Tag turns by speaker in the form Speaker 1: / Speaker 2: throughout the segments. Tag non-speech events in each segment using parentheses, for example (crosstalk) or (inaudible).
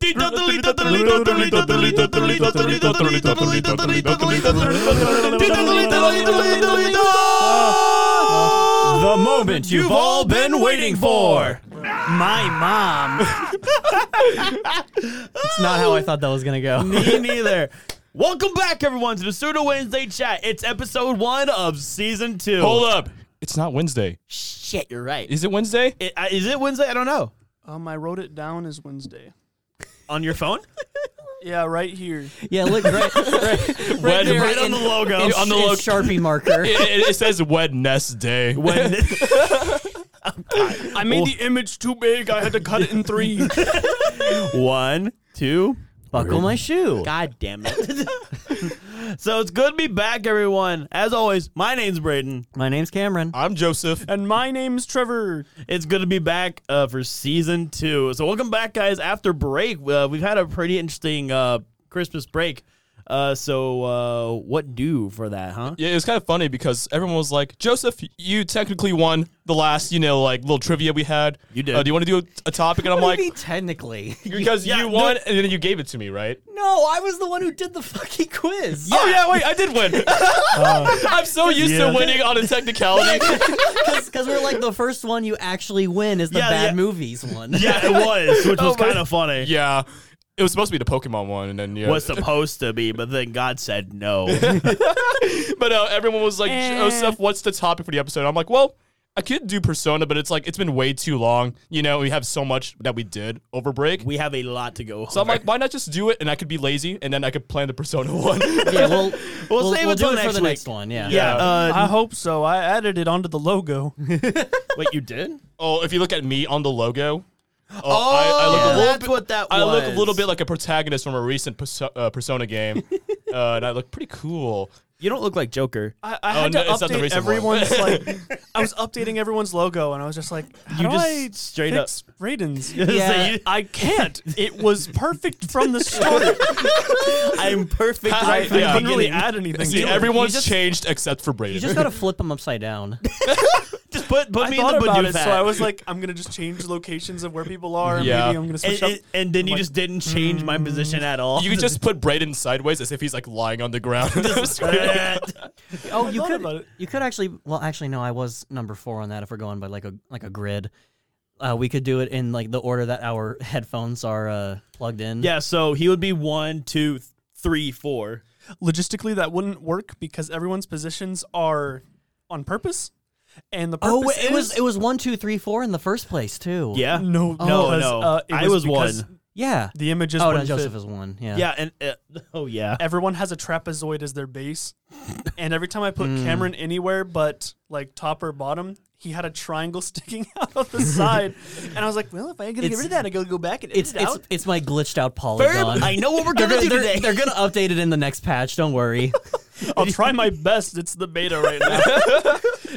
Speaker 1: Turlito, turlito, turlito, turlito, turlito, turlito, turlito, turlito, turlito, turlito, turlito, turlito, turlito, turlito, turlito.
Speaker 2: The moment you've all been waiting for.
Speaker 3: My mom. it's not how I thought that was gonna go.
Speaker 1: Me neither. Welcome back, everyone, to the Pseudo Wednesday Chat. It's episode one of season two.
Speaker 2: Hold up. It's not Wednesday.
Speaker 1: Shit, you're right. Is
Speaker 2: Is it Wednesday?
Speaker 1: it, uh, is it Wednesday? I don't know.
Speaker 4: Um, I wrote it down as Wednesday.
Speaker 1: On your phone?
Speaker 4: Yeah, right here.
Speaker 3: Yeah,
Speaker 4: (laughs)
Speaker 3: look right, right, right,
Speaker 1: Right,
Speaker 3: there
Speaker 1: right on
Speaker 3: in-
Speaker 1: the logo.
Speaker 3: in
Speaker 2: on the
Speaker 3: sh- in
Speaker 2: logo.
Speaker 3: Sharpie marker.
Speaker 2: (laughs) It, it, it says Wednesday.
Speaker 1: (laughs) When
Speaker 4: I made the image too big. I had to cut it in three.
Speaker 1: one, two.
Speaker 3: Buckle my shoe.
Speaker 1: God damn it. so it's good to be back, everyone. As always, my name's Braden.
Speaker 3: My name's Cameron.
Speaker 2: I'm Joseph.
Speaker 4: and my name's Trevor.
Speaker 1: It's good to be back uh, for season two. So welcome back, guys. After break, uh, we've had a pretty interesting uh, Christmas break. Uh, so uh, what do for that, huh?
Speaker 2: Yeah, it was kind of funny because everyone was like, Joseph, you technically won the last, you know, like little trivia we had.
Speaker 1: You did.
Speaker 2: Uh, do you want to do a, a topic? And I'm
Speaker 3: What do you
Speaker 2: like,
Speaker 3: mean technically?
Speaker 2: (laughs) because
Speaker 1: Yeah,
Speaker 2: you
Speaker 1: no-
Speaker 2: won, and then you gave it to me, right?
Speaker 3: No, I was the one who did the fucking quiz.
Speaker 2: Oh yeah, wait, I did win.
Speaker 3: (laughs)
Speaker 2: I'm so used
Speaker 1: yeah.
Speaker 2: to winning on a technicality.
Speaker 3: (laughs) because we're like the first one you actually win is the
Speaker 1: Yeah,
Speaker 3: bad
Speaker 1: yeah.
Speaker 3: movies one.
Speaker 1: (laughs) (laughs) Yeah, it was, which was
Speaker 2: my-
Speaker 1: kind of funny.
Speaker 2: yeah, it was supposed to be the Pokemon one, and then yeah,
Speaker 1: Was supposed to be, but then God said (laughs) no.
Speaker 2: but uh, everyone was like, Joseph, what's the topic for the episode? I'm like, well, I could do Persona, but it's like it's been way too long. You know, we have so much that we did over break.
Speaker 1: we have a lot to go. Over.
Speaker 2: so I'm like, why not just do it? And I could be lazy, and then I could plan the Persona (laughs) one.
Speaker 3: yeah. We'll we'll,
Speaker 1: save it
Speaker 3: do
Speaker 1: till
Speaker 3: it for
Speaker 1: next
Speaker 3: the
Speaker 1: week.
Speaker 3: next one. Yeah.
Speaker 1: yeah. Uh,
Speaker 4: I hope so. I added it onto the logo.
Speaker 1: wait, you did?
Speaker 2: oh, if you look at me on the logo, oh, I, I look
Speaker 1: Oh,
Speaker 2: a little
Speaker 1: that's
Speaker 2: bit.
Speaker 1: what that
Speaker 2: I look a
Speaker 1: was.
Speaker 2: little bit like a protagonist from a recent Perso- uh, Persona game, uh, and I look pretty cool.
Speaker 1: You don't look like Joker.
Speaker 4: I, I
Speaker 2: Oh,
Speaker 4: had
Speaker 2: no,
Speaker 4: to
Speaker 2: it's not the
Speaker 4: update
Speaker 2: recent one.
Speaker 4: everyone's
Speaker 2: (laughs)
Speaker 4: like. I was updating everyone's logo, and I was just like, how
Speaker 1: You
Speaker 4: do
Speaker 1: just
Speaker 4: I
Speaker 1: straight
Speaker 4: fix Raiden's?
Speaker 2: (laughs)
Speaker 3: Yeah.
Speaker 1: you-
Speaker 4: I can't. It was perfect from the (laughs) start.
Speaker 1: I'm perfect
Speaker 2: I-
Speaker 1: right from
Speaker 2: yeah.
Speaker 1: the
Speaker 4: I didn't really
Speaker 1: beginning.
Speaker 4: add anything.
Speaker 2: See,
Speaker 4: to it.
Speaker 2: everyone's
Speaker 3: just-
Speaker 2: changed except for Brayden.
Speaker 3: You just gotta flip them upside down.
Speaker 1: Just put put
Speaker 4: I
Speaker 1: me in the
Speaker 4: thought about
Speaker 1: Badoo
Speaker 4: it,
Speaker 1: fat.
Speaker 4: so I was like, I'm gonna just change locations of where people are. and
Speaker 2: (laughs) Yeah.
Speaker 4: Maybe I'm gonna
Speaker 1: and,
Speaker 4: switch up. mm.
Speaker 1: and, and then you just didn't change my position at all. (laughs)
Speaker 2: (laughs) You could just put Brayden sideways as if he's like lying on the ground. (laughs)
Speaker 3: Oh, you
Speaker 4: thought
Speaker 3: could.
Speaker 4: about it.
Speaker 3: You could actually. Well, actually, no. I was number four on that. If we're going by like a like a grid, uh, we could do it in like the order that our headphones are uh, plugged in.
Speaker 1: yeah, so he would be one, two, th- three, four.
Speaker 4: logistically that wouldn't work because everyone's positions are on purpose and the purpose
Speaker 3: Oh, it was
Speaker 4: is-
Speaker 3: it oh, was one, two, three, four in the first place too.
Speaker 1: Yeah.
Speaker 4: no
Speaker 1: No,
Speaker 4: because,
Speaker 1: no.
Speaker 4: uh, it
Speaker 1: I was
Speaker 4: because
Speaker 1: one.
Speaker 3: Yeah.
Speaker 4: the images
Speaker 3: Oh,
Speaker 4: wouldn't
Speaker 3: no,
Speaker 4: fit.
Speaker 3: Joseph is one. Yeah.
Speaker 1: Yeah, and uh, oh yeah.
Speaker 4: everyone has a trapezoid as their base and every time I put
Speaker 3: Mm.
Speaker 4: Cameron anywhere but like top or bottom he had a triangle (laughs) sticking out of the side and I was like well if I gotta get
Speaker 3: It's-
Speaker 4: rid of that I gotta go back and
Speaker 3: It's
Speaker 4: edit it
Speaker 3: it's
Speaker 4: out
Speaker 3: it's my glitched out polygon.
Speaker 1: Ferb,
Speaker 3: (laughs)
Speaker 1: I know (laughs) what we're
Speaker 3: They're
Speaker 1: gonna do
Speaker 3: they're-
Speaker 1: today.
Speaker 3: they're gonna update it in the next patch.
Speaker 1: (laughs)
Speaker 3: Don't worry.
Speaker 4: I'll try my best it's the beta right now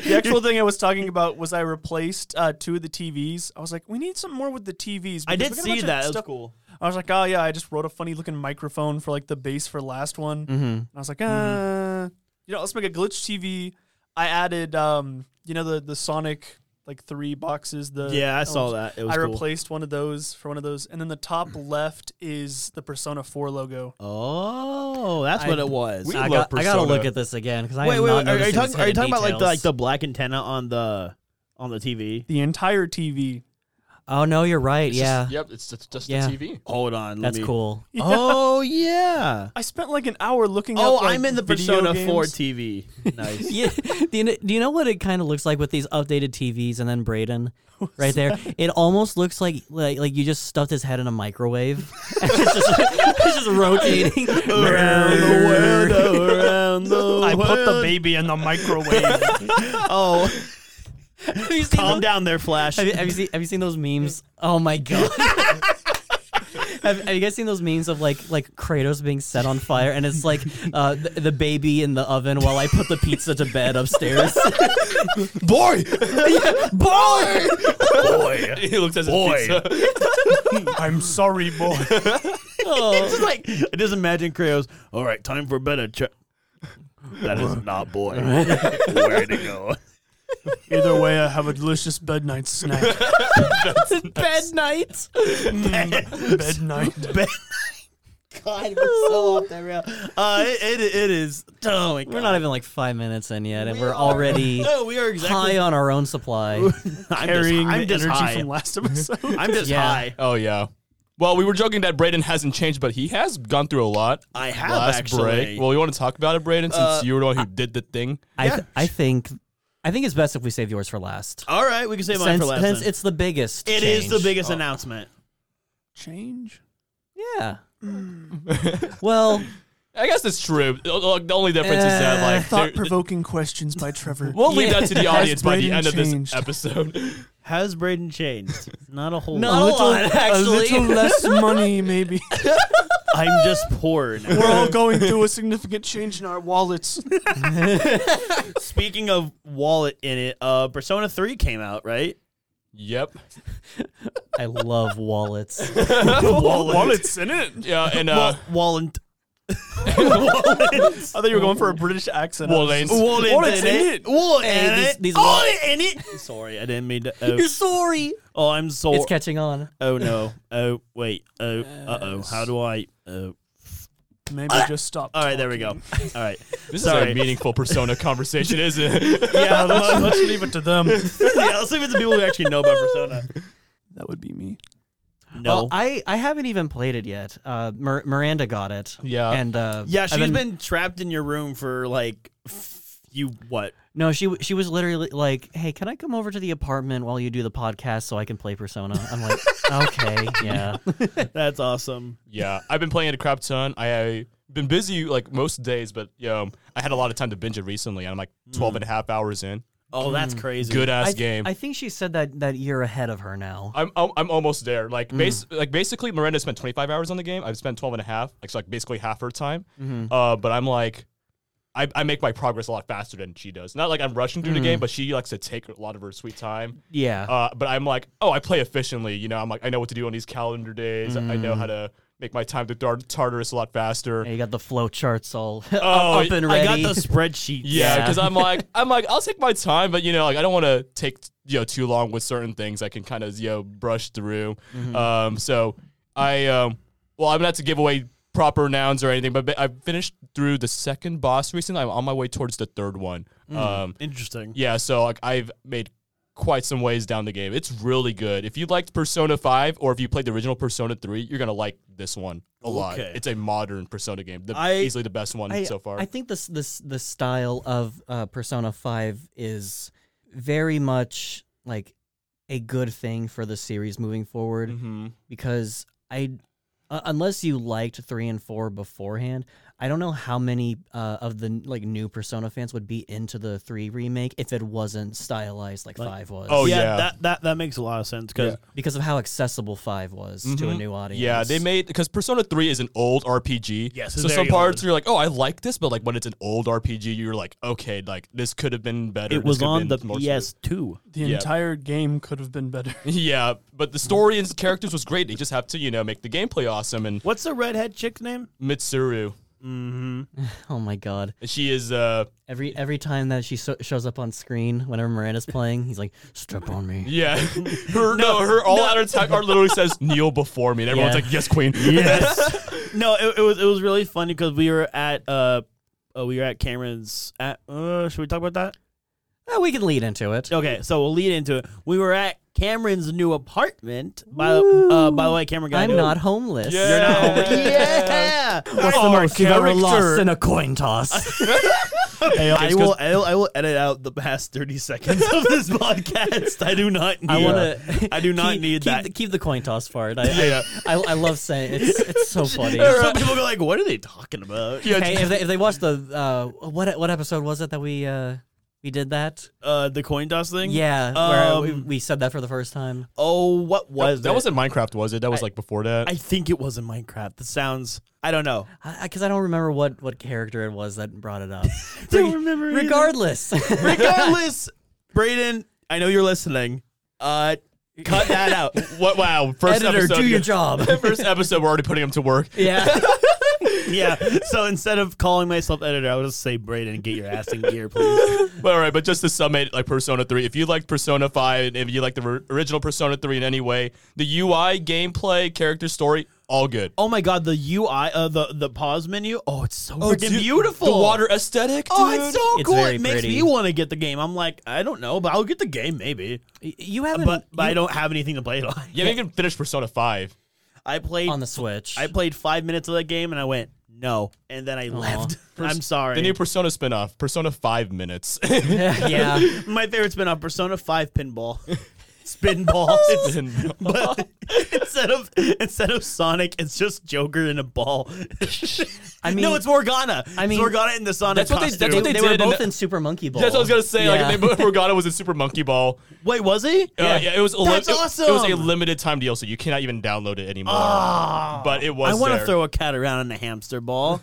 Speaker 4: the actual thing I was talking about was I replaced uh, two of the TVs I was like we need some more with the TVs
Speaker 1: I did
Speaker 4: because we got a bunch
Speaker 1: see
Speaker 4: of
Speaker 1: that. It was
Speaker 4: stuff-
Speaker 1: cool.
Speaker 4: I was like, oh yeah, I just wrote a funny looking microphone for like the base for last one.
Speaker 1: Mm-hmm.
Speaker 3: hmm
Speaker 4: And I was like, uh, you know, let's make a glitch TV. I added, um, you know, the the Sonic like three boxes. The
Speaker 1: Yeah, I saw
Speaker 4: elms.
Speaker 1: that. It was
Speaker 4: I
Speaker 1: cool.
Speaker 4: replaced one of those for one of those, and then the top left is the Persona Four logo.
Speaker 1: Oh, that's
Speaker 3: I-
Speaker 1: what it was.
Speaker 2: We
Speaker 3: I
Speaker 2: love
Speaker 3: got I gotta
Speaker 2: Persona.
Speaker 3: look at this again because I
Speaker 1: wait,
Speaker 3: am
Speaker 1: wait,
Speaker 3: not
Speaker 1: wait, are, you
Speaker 3: noticing
Speaker 1: talking?
Speaker 3: these
Speaker 1: Are you
Speaker 3: hidden
Speaker 1: talking about like the like
Speaker 3: details.
Speaker 1: the black antenna on the on the TV?
Speaker 4: The entire TV.
Speaker 3: Oh no, you're right. yeah,
Speaker 2: yep, it's just, just
Speaker 3: the Yeah.
Speaker 2: TV.
Speaker 1: Hold on, let
Speaker 3: that's
Speaker 1: me-
Speaker 3: cool. (laughs)
Speaker 1: Oh yeah.
Speaker 4: I spent like an hour looking.
Speaker 1: Oh,
Speaker 4: up, like,
Speaker 1: I'm in the
Speaker 4: video
Speaker 1: Persona
Speaker 4: games. (laughs)
Speaker 1: 4 TV. Nice.
Speaker 3: Yeah. Do you know, do you know what it kind of looks like with these updated TVs and then Braden right there? It almost looks like like like you just stuffed his head in a microwave. (laughs) it's, just, it's
Speaker 1: (laughs)
Speaker 3: just
Speaker 1: (laughs)
Speaker 3: rotating.
Speaker 1: around the world, around the
Speaker 4: I put the
Speaker 1: world.
Speaker 4: baby in the microwave.
Speaker 1: Oh,
Speaker 3: have, (laughs) you seen
Speaker 1: calm
Speaker 3: those,
Speaker 1: down there, Flash.
Speaker 3: have, you, have you seen have you seen those memes? (laughs) Oh my god. Have, have you guys seen those memes of like like Kratos being set on fire and it's like uh, the, the baby in the oven while I put the pizza to bed (laughs) upstairs?
Speaker 2: Boy!
Speaker 3: Boy,
Speaker 2: Boy!
Speaker 1: (laughs)
Speaker 2: (laughs) he looks as
Speaker 1: Boy.
Speaker 2: a pizza.
Speaker 4: (laughs) I'm sorry, boy.
Speaker 3: Oh. (laughs)
Speaker 1: It's just like I just imagine Kratos. All right, (laughs) time for bed. Ch- that is not boy. Where to go?
Speaker 4: Either way, I have a delicious bed night snack.
Speaker 3: Bed night.
Speaker 4: bed night.
Speaker 1: God, we're so off that rail. Uh, it, it, it is. Oh my God.
Speaker 3: We're not even like five minutes in yet, and we're already
Speaker 1: No, we are exactly.
Speaker 3: high on our own (laughs) supply.
Speaker 1: I'm
Speaker 4: Carrying
Speaker 1: just, I'm
Speaker 4: the
Speaker 1: just
Speaker 4: energy
Speaker 1: high. (laughs)
Speaker 4: from last episode.
Speaker 1: I'm just
Speaker 3: Yeah.
Speaker 1: high.
Speaker 2: (laughs) Oh yeah. Well, we were joking that Braden hasn't changed, but he has gone through a lot.
Speaker 1: I have,
Speaker 2: last
Speaker 1: actually.
Speaker 2: break. Well, you want to talk about it, Braden, since
Speaker 1: Uh,
Speaker 2: you were the one who did the thing.
Speaker 3: I th- I think I think it's best if we save yours for last.
Speaker 1: All right, we can save mine
Speaker 3: since,
Speaker 1: for last.
Speaker 3: since
Speaker 1: then.
Speaker 3: it's the biggest.
Speaker 1: It is the
Speaker 3: change.
Speaker 1: biggest announcement.
Speaker 4: (laughs) Change.
Speaker 3: Yeah. well,
Speaker 2: I guess that's true. The the only difference is that
Speaker 3: Uh,
Speaker 2: like
Speaker 4: Thought
Speaker 2: there-
Speaker 4: provoking questions by Trevor.
Speaker 2: we'll leave that to the
Speaker 4: Has
Speaker 2: audience by the
Speaker 4: Braden
Speaker 2: end of
Speaker 4: changed?
Speaker 2: this episode. (laughs)
Speaker 1: Has Braden changed? Not a (laughs) whole
Speaker 3: No.
Speaker 1: lot.
Speaker 3: A lot, actually.
Speaker 4: a little (laughs) less money, maybe. (laughs)
Speaker 1: I'm just poor. (laughs) now.
Speaker 4: We're all going through a significant change in our wallets.
Speaker 1: Speaking of wallet in it, uh, Persona 3 came out, right?
Speaker 2: yep.
Speaker 3: I
Speaker 1: (laughs)
Speaker 3: love wallets.
Speaker 1: wallet.
Speaker 4: wallets in it.
Speaker 2: (laughs) Yeah, and uh,
Speaker 1: Wa- wallet.
Speaker 4: I thought you were going for a British accent.
Speaker 2: Wallets.
Speaker 1: Wallet,
Speaker 4: Wallets
Speaker 1: in,
Speaker 4: in
Speaker 1: it.
Speaker 4: it.
Speaker 1: Wallet
Speaker 3: Hey,
Speaker 1: in
Speaker 3: these-
Speaker 1: it.
Speaker 3: these
Speaker 1: wallet in it. (laughs) Sorry, I didn't mean to. Oh,
Speaker 3: sorry.
Speaker 1: oh I'm sorry.
Speaker 3: It's catching on.
Speaker 1: oh no. Oh wait. Oh uh oh. How do I? Oh.
Speaker 4: Maybe just stop.
Speaker 1: All right, there (laughs) we go. All right.
Speaker 2: this is
Speaker 1: Sorry.
Speaker 2: a
Speaker 1: (laughs)
Speaker 2: meaningful persona conversation, isn't it?
Speaker 1: Yeah, let's, let's, (laughs)
Speaker 4: leave it to them.
Speaker 1: yeah, let's leave it to people who actually know about Persona.
Speaker 4: That would be me.
Speaker 1: No.
Speaker 3: Well, I, I haven't even played it yet. Uh, Mir- Miranda got it.
Speaker 2: Yeah.
Speaker 3: And uh,
Speaker 1: yeah,
Speaker 3: I've
Speaker 1: she's been, trapped in your room for like f- you what?
Speaker 3: No, she w- she was literally like, "Hey, can I come over to the apartment while you do the podcast so I can play Persona?"
Speaker 1: (laughs)
Speaker 3: I'm like, "Okay, yeah."
Speaker 1: That's awesome.
Speaker 2: yeah, I've been playing it a crap ton. I, I been busy like most days, but you know, I had a lot of time to binge it recently, and I'm like 12 and a half hours in.
Speaker 1: Oh, that's crazy.
Speaker 2: Mm. Good
Speaker 3: I
Speaker 2: ass
Speaker 3: th-
Speaker 2: game.
Speaker 3: I think she said that that you're ahead of her now.
Speaker 1: Uh,
Speaker 2: I'm I'm I'm almost there. Like
Speaker 3: Mm.
Speaker 2: base like basically Miranda spent 25 hours on the game. I've spent 12 and a half. Like so like basically half her time.
Speaker 3: Mm-hmm.
Speaker 2: Uh but I'm like I, I make my progress a lot faster than she does. Not like I'm rushing through the
Speaker 3: Mm.
Speaker 2: game, but she likes to take a lot of her sweet time.
Speaker 3: Yeah.
Speaker 2: Uh but I'm like, "Oh, I play efficiently." You know, I'm like I know what to do on these calendar days. I know
Speaker 3: Mm.
Speaker 2: how to make my time to Tar- Tartarus a lot faster.
Speaker 3: Yeah, you got the flow charts all (laughs)
Speaker 2: Oh,
Speaker 3: up and
Speaker 1: I
Speaker 3: ready.
Speaker 1: got the spreadsheet.
Speaker 2: Yeah,
Speaker 3: Yeah.
Speaker 2: because
Speaker 3: (laughs)
Speaker 2: I'm like, I'm like, I'll take my time, but you know, like, I don't want to take you know too long with certain things. I can kind of you know brush through.
Speaker 3: Mm-hmm.
Speaker 2: Um, so I, um, well, I'm not to give away proper nouns or anything, but ba- I finished through the second boss recently. I'm on my way towards the third one.
Speaker 3: Mm.
Speaker 2: Um,
Speaker 1: Interesting.
Speaker 2: yeah, so like, I've made quite some ways down the game. It's really good. If you liked Persona Five or if you played the original Persona Three, you're gonna like this one a lot.
Speaker 1: Okay.
Speaker 2: It's a modern Persona game, the,
Speaker 1: I-
Speaker 2: easily the best one
Speaker 3: I,
Speaker 2: so far.
Speaker 3: I think this this the style of uh, Persona Five is very much like a good thing for the series moving forward
Speaker 2: Mhm.
Speaker 3: because I uh, unless you liked three and four beforehand, I don't know how many uh, of the like new Persona fans would be into the three remake if it wasn't stylized like,
Speaker 1: Like-
Speaker 3: five was.
Speaker 2: Oh,
Speaker 1: yeah,
Speaker 2: yeah.
Speaker 1: That, that that makes a lot of sense because
Speaker 3: because of how accessible five was to a
Speaker 2: Mhm.
Speaker 3: new audience.
Speaker 2: Yeah, they made because Persona Three is an old RPG.
Speaker 1: Yes, it's
Speaker 2: so some
Speaker 1: very
Speaker 2: parts
Speaker 1: old.
Speaker 2: you're like, oh, I like this, but like when it's an old RPG, you're like, okay, like this could have been better.
Speaker 1: it
Speaker 2: this
Speaker 1: was
Speaker 2: could've
Speaker 1: on the
Speaker 2: been more smooth.
Speaker 1: PS2.
Speaker 4: The
Speaker 2: Yeah.
Speaker 4: entire game could have been better.
Speaker 2: (laughs) Yeah, but the story and characters was great. They just have to you know make the gameplay awesome. And
Speaker 1: What's the redhead chick's name?
Speaker 2: Mitsuru,
Speaker 1: Mm-hmm.
Speaker 3: Oh my god.
Speaker 2: she is uh
Speaker 3: Every every time that she so- shows up on screen, whenever Miranda's playing, he's like, "Strip on
Speaker 2: (laughs)
Speaker 3: me."
Speaker 2: yeah her no, her all out attack art literally says kneel before me, and everyone's
Speaker 3: Yeah.
Speaker 2: like (laughs) yes queen
Speaker 1: (laughs) Yes. no, it, it was it was really funny because we were at uh, uh we were at Cameron's at uh should we talk about that?
Speaker 3: Uh, we can lead into it.
Speaker 1: Okay, so we'll lead into it. We were at Cameron's new apartment. By the uh, by the way, Cameron got
Speaker 3: I'm
Speaker 1: a new-
Speaker 3: not
Speaker 2: (laughs)
Speaker 3: homeless.
Speaker 2: Yeah. You're not (laughs)
Speaker 3: (laughs)
Speaker 2: homeless.
Speaker 1: Yeah.
Speaker 3: What's
Speaker 2: Oh,
Speaker 3: the most you've ever lost
Speaker 2: character.
Speaker 3: in a coin toss?
Speaker 1: I
Speaker 2: It's 'cause-
Speaker 1: will, I will I will edit out the past 30 seconds of this (laughs) podcast. I do not need
Speaker 3: I want to.
Speaker 1: I do (laughs) not
Speaker 3: keep,
Speaker 1: need
Speaker 3: keep
Speaker 1: that.
Speaker 3: The, keep the coin toss part. I, I-
Speaker 2: yeah
Speaker 3: I, I love saying it's
Speaker 1: (laughs)
Speaker 3: it's so funny.
Speaker 1: Some people go like, "What are they talking about?"
Speaker 2: yeah
Speaker 3: Hey, if they if they watch the uh, what what episode was it that we uh, we did that?
Speaker 1: Uh, the coin toss thing.
Speaker 3: Yeah, where we,
Speaker 1: Um,
Speaker 3: we said that for the first time.
Speaker 1: Oh, what was
Speaker 2: that, that
Speaker 1: it?
Speaker 2: wasn't Minecraft, was it? That was like before that.
Speaker 1: I think it was in Minecraft. That sounds. I don't know.
Speaker 3: Because I, because I don't remember what what character it was that brought it up.
Speaker 1: (laughs) Don't remember.
Speaker 3: Regardless,
Speaker 1: (laughs) Regardless, Brayden, I know you're listening. Uh, cut that out. (laughs)
Speaker 2: what? Wow! First
Speaker 3: (laughs) editor,
Speaker 2: episode.
Speaker 3: do your job.
Speaker 2: First episode, we're already putting him to work.
Speaker 3: Yeah.
Speaker 1: yeah. So instead of calling myself editor, I would just say Braden, get your ass in gear, please.
Speaker 2: But all right, but just to summate, like Persona 3, if you like Persona 5, if you like the or- original Persona 3 in any way, the UI, gameplay, character, story, all good.
Speaker 1: (laughs) Oh my god, the UI, uh, the the pause menu. Oh, it's so freaking
Speaker 2: dude,
Speaker 1: beautiful.
Speaker 2: The water aesthetic,
Speaker 1: Oh,
Speaker 2: dude.
Speaker 1: it's so
Speaker 3: It's
Speaker 1: cool.
Speaker 3: very
Speaker 1: It makes
Speaker 3: pretty.
Speaker 1: me want to get the game. I'm like, I don't know, but I'll get the game maybe.
Speaker 3: Y- You haven't.
Speaker 1: But, but I
Speaker 3: you-
Speaker 1: don't have anything to play it on.
Speaker 2: yeah, you can finish Persona 5.
Speaker 1: I played
Speaker 3: on the Switch.
Speaker 1: I played five minutes of that game and I went no, and then I left. (laughs) I'm sorry.
Speaker 2: The new Persona spinoff, Persona 5 Minutes.
Speaker 3: (laughs)
Speaker 2: (laughs)
Speaker 1: (laughs)
Speaker 3: yeah.
Speaker 1: My favorite spin-off, Persona 5
Speaker 2: (laughs)
Speaker 1: Pinball. Spinball. It's- (laughs) but instead of instead of Sonic, it's just Joker in a ball.
Speaker 3: I
Speaker 1: (laughs)
Speaker 3: mean,
Speaker 1: no, it's Morgana. I
Speaker 3: mean-
Speaker 1: mean, it's Morgana in the Sonic
Speaker 2: That's what they- that's
Speaker 1: costume.
Speaker 2: what
Speaker 3: they,
Speaker 2: they
Speaker 3: were
Speaker 2: did in
Speaker 3: both
Speaker 2: the-
Speaker 3: in Super Monkey Ball.
Speaker 2: That's what I was gonna say.
Speaker 3: Yeah.
Speaker 2: Like, they, Morgana was in Super Monkey Ball.
Speaker 1: Wait, was he?
Speaker 2: Uh, yeah. it was. A li-
Speaker 1: That's
Speaker 2: it- It, was a
Speaker 1: awesome.
Speaker 2: limited time deal, so you cannot even download it anymore. but it was.
Speaker 1: I want
Speaker 2: there.
Speaker 1: to throw a cat around in a hamster
Speaker 2: (laughs)
Speaker 1: ball.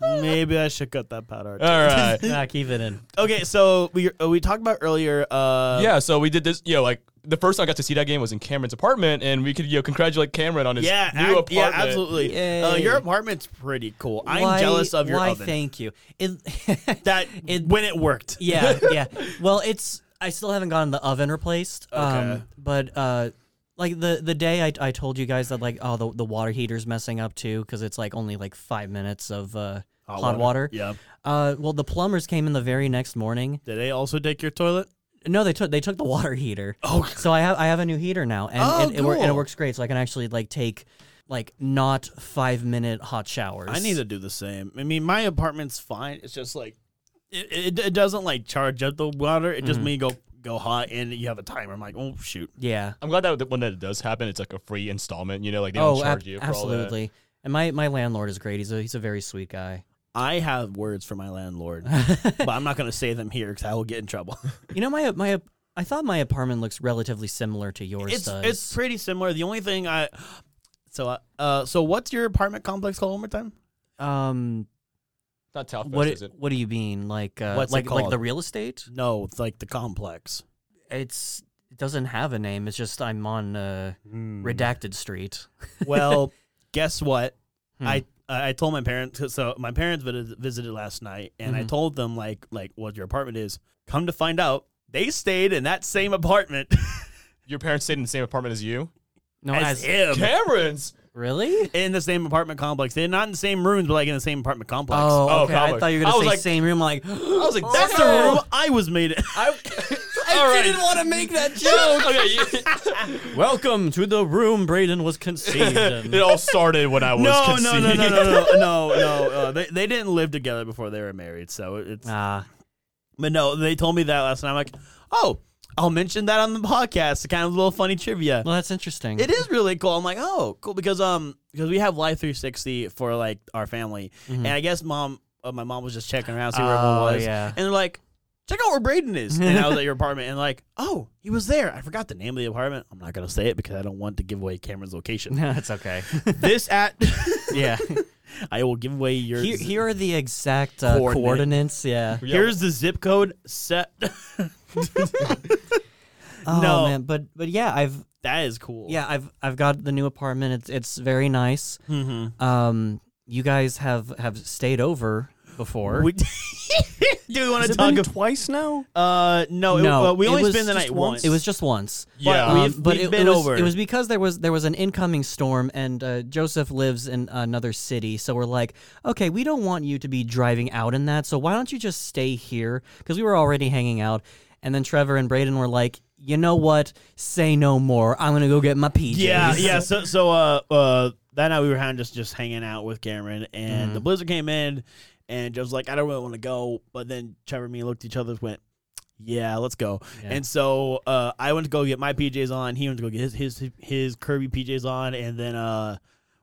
Speaker 1: Maybe I should cut that part out.
Speaker 2: All (laughs) right.
Speaker 3: Nah, keep it in.
Speaker 1: okay, so we uh, we talked about earlier. Uh,
Speaker 2: yeah. So we did this. You know, like the first time I got to see that game was in Cameron's apartment, and we could you know congratulate Cameron on his
Speaker 1: yeah,
Speaker 2: new
Speaker 1: ac-
Speaker 2: apartment.
Speaker 1: yeah, absolutely. Uh,
Speaker 3: Yay.
Speaker 1: your apartment's pretty cool. I'm
Speaker 3: Why-
Speaker 1: jealous of your
Speaker 3: why,
Speaker 1: oven.
Speaker 3: Thank you. It, (laughs)
Speaker 1: that
Speaker 3: It-
Speaker 1: when it worked.
Speaker 2: (laughs)
Speaker 3: yeah, yeah. Well, it's I still haven't gotten the oven replaced. Um,
Speaker 1: Okay.
Speaker 3: but uh, like the the day I, I told you guys that like oh the the water heater's messing up too because it's like only like five minutes of uh, hot, water.
Speaker 1: Yeah.
Speaker 3: Uh, well, the plumbers came in the very next morning.
Speaker 1: Did they also take your toilet?
Speaker 3: No, they took they took the water (laughs) heater.
Speaker 1: Oh.
Speaker 3: So I have I have a new heater now, and,
Speaker 1: Oh,
Speaker 3: and, it, wor- and it
Speaker 1: cool.
Speaker 3: works great. So I can actually like take like not five minute hot showers.
Speaker 1: I need to do the same. I mean, my apartment's fine. It's just like it, it, it doesn't like charge up the water. It just me go go hot, and you have a timer. I'm like, oh shoot.
Speaker 3: yeah.
Speaker 2: I'm glad that the- when that does happen, it's like a free installment. You know, like they don't charge
Speaker 3: Oh, ab-
Speaker 2: you for all that.
Speaker 3: absolutely. And my, my landlord is great. He's a he's a very sweet guy. (laughs)
Speaker 1: I have words for my landlord, (laughs) but I'm not going to say them here because I will get in trouble.
Speaker 3: You know my my I thought my apartment looks relatively similar to yours.
Speaker 1: it's
Speaker 3: does.
Speaker 1: it's pretty similar. The only thing I so uh so what's your apartment complex called one more time?
Speaker 3: um
Speaker 2: Not tough.
Speaker 3: what
Speaker 2: is it?
Speaker 3: what do you mean like uh,
Speaker 1: What's it
Speaker 3: like like the
Speaker 1: called?
Speaker 3: real estate?
Speaker 1: No, it's like the complex.
Speaker 3: It's it doesn't have a name. It's just I'm on uh,
Speaker 1: Hmm.
Speaker 3: (laughs) redacted street.
Speaker 1: Well, guess what?
Speaker 3: Hmm.
Speaker 1: I I told my parents. So my parents vis- visited last night, and I
Speaker 3: Mhm.
Speaker 1: told them like like what your apartment is. Come to find out, they stayed in that same apartment (laughs)
Speaker 3: Oh,
Speaker 2: Your parents stayed in the same apartment as you.
Speaker 3: No,
Speaker 1: as
Speaker 3: as,
Speaker 1: him.
Speaker 2: Cameron's.
Speaker 3: really?
Speaker 1: In the same apartment complex. They're not in the same rooms, but like in the same apartment complex.
Speaker 3: Oh,
Speaker 2: Oh,
Speaker 3: okay. I
Speaker 2: cowboy.
Speaker 3: thought you were
Speaker 2: I
Speaker 3: gonna
Speaker 2: was
Speaker 3: say
Speaker 2: like-
Speaker 3: same room. Like (gasps)
Speaker 2: I was like,
Speaker 1: That's the room I was made in.
Speaker 2: I, (laughs) didn't want to make that joke. okay,
Speaker 3: (laughs) welcome to the room Braden was conceived
Speaker 1: (laughs)
Speaker 2: you- it all started when I was
Speaker 1: (laughs) No, no,
Speaker 2: conceived.
Speaker 1: no, no, no, no, no, no. Uh, they, they didn't live together before they were married, so it's.
Speaker 3: Ah,
Speaker 1: But no, they told me that last night. I'm like, oh, I'll mention that on the podcast. Kind of a little funny trivia.
Speaker 3: well, that's interesting.
Speaker 1: It is really cool. I'm like, oh, cool because um because we have Live 360 for like our family, and I guess mom, uh, my mom was just checking around see where
Speaker 3: Mm-hmm. Oh,
Speaker 1: everyone was,
Speaker 3: yeah.
Speaker 1: and they're like, check out where Braden
Speaker 3: (laughs)
Speaker 1: is, and I was at your apartment, and like, oh, he was there. I forgot the name of the apartment. I'm not gonna say it because I don't want to give away Cameron's
Speaker 3: (laughs)
Speaker 1: location.
Speaker 3: (laughs) No, it's okay.
Speaker 1: this at
Speaker 3: (laughs) yeah.
Speaker 1: (laughs) I will give away your.
Speaker 3: Here,
Speaker 1: z-
Speaker 3: here are the exact uh,
Speaker 1: Coordinate.
Speaker 3: coordinates. Yeah.
Speaker 1: Here's the zip code set.
Speaker 3: Oh,
Speaker 1: No.
Speaker 3: man, but but yeah, I've
Speaker 1: (laughs) that is cool.
Speaker 3: yeah, I've I've got the new apartment. It's it's very nice.
Speaker 1: Mm-hmm.
Speaker 3: Um, you guys have have stayed over before.
Speaker 1: We, (laughs) do we want
Speaker 4: Has
Speaker 1: to
Speaker 4: it been
Speaker 1: talk? Of,
Speaker 4: twice now?
Speaker 1: uh, no, it-
Speaker 3: No,
Speaker 1: uh, we
Speaker 3: it
Speaker 1: only
Speaker 3: was
Speaker 1: spend the
Speaker 3: just
Speaker 1: night
Speaker 4: once.
Speaker 1: once.
Speaker 3: it was just once.
Speaker 2: Yeah.
Speaker 1: But
Speaker 3: Um,
Speaker 1: we've-
Speaker 3: but
Speaker 1: we've
Speaker 3: it,
Speaker 1: been
Speaker 3: it was,
Speaker 1: over.
Speaker 3: It was because there was there was an incoming storm, and uh, Joseph lives in another city, so we're like, okay, we don't want you to be driving out in that, so why don't you just stay here? Because we were already hanging out, and then Trevor and Braden were like, you know what? Say no more. I'm gonna go get my PJs.
Speaker 1: Yeah, yeah. So, so uh, uh, that night we were hanging, just just hanging out with Cameron, and the blizzard came in, and Joe's like, I don't really want to go, but then Trevor and me looked at each other, and went, Yeah, let's go. And so uh, I went to go get my PJs on. He went to go get his his his Kirby PJs on, and then uh,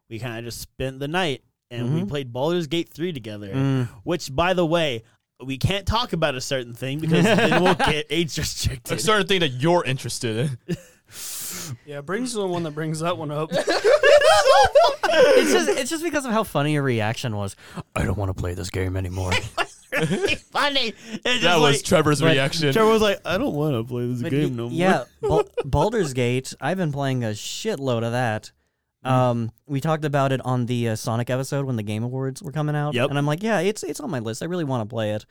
Speaker 1: we kind of just spent the night, and we played Baldur's Gate three together. Which, by the way. We can't talk about a certain thing because then (laughs) we'll get age
Speaker 2: (laughs) A
Speaker 1: restricted.
Speaker 2: certain thing that you're interested in.
Speaker 4: Yeah, Brings the one that brings that one up.
Speaker 3: it's just it's just because of how funny your reaction was. I don't want to play this game
Speaker 1: (laughs)
Speaker 3: anymore.
Speaker 1: Funny. It's just
Speaker 2: That was
Speaker 1: like-
Speaker 2: Trevor's
Speaker 3: But-
Speaker 2: reaction.
Speaker 1: Trevor was like, I don't want to play this
Speaker 3: But
Speaker 1: game (laughs)
Speaker 3: y-
Speaker 1: no more.
Speaker 3: Yeah, Bal- Baldur's Gate. I've been playing a shitload of that.
Speaker 1: Mm.
Speaker 3: Um, we talked about it on the uh, Sonic episode when the Game Awards were coming out.
Speaker 1: Yep.
Speaker 3: And I'm like, yeah, it's it's on my list. I really want to play it.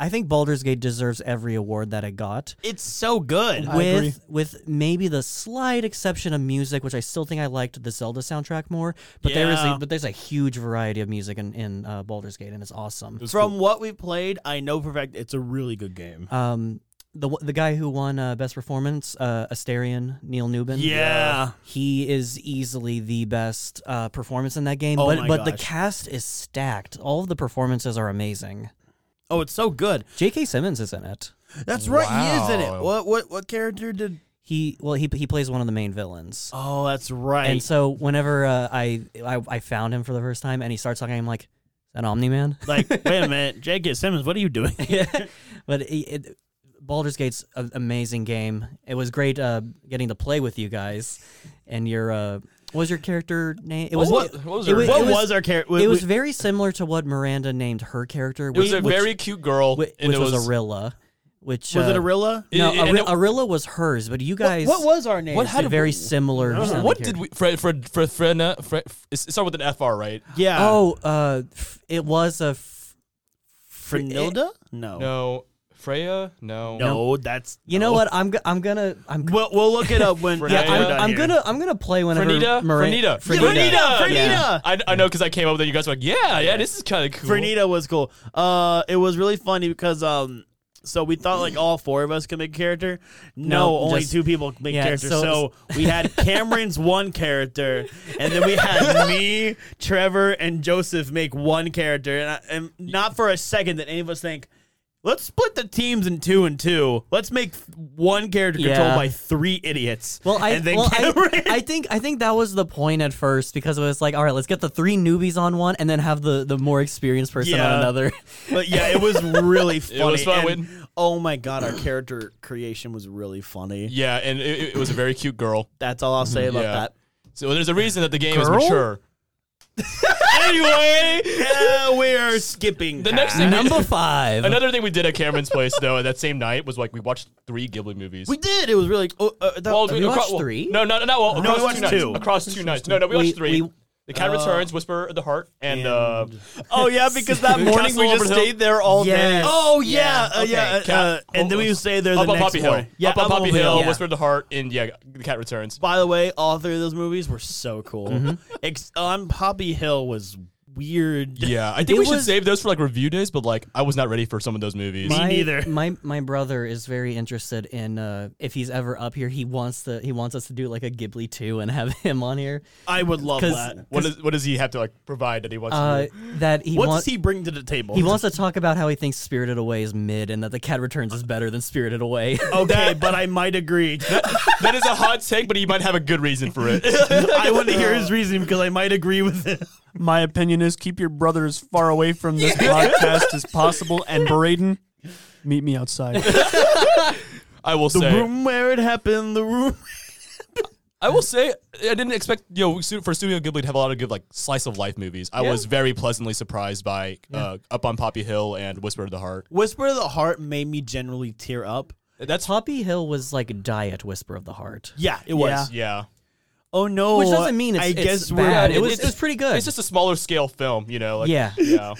Speaker 3: I think Baldur's Gate deserves every award that it got.
Speaker 1: It's so good.
Speaker 4: I
Speaker 3: with
Speaker 4: agree.
Speaker 3: with maybe the slight exception of music, which I still think I liked the Zelda soundtrack more. But there is
Speaker 1: Yeah.
Speaker 3: a, but there's a huge variety of music in in uh, Baldur's Gate, and it's awesome.
Speaker 1: From what we played, I know for a fact it's a really good game.
Speaker 3: Um, the the guy who won uh, best performance, uh, Asterion Neil Newbin.
Speaker 1: yeah.
Speaker 3: He is easily the best uh, performance in that game,
Speaker 1: Oh
Speaker 3: but
Speaker 1: my
Speaker 3: but the
Speaker 1: gosh.
Speaker 3: cast is stacked. All of the performances are amazing.
Speaker 1: Oh, it's so good.
Speaker 3: J.K. Simmons is in it.
Speaker 1: That's right. He is in it.
Speaker 2: Wow.
Speaker 1: What what what character did?
Speaker 3: He well he he plays one of the main villains.
Speaker 1: Oh, that's right.
Speaker 3: And so whenever uh, I, I I found him for the first time and he starts talking, I'm like, is that Omni Man?
Speaker 1: like, wait a minute, J.K. Simmons, what are you doing?
Speaker 3: (laughs) but it, it, Baldur's Gate's an amazing game. It was great uh, getting to play with you guys, and your uh, what was your character name? It was
Speaker 2: what,
Speaker 3: It,
Speaker 2: what was
Speaker 3: it
Speaker 2: her?
Speaker 3: was-
Speaker 2: what
Speaker 1: what was, our character?
Speaker 3: it was very similar to what Miranda named her character,
Speaker 2: it was
Speaker 3: which
Speaker 2: a
Speaker 3: which-
Speaker 2: very cute girl,
Speaker 3: which,
Speaker 2: and it
Speaker 3: was,
Speaker 2: was,
Speaker 3: Arilla. Which
Speaker 1: was it
Speaker 3: uh,
Speaker 1: Arilla?
Speaker 3: No,
Speaker 2: and- and
Speaker 3: Ari-
Speaker 2: it-
Speaker 3: Arilla was hers, but you guys.
Speaker 1: was our name?
Speaker 2: What
Speaker 3: had
Speaker 2: had
Speaker 3: a very similar. sounding
Speaker 2: What did
Speaker 3: character.
Speaker 2: we for for for Frena? Fre, it's it started with an FR, right?
Speaker 1: yeah.
Speaker 3: Oh, uh, f- it was a. F-
Speaker 1: Frenilda? No.
Speaker 2: No, Freya. No,
Speaker 1: No, that's
Speaker 3: you know what? I'm go- I'm gonna I'm
Speaker 1: We'll, we'll look it up when.
Speaker 2: Yeah,
Speaker 1: after we're
Speaker 2: I'm-
Speaker 1: done
Speaker 3: I'm
Speaker 1: here.
Speaker 3: gonna I'm gonna play whenever
Speaker 2: Frenita.
Speaker 3: Mara-
Speaker 2: Frenita.
Speaker 1: Frenita. Frenita.
Speaker 2: Yeah. I, I know because I came up with it. You guys were like, yeah, yeah, this is kind of cool.
Speaker 1: Fernita was cool. Uh, it was really funny because um, so we thought like all four of us could make a character. No,
Speaker 3: No,
Speaker 1: only
Speaker 3: just-
Speaker 1: two people could make
Speaker 3: yeah,
Speaker 1: characters.
Speaker 3: so-
Speaker 1: So, we
Speaker 3: (laughs)
Speaker 1: had Cameron's one character, and then we had me, Trevor, and Joseph make one character. And, I, and not for a second that any of us think. Let's split the teams in two and two. Let's make one character
Speaker 3: Yeah.
Speaker 1: controlled by three idiots.
Speaker 3: Well, I,
Speaker 1: and then
Speaker 3: well
Speaker 1: Cameron.
Speaker 3: I, I think I think that was the point at first because it was like, all right, let's get the three newbies on one, and then have the the more experienced person on
Speaker 1: Yeah.
Speaker 2: (laughs)
Speaker 3: another.
Speaker 1: (laughs) But yeah, it was really funny.
Speaker 2: was fun,
Speaker 1: and-
Speaker 2: Win.
Speaker 1: oh my god, our character creation was really funny.
Speaker 2: Yeah, and it, it- it was a very cute girl.
Speaker 1: That's all I'll say about
Speaker 2: Yeah.
Speaker 1: that.
Speaker 2: So there's a reason that the game is
Speaker 3: Girl?
Speaker 1: (laughs)
Speaker 2: mature. anyway,
Speaker 1: Yeah, we are skipping.
Speaker 2: the next
Speaker 1: past-
Speaker 2: thing,
Speaker 3: Number five.
Speaker 2: another thing we did at Cameron's place though that same night was like we watched three Ghibli movies.
Speaker 1: we did. It was really. Oh, uh, that,
Speaker 2: Well,
Speaker 3: we
Speaker 2: acro-
Speaker 3: watched
Speaker 2: well,
Speaker 3: three?
Speaker 2: No, no, no. Well,
Speaker 1: No,
Speaker 2: across
Speaker 1: we watched
Speaker 2: two,
Speaker 1: two.
Speaker 2: nights. Across two nights. No, no, we watched
Speaker 3: We-
Speaker 2: three.
Speaker 3: we-
Speaker 2: the
Speaker 1: uh,
Speaker 2: Cat Returns, Whisper of the Heart, and uh,
Speaker 1: oh yeah, because
Speaker 2: (laughs)
Speaker 1: that morning
Speaker 2: Castle
Speaker 1: we
Speaker 2: over
Speaker 1: just
Speaker 2: the hill.
Speaker 1: stayed there all day.
Speaker 3: Yes.
Speaker 1: Oh yeah,
Speaker 3: Yeah,
Speaker 1: uh, yeah.
Speaker 3: okay.
Speaker 1: uh,
Speaker 2: Cat-
Speaker 1: uh, and then we would stay there the
Speaker 2: Up on
Speaker 1: next
Speaker 2: Poppy
Speaker 1: morning.
Speaker 2: Hill.
Speaker 1: Yeah,
Speaker 2: up on Poppy Hill,
Speaker 3: yeah.
Speaker 2: Whisper of the Heart, and yeah, the Cat Returns.
Speaker 1: By the way, all three of those movies were so cool. Ex- on Poppy Hill was weird.
Speaker 2: Yeah, I think
Speaker 3: It
Speaker 2: we should
Speaker 3: was-
Speaker 2: save those for like review days, but like I was not ready for some of those movies.
Speaker 1: My-
Speaker 3: my,
Speaker 1: neither.
Speaker 3: (laughs) My my brother is very interested in uh, if he's ever up here. He wants the he wants us to do like a Ghibli two and have (laughs) him on here.
Speaker 1: I would love
Speaker 3: 'Cause-
Speaker 1: that.
Speaker 2: what, is, what does he have to like provide that he wants
Speaker 3: Uh,
Speaker 2: to do?
Speaker 3: that he
Speaker 1: What
Speaker 3: wants
Speaker 1: does he bring to the table?
Speaker 3: he wants to talk about how he thinks Spirited Away is mid and that the Cat Returns is better than Spirited Away. (laughs)
Speaker 1: Okay, but I might agree. (laughs)
Speaker 2: That is a hot take, but he might have a good reason for it.
Speaker 3: (laughs)
Speaker 1: I want to hear his reasoning because I might agree with it.
Speaker 4: My opinion is keep your brother as far away from this podcast as possible. And Braden, meet me outside.
Speaker 2: I will
Speaker 1: The
Speaker 2: say,
Speaker 1: room where it happened, the room.
Speaker 2: I will say, I didn't expect you know stu- for Studio Ghibli to have a lot of good like slice of life movies. I was very pleasantly surprised by uh, Up on Poppy Hill and Whisper of the Heart.
Speaker 1: Whisper of the Heart made me generally tear up.
Speaker 2: That's
Speaker 3: Poppy Hill was like diet whisper of the heart.
Speaker 1: Yeah, it was.
Speaker 4: Yeah.
Speaker 2: yeah.
Speaker 1: Oh no!
Speaker 3: Which doesn't mean
Speaker 1: I
Speaker 3: it's- it's
Speaker 1: guess
Speaker 3: bad. (laughs)
Speaker 1: we're.
Speaker 3: It was-
Speaker 2: it's-
Speaker 3: it was pretty good.
Speaker 2: It's just a smaller scale film, you know.
Speaker 1: (laughs)
Speaker 2: Like,
Speaker 3: Yeah. (laughs)
Speaker 2: yeah.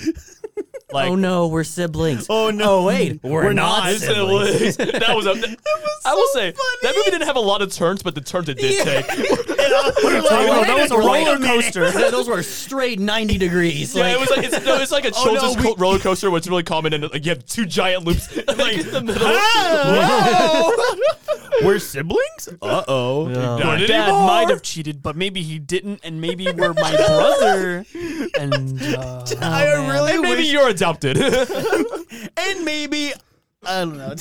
Speaker 2: like
Speaker 3: oh no, we're siblings.
Speaker 1: Oh no! (laughs) wait,
Speaker 3: we're not
Speaker 2: This is- (laughs) that was a. I will say that movie didn't have a lot of turns, but the turns it did take.
Speaker 4: about? That was a roller
Speaker 3: (laughs) Those were straight
Speaker 1: (laughs)
Speaker 3: 90 degrees.
Speaker 2: Yeah,
Speaker 3: like-
Speaker 2: it was like it's, no, it's like a
Speaker 1: Oh, no,
Speaker 2: children's
Speaker 1: we-
Speaker 2: co- roller coaster. What's really common and like you have two giant
Speaker 1: (laughs)
Speaker 2: loops like in the middle.
Speaker 1: (laughs) we're siblings. Uh oh.
Speaker 2: Not
Speaker 4: Dad
Speaker 2: anymore.
Speaker 4: might have cheated, but maybe he didn't, and maybe we're my brother. And uh,
Speaker 1: I really
Speaker 2: And maybe
Speaker 1: wish,
Speaker 2: you're adopted. (laughs)
Speaker 1: and maybe I don't know.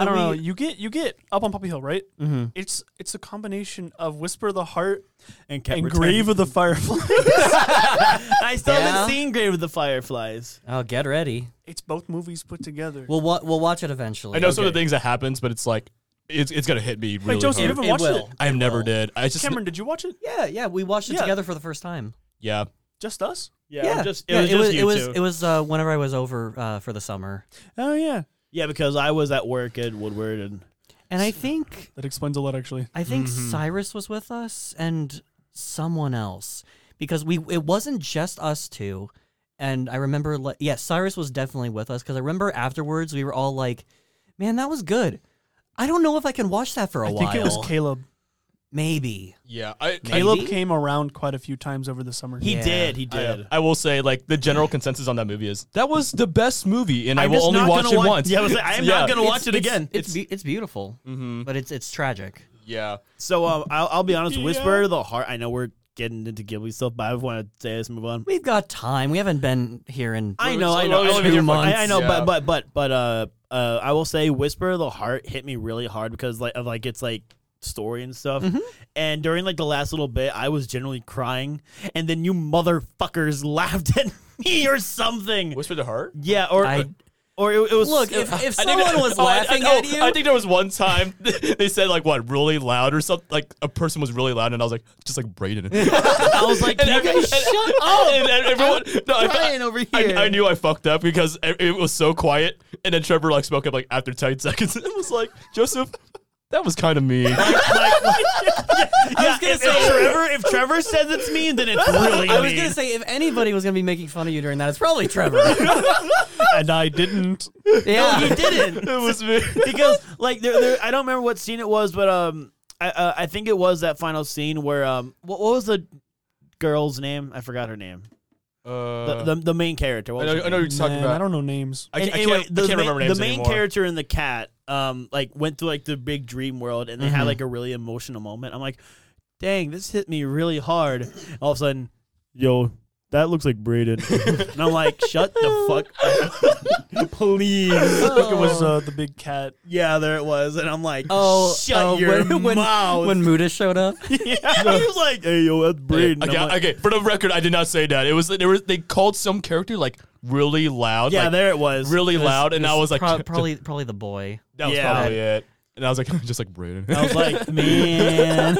Speaker 4: I don't know. You get you get up on Poppy Hill, right? Mm-hmm. It's it's a combination of Whisper of the Heart
Speaker 1: And,
Speaker 4: and Grave of the Firefly. (laughs)
Speaker 1: I still
Speaker 3: Yeah.
Speaker 1: haven't seen Grave of the Fireflies.
Speaker 3: oh, get ready.
Speaker 4: it's both movies put together.
Speaker 3: We'll wa- we'll watch it eventually.
Speaker 2: I know some of the things that happens, but it's like it's it's gonna hit me really
Speaker 4: Wait, Joseph, you
Speaker 2: hard.
Speaker 4: haven't
Speaker 3: It
Speaker 4: watched
Speaker 3: will.
Speaker 4: it?
Speaker 2: I never did. I just
Speaker 4: Cameron, did you watch it?
Speaker 3: Yeah, yeah, we watched it
Speaker 4: Yeah.
Speaker 3: together for the first time.
Speaker 2: yeah.
Speaker 4: Just us?
Speaker 3: yeah,
Speaker 1: just it
Speaker 3: yeah,
Speaker 1: was
Speaker 3: it was
Speaker 1: just
Speaker 3: it was,
Speaker 1: you
Speaker 3: it
Speaker 1: two.
Speaker 3: was, uh, whenever I was over uh, for the summer,
Speaker 4: Oh yeah,
Speaker 1: Yeah, because I was at work at Woodward and
Speaker 3: and I think
Speaker 1: mm-hmm.
Speaker 4: that explains a lot actually.
Speaker 3: I think Cyrus was with us, and someone else because we it wasn't just us two. And I remember, like, yeah, Cyrus was definitely with us because I remember afterwards we were all like, "Man, that was good." I don't know if I can watch that for a
Speaker 4: I
Speaker 3: while.
Speaker 4: think it was Caleb.
Speaker 3: Maybe.
Speaker 2: Yeah, I, I,
Speaker 4: Caleb
Speaker 3: Maybe?
Speaker 4: came around quite a few times over the summer.
Speaker 1: He
Speaker 3: Yeah.
Speaker 1: did. He did.
Speaker 2: I, I will say, like the general consensus on that movie is that was the best movie, and i
Speaker 1: I'm
Speaker 2: will
Speaker 1: just
Speaker 2: only
Speaker 1: not
Speaker 2: watch
Speaker 1: gonna
Speaker 2: it
Speaker 1: watch-
Speaker 2: once.
Speaker 1: Yeah, I was like, I am not gonna- watch it
Speaker 3: it's-
Speaker 1: again. Mm-hmm.
Speaker 3: It's it's, be- it's beautiful, but it's it's tragic.
Speaker 2: yeah.
Speaker 1: So um, I'll, I'll be honest. Whisper of the Heart. I know we're getting into Ghibli stuff, but I want to say this. Move on.
Speaker 3: We've got time. We haven't been here in.
Speaker 1: I know, I
Speaker 2: so
Speaker 1: know,
Speaker 2: long
Speaker 1: I
Speaker 2: as you're here
Speaker 1: know,
Speaker 2: for-
Speaker 1: I, I know,
Speaker 2: Yeah.
Speaker 1: but but but but uh, uh, I will say, Whisper of the Heart hit me really hard because like of like it's like story and stuff.
Speaker 3: Mm-hmm.
Speaker 1: And during like the last little bit, I was generally crying, and then you motherfuckers (laughs) laughed at me or something.
Speaker 2: Whisper the Heart.
Speaker 1: Yeah, or
Speaker 3: I-
Speaker 1: or it, it was
Speaker 3: Look,
Speaker 1: it-
Speaker 3: if, if
Speaker 2: I think-
Speaker 3: someone
Speaker 2: (laughs)
Speaker 3: was
Speaker 2: oh, I- I-
Speaker 3: laughing
Speaker 2: oh,
Speaker 3: at you,
Speaker 2: I think there was one time (laughs) they said like what really loud or something. Like a person was really loud, and I was like, just like Braden.
Speaker 1: (laughs) I was like,
Speaker 2: And
Speaker 1: you
Speaker 2: every-
Speaker 1: guys
Speaker 2: (laughs) and-
Speaker 1: shut up.
Speaker 2: and- and everyone- no, I-
Speaker 1: crying over
Speaker 2: I-
Speaker 1: here.
Speaker 2: I, knew I fucked up because it it was so quiet, and then Trevor like spoke up like after ten (laughs) seconds, and was like, Joseph, that was kind of mean.
Speaker 1: Yeah,
Speaker 3: (laughs)
Speaker 1: if, if Trevor, if Trevor says it's mean, then it's really
Speaker 3: I was
Speaker 1: mean.
Speaker 3: gonna say if anybody was gonna be making fun of you during that, it's probably (laughs) Trevor.
Speaker 4: and I didn't.
Speaker 3: yeah,
Speaker 1: he didn't.
Speaker 2: (laughs) it was
Speaker 4: (laughs)
Speaker 2: me.
Speaker 1: (laughs) because like there, there, I don't remember what scene it was, but um, I uh, I think it was that final scene where um, what, what was the girl's name? I forgot her name.
Speaker 2: Uh,
Speaker 1: The the, the main character. What was her name?
Speaker 2: you're
Speaker 4: Man, Uh, I don't
Speaker 1: (laughs)
Speaker 4: know names.
Speaker 2: I,
Speaker 1: And
Speaker 2: I
Speaker 1: anyway,
Speaker 2: can't,
Speaker 1: the
Speaker 2: I can't
Speaker 1: main,
Speaker 2: remember names
Speaker 1: the main
Speaker 2: anymore.
Speaker 1: character and the cat um like went through like the big dream world and they had like a really emotional moment. I'm like, dang, this hit me really hard. All of a sudden, yo, that looks like Braden, and I'm like, shut the fuck up, please.
Speaker 4: I think it was
Speaker 1: Oh.
Speaker 4: uh, the big cat.
Speaker 1: Yeah, there it was, and I'm like,
Speaker 3: Oh,
Speaker 1: shut
Speaker 3: oh,
Speaker 1: your
Speaker 3: when, when,
Speaker 1: mouth. (laughs)
Speaker 3: (laughs) (laughs) When Muda showed up,
Speaker 1: yeah. he was like, hey yo, that's Braden.
Speaker 2: Okay,
Speaker 1: I'm like,
Speaker 2: okay. For the record, I did not say that. It was there was they called some character like really loud.
Speaker 1: yeah,
Speaker 2: like,
Speaker 1: there it was.
Speaker 2: really loud, and I was
Speaker 1: (laughs)
Speaker 2: like, (laughs)
Speaker 3: Pro- probably probably the boy.
Speaker 2: that was
Speaker 1: Yeah.
Speaker 2: probably it. And I was like, (laughs) just like Braden.
Speaker 1: I was like, man,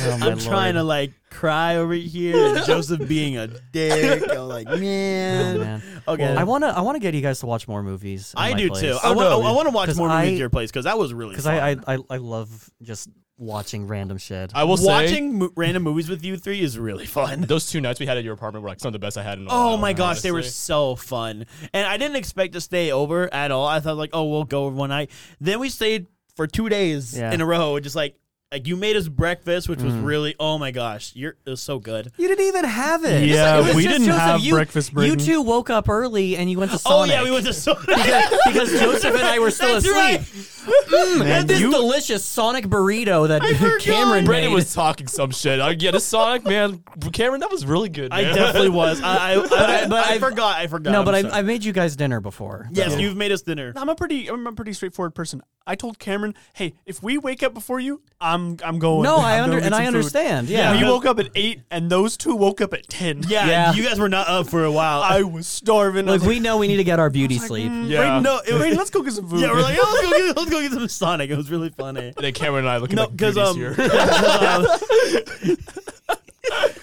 Speaker 3: Oh,
Speaker 1: I'm
Speaker 3: my
Speaker 1: trying to
Speaker 3: lord.
Speaker 1: like cry over here.
Speaker 3: (laughs)
Speaker 1: And Joseph being a dick. I'm like, man.
Speaker 3: Oh, man.
Speaker 1: Okay.
Speaker 3: I wanna I wanna get you guys to watch more movies. in
Speaker 1: I
Speaker 3: my
Speaker 1: do
Speaker 3: place.
Speaker 1: too. I, want, I, want to watch
Speaker 3: 'Cause
Speaker 1: more movies
Speaker 3: I-
Speaker 1: at your place because that was really
Speaker 3: because
Speaker 1: fun.
Speaker 3: I, I I I love just watching random shit.
Speaker 2: I will say
Speaker 1: Watching mo- random movies with you three is really fun.
Speaker 2: those two nights we had at your apartment were like some of the best I had in. a
Speaker 1: (laughs) Oh
Speaker 2: while,
Speaker 1: my gosh, they were (laughs)
Speaker 2: honestly.
Speaker 1: so fun. And I didn't expect to stay over at all. I thought like, oh, we'll go over one night. Then we stayed for two days
Speaker 3: Yeah. Mm.
Speaker 1: in a row, just like like you made us breakfast, which was really oh my gosh, you're it was so good.
Speaker 3: you didn't even have it.
Speaker 4: Yeah,
Speaker 3: It was
Speaker 4: we
Speaker 3: just
Speaker 4: didn't
Speaker 3: Joseph.
Speaker 4: have
Speaker 3: you,
Speaker 4: breakfast, Britain.
Speaker 3: You two woke up early and you went to
Speaker 1: Oh
Speaker 3: Sonic.
Speaker 1: yeah, we
Speaker 3: (laughs)
Speaker 1: went to so
Speaker 3: because Joseph and I were still
Speaker 1: That's
Speaker 3: asleep.
Speaker 1: right.
Speaker 3: Mm,
Speaker 4: Man,
Speaker 3: and this
Speaker 4: you-
Speaker 3: delicious Sonic burrito that
Speaker 1: forgot.
Speaker 3: Cameron
Speaker 2: Brandon
Speaker 3: made.
Speaker 2: was talking some shit. I get a Sonic man, Cameron. That was really good.
Speaker 1: I
Speaker 2: man.
Speaker 1: definitely was. I I, I,
Speaker 3: but
Speaker 1: I
Speaker 3: I've-
Speaker 1: forgot. I forgot.
Speaker 3: no,
Speaker 1: I'm
Speaker 3: but
Speaker 1: sorry.
Speaker 3: I, I made you guys dinner before.
Speaker 1: yes, you've made us dinner.
Speaker 4: I'm a pretty I'm a pretty straightforward person. I told Cameron, "Hey, if we wake up before you, I'm I'm going."
Speaker 3: No,
Speaker 4: (laughs)
Speaker 3: I
Speaker 4: I'm
Speaker 3: under
Speaker 4: going to get
Speaker 3: and
Speaker 4: some
Speaker 3: I
Speaker 4: food."
Speaker 3: understand. Yeah.
Speaker 4: We woke up at eight, and those two woke up at ten.
Speaker 1: Yeah,
Speaker 3: Yeah.
Speaker 1: you guys were not up for a while.
Speaker 4: I was starving. I
Speaker 3: Look,
Speaker 4: was "Mm,
Speaker 3: we know we need to get our beauty sleep.
Speaker 2: Yeah.
Speaker 1: Wait, no, it was,
Speaker 4: Wait, let's go get some
Speaker 1: (laughs)
Speaker 4: food.
Speaker 1: yeah, we're like,
Speaker 4: (laughs)
Speaker 1: oh, let's go get let's go get some Sonic. It was really funny.
Speaker 2: And (laughs) then Cameron and I looking
Speaker 1: No,
Speaker 2: like because
Speaker 1: because um, (laughs)
Speaker 2: (laughs) here.
Speaker 1: 'cause, um,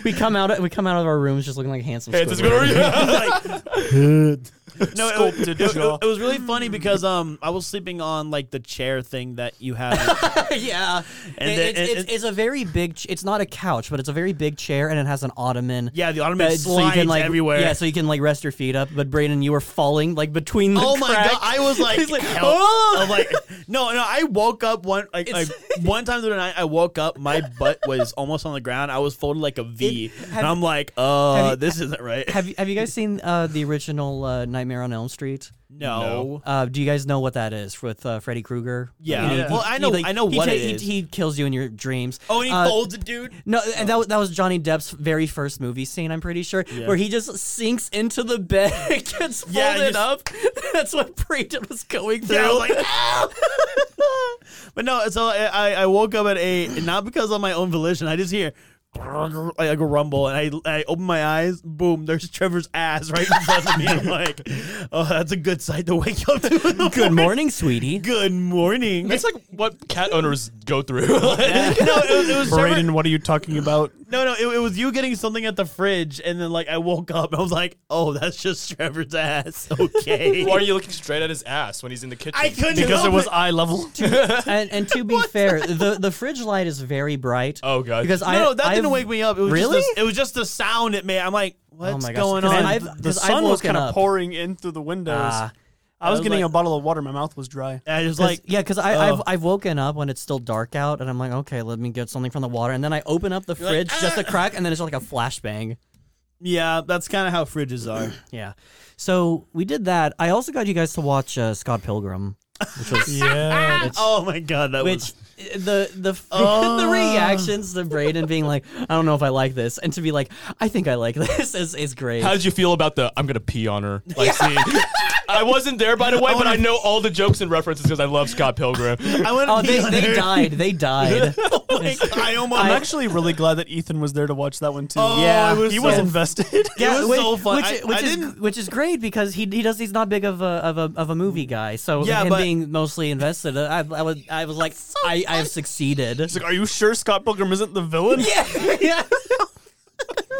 Speaker 3: We come out we come out of our rooms just looking like handsome.
Speaker 2: Hey, it's
Speaker 3: Squidward.
Speaker 1: (laughs)
Speaker 2: good.
Speaker 1: no, it-
Speaker 4: Sculpted
Speaker 1: it, it-
Speaker 4: jaw.
Speaker 1: it was really funny because um, I was sleeping on like the chair thing that you have. (laughs)
Speaker 3: (laughs) yeah,
Speaker 1: And
Speaker 3: It-
Speaker 1: the-
Speaker 3: it's,
Speaker 1: and-
Speaker 3: it's, it's a very big. Ch- it's not a couch, but it's a very big chair, and it has an ottoman.
Speaker 1: yeah, the
Speaker 3: that-
Speaker 1: automated
Speaker 3: so you
Speaker 1: slides
Speaker 3: can like
Speaker 1: everywhere.
Speaker 3: Yeah, so you can like rest your feet up. But Brayden, you were falling like between. the
Speaker 1: Oh my
Speaker 3: cracks.
Speaker 1: god! I was like,
Speaker 3: He's like,
Speaker 1: help.
Speaker 3: "Oh!"
Speaker 1: I'm like, no, no. I woke up one like, like
Speaker 3: It's-
Speaker 1: one time through the night. I woke up, my butt was almost on the ground. I was folded like a V,
Speaker 3: It- have-
Speaker 1: and I'm like, uh,
Speaker 3: have you-
Speaker 1: this isn't right.
Speaker 3: Have you, have you guys seen uh, the original uh, Nightmare on Elm Street?
Speaker 1: no.
Speaker 3: Uh, do you guys know what that is with uh, Freddy Krueger?
Speaker 1: Yeah.
Speaker 3: And
Speaker 1: Yeah. Well, I know- I know
Speaker 3: he
Speaker 1: what
Speaker 3: ta-
Speaker 1: it
Speaker 3: he-
Speaker 1: is.
Speaker 3: He, kills you in your dreams.
Speaker 1: Oh, and he
Speaker 3: Uh,
Speaker 1: folds it, dude.
Speaker 3: No, and that was, that was Johnny Depp's very first movie scene. I'm pretty sure where he just sinks into the bed, (laughs) gets folded
Speaker 1: Yeah, just-
Speaker 3: up. (laughs) That's what Brayden was going through.
Speaker 1: Yeah, I was like, "Ah!" but no, so I, I- I woke up at eight, and not because of my own volition. I just hear like, like a rumble, and I, I open my eyes. Boom! There's Trevor's ass right in front of me. I'm like, oh, that's a good sight to wake up to. in the
Speaker 3: (laughs) Good morning, sweetie.
Speaker 1: Good morning. (laughs)
Speaker 2: That's like what cat owners go through. (laughs)
Speaker 1: no, it was, it was Trevor.
Speaker 4: Braden, what are you talking about?
Speaker 1: No, no, it, it was you getting something at the fridge, and then like I woke up and I was like, oh, that's just Trevor's ass. (laughs) Okay.
Speaker 2: Why are you looking straight at his ass when he's in the kitchen?
Speaker 1: I couldn't
Speaker 4: because it
Speaker 1: help
Speaker 4: was
Speaker 1: (laughs)
Speaker 4: eye level.
Speaker 3: and, and to be fair, the, the fridge light is very bright.
Speaker 2: Oh god.
Speaker 3: because I
Speaker 1: no, that didn't
Speaker 3: I've-
Speaker 1: wake me up. It was
Speaker 3: Really?
Speaker 1: Just the, it was just the sound it made. I'm like, what's
Speaker 3: my gosh,
Speaker 1: going
Speaker 3: because
Speaker 1: on?
Speaker 3: (laughs) I've-
Speaker 4: the
Speaker 3: because I've
Speaker 4: sun was
Speaker 3: woken
Speaker 4: kind of
Speaker 3: up.
Speaker 4: pouring in through the windows.
Speaker 3: Ah.
Speaker 4: I was
Speaker 1: was
Speaker 4: getting
Speaker 1: like-
Speaker 4: a bottle of water. My mouth was dry.
Speaker 1: And I just
Speaker 3: 'Cause-
Speaker 1: like,
Speaker 3: yeah, because I
Speaker 1: oh.
Speaker 3: I've, I've woken up when it's still dark out, and I'm like, okay, let me get something from the water, and then I open up the
Speaker 1: You're like,
Speaker 3: fridge just a
Speaker 1: "Ah."
Speaker 3: crack, and then it's like a flashbang.
Speaker 1: yeah, that's kind of how fridges (laughs) are.
Speaker 3: Yeah. So we did that. I also got you guys to watch uh, Scott Pilgrim, which was
Speaker 1: (laughs)
Speaker 4: Yeah.
Speaker 1: oh my god, that
Speaker 3: which
Speaker 1: was
Speaker 3: uh, the the (laughs) the reactions to Braden being like, I don't know if I like this, and to be like, I think I like (laughs) this is is great.
Speaker 2: How did you feel about the I'm gonna pee on her like scene?
Speaker 1: (laughs)
Speaker 2: I wasn't there by the way, but I know all the jokes and references because I love
Speaker 1: (laughs)
Speaker 2: Scott Pilgrim.
Speaker 1: I went.
Speaker 3: oh, they they died. They died.
Speaker 1: oh my god, (laughs) I almost.
Speaker 4: I'm actually really glad that Ethan was there to watch that one too.
Speaker 1: (laughs) Oh, it was
Speaker 4: he
Speaker 1: so
Speaker 4: was
Speaker 1: fun.
Speaker 4: invested. (laughs)
Speaker 1: it was
Speaker 3: which,
Speaker 1: so fun.
Speaker 3: which,
Speaker 1: I-
Speaker 3: which
Speaker 1: I
Speaker 3: is
Speaker 1: didn't-
Speaker 3: which is great because he he does he's not big of a of a of a movie guy. So
Speaker 1: Yeah,
Speaker 3: him
Speaker 1: but-
Speaker 3: being mostly invested, uh, I, I was I was like, I I have
Speaker 1: (laughs)
Speaker 3: succeeded.
Speaker 4: He's like, "Are you sure Scott Pilgrim isn't the villain?"
Speaker 3: yeah, (laughs) yeah.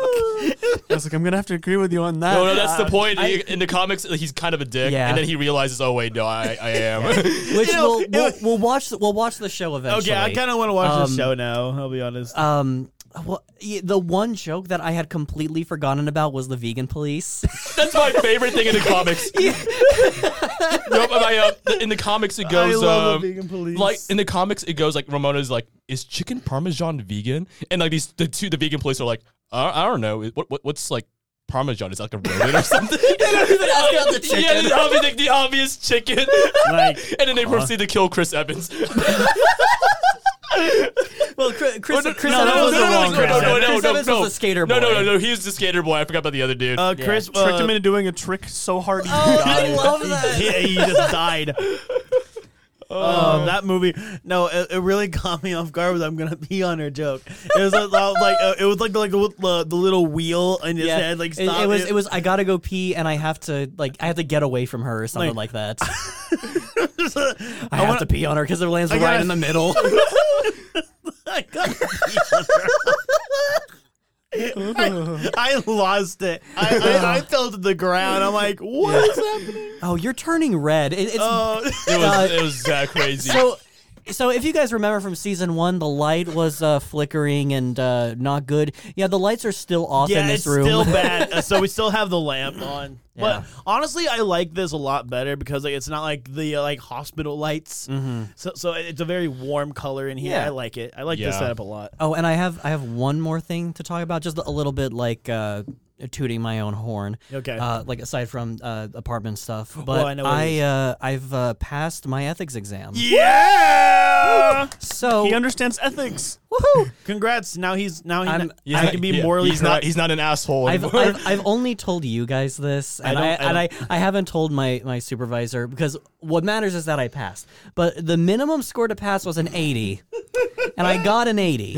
Speaker 4: I was like, "I'm gonna have to agree with you on that."
Speaker 3: (laughs)
Speaker 2: No, no, that's the
Speaker 4: Uh,
Speaker 2: point. in the comics, he's kind of a dick,
Speaker 3: Yeah.
Speaker 2: and then he realizes, oh wait, no, I, I
Speaker 3: (laughs)
Speaker 2: am. (laughs)
Speaker 3: Which
Speaker 1: You know,
Speaker 3: we'll,
Speaker 1: it
Speaker 3: we'll,
Speaker 1: was-
Speaker 3: we'll watch we'll watch the show eventually.
Speaker 1: Okay, I kind of want to watch
Speaker 3: Um,
Speaker 1: this show now. I'll be honest.
Speaker 3: um. Well, y- the one joke that I had completely forgotten about was the vegan
Speaker 1: (laughs)
Speaker 3: police.
Speaker 2: That's my favorite thing in the
Speaker 3: (laughs)
Speaker 2: comics. (laughs) Nope, I, uh, th- in the comics, it goes um,
Speaker 1: police.
Speaker 2: like in the comics, it goes like Ramona's like, is chicken parmesan vegan? And like these, the two, the vegan police are like, I, I don't know, what, what what's like parmesan? Is that like a rodent or (laughs) something?
Speaker 3: even ask about (laughs) the chicken. uh-huh.
Speaker 2: Yeah, the, obvious, like, the obvious chicken.
Speaker 1: like
Speaker 2: (laughs) And then they proceed to kill Chris Evans.
Speaker 3: well, Chris, Chris,
Speaker 2: no,
Speaker 3: Chris
Speaker 1: Oh, no,
Speaker 3: Evans
Speaker 1: no, no, no,
Speaker 3: was the
Speaker 1: no,
Speaker 3: wrong
Speaker 1: no, no,
Speaker 3: Chris
Speaker 1: no,
Speaker 3: Evans.
Speaker 1: no,
Speaker 3: Chris Evans was the skater
Speaker 2: No, no,
Speaker 3: boy. (laughs)
Speaker 2: no, no. He's the skater boy. I forgot about the other dude.
Speaker 1: uh, Chris uh,
Speaker 4: tricked him into doing a trick so hard. He
Speaker 3: Oh, I
Speaker 4: died.
Speaker 3: love (laughs) that.
Speaker 1: yeah, he just
Speaker 3: (laughs)
Speaker 1: died. Oh,
Speaker 3: Um,
Speaker 1: that movie! No, it, it really (laughs) caught me off guard. With I'm gonna pee on her joke. It was like, like uh, (laughs) it was like like the, the, the little wheel in his head. Like
Speaker 3: It-
Speaker 1: stop.
Speaker 3: It, was it was I gotta go pee and I have to like I have to get away from her or something like,
Speaker 1: Like-
Speaker 3: that.
Speaker 1: (laughs)
Speaker 3: I,
Speaker 1: was.
Speaker 3: have to pee on her because her lands
Speaker 1: I
Speaker 3: right
Speaker 1: gotta-
Speaker 3: in the middle.
Speaker 1: (laughs) I gotta pee on her. (laughs) I, I lost it. I,
Speaker 3: (laughs)
Speaker 1: I, I fell to the ground. I'm like, what (laughs) is happening?
Speaker 3: oh, you're turning red. It, it's
Speaker 1: Uh,
Speaker 2: it was
Speaker 3: uh,
Speaker 2: it was that crazy.
Speaker 3: (laughs) so. So if you guys remember from season one, the light was uh, flickering and uh, not good. Yeah, the lights are still off in
Speaker 1: yeah, it's
Speaker 3: this room. (laughs)
Speaker 1: still bad. Uh, so we still have the lamp on.
Speaker 3: Yeah.
Speaker 1: But honestly, I like this a lot better because like, it's not like the uh, like hospital lights. So so it's a very warm color in here.
Speaker 3: Yeah.
Speaker 1: I like it. I like this
Speaker 2: Yeah.
Speaker 1: setup a lot.
Speaker 3: oh, and I have I have one more thing to talk about, just a little bit like uh, tooting my own horn.
Speaker 1: Okay.
Speaker 3: Uh, like aside from uh, apartment stuff, but
Speaker 1: I know what it
Speaker 3: I
Speaker 1: is.
Speaker 3: uh, I've uh, passed my ethics exam.
Speaker 1: Yeah.
Speaker 3: So
Speaker 4: He understands ethics.
Speaker 3: woohoo!
Speaker 1: Congrats. Now he's now he
Speaker 3: I'm-
Speaker 1: now he can be
Speaker 2: yeah,
Speaker 1: morally
Speaker 2: he's not
Speaker 1: correct.
Speaker 2: he's not an asshole
Speaker 3: I've,
Speaker 2: anymore.
Speaker 3: I've, I've only told you guys this, and
Speaker 1: don't-
Speaker 3: I,
Speaker 1: I
Speaker 3: and I, I haven't told my, my supervisor because what matters is that I passed. But the minimum score to pass was an 80, and I got an 80.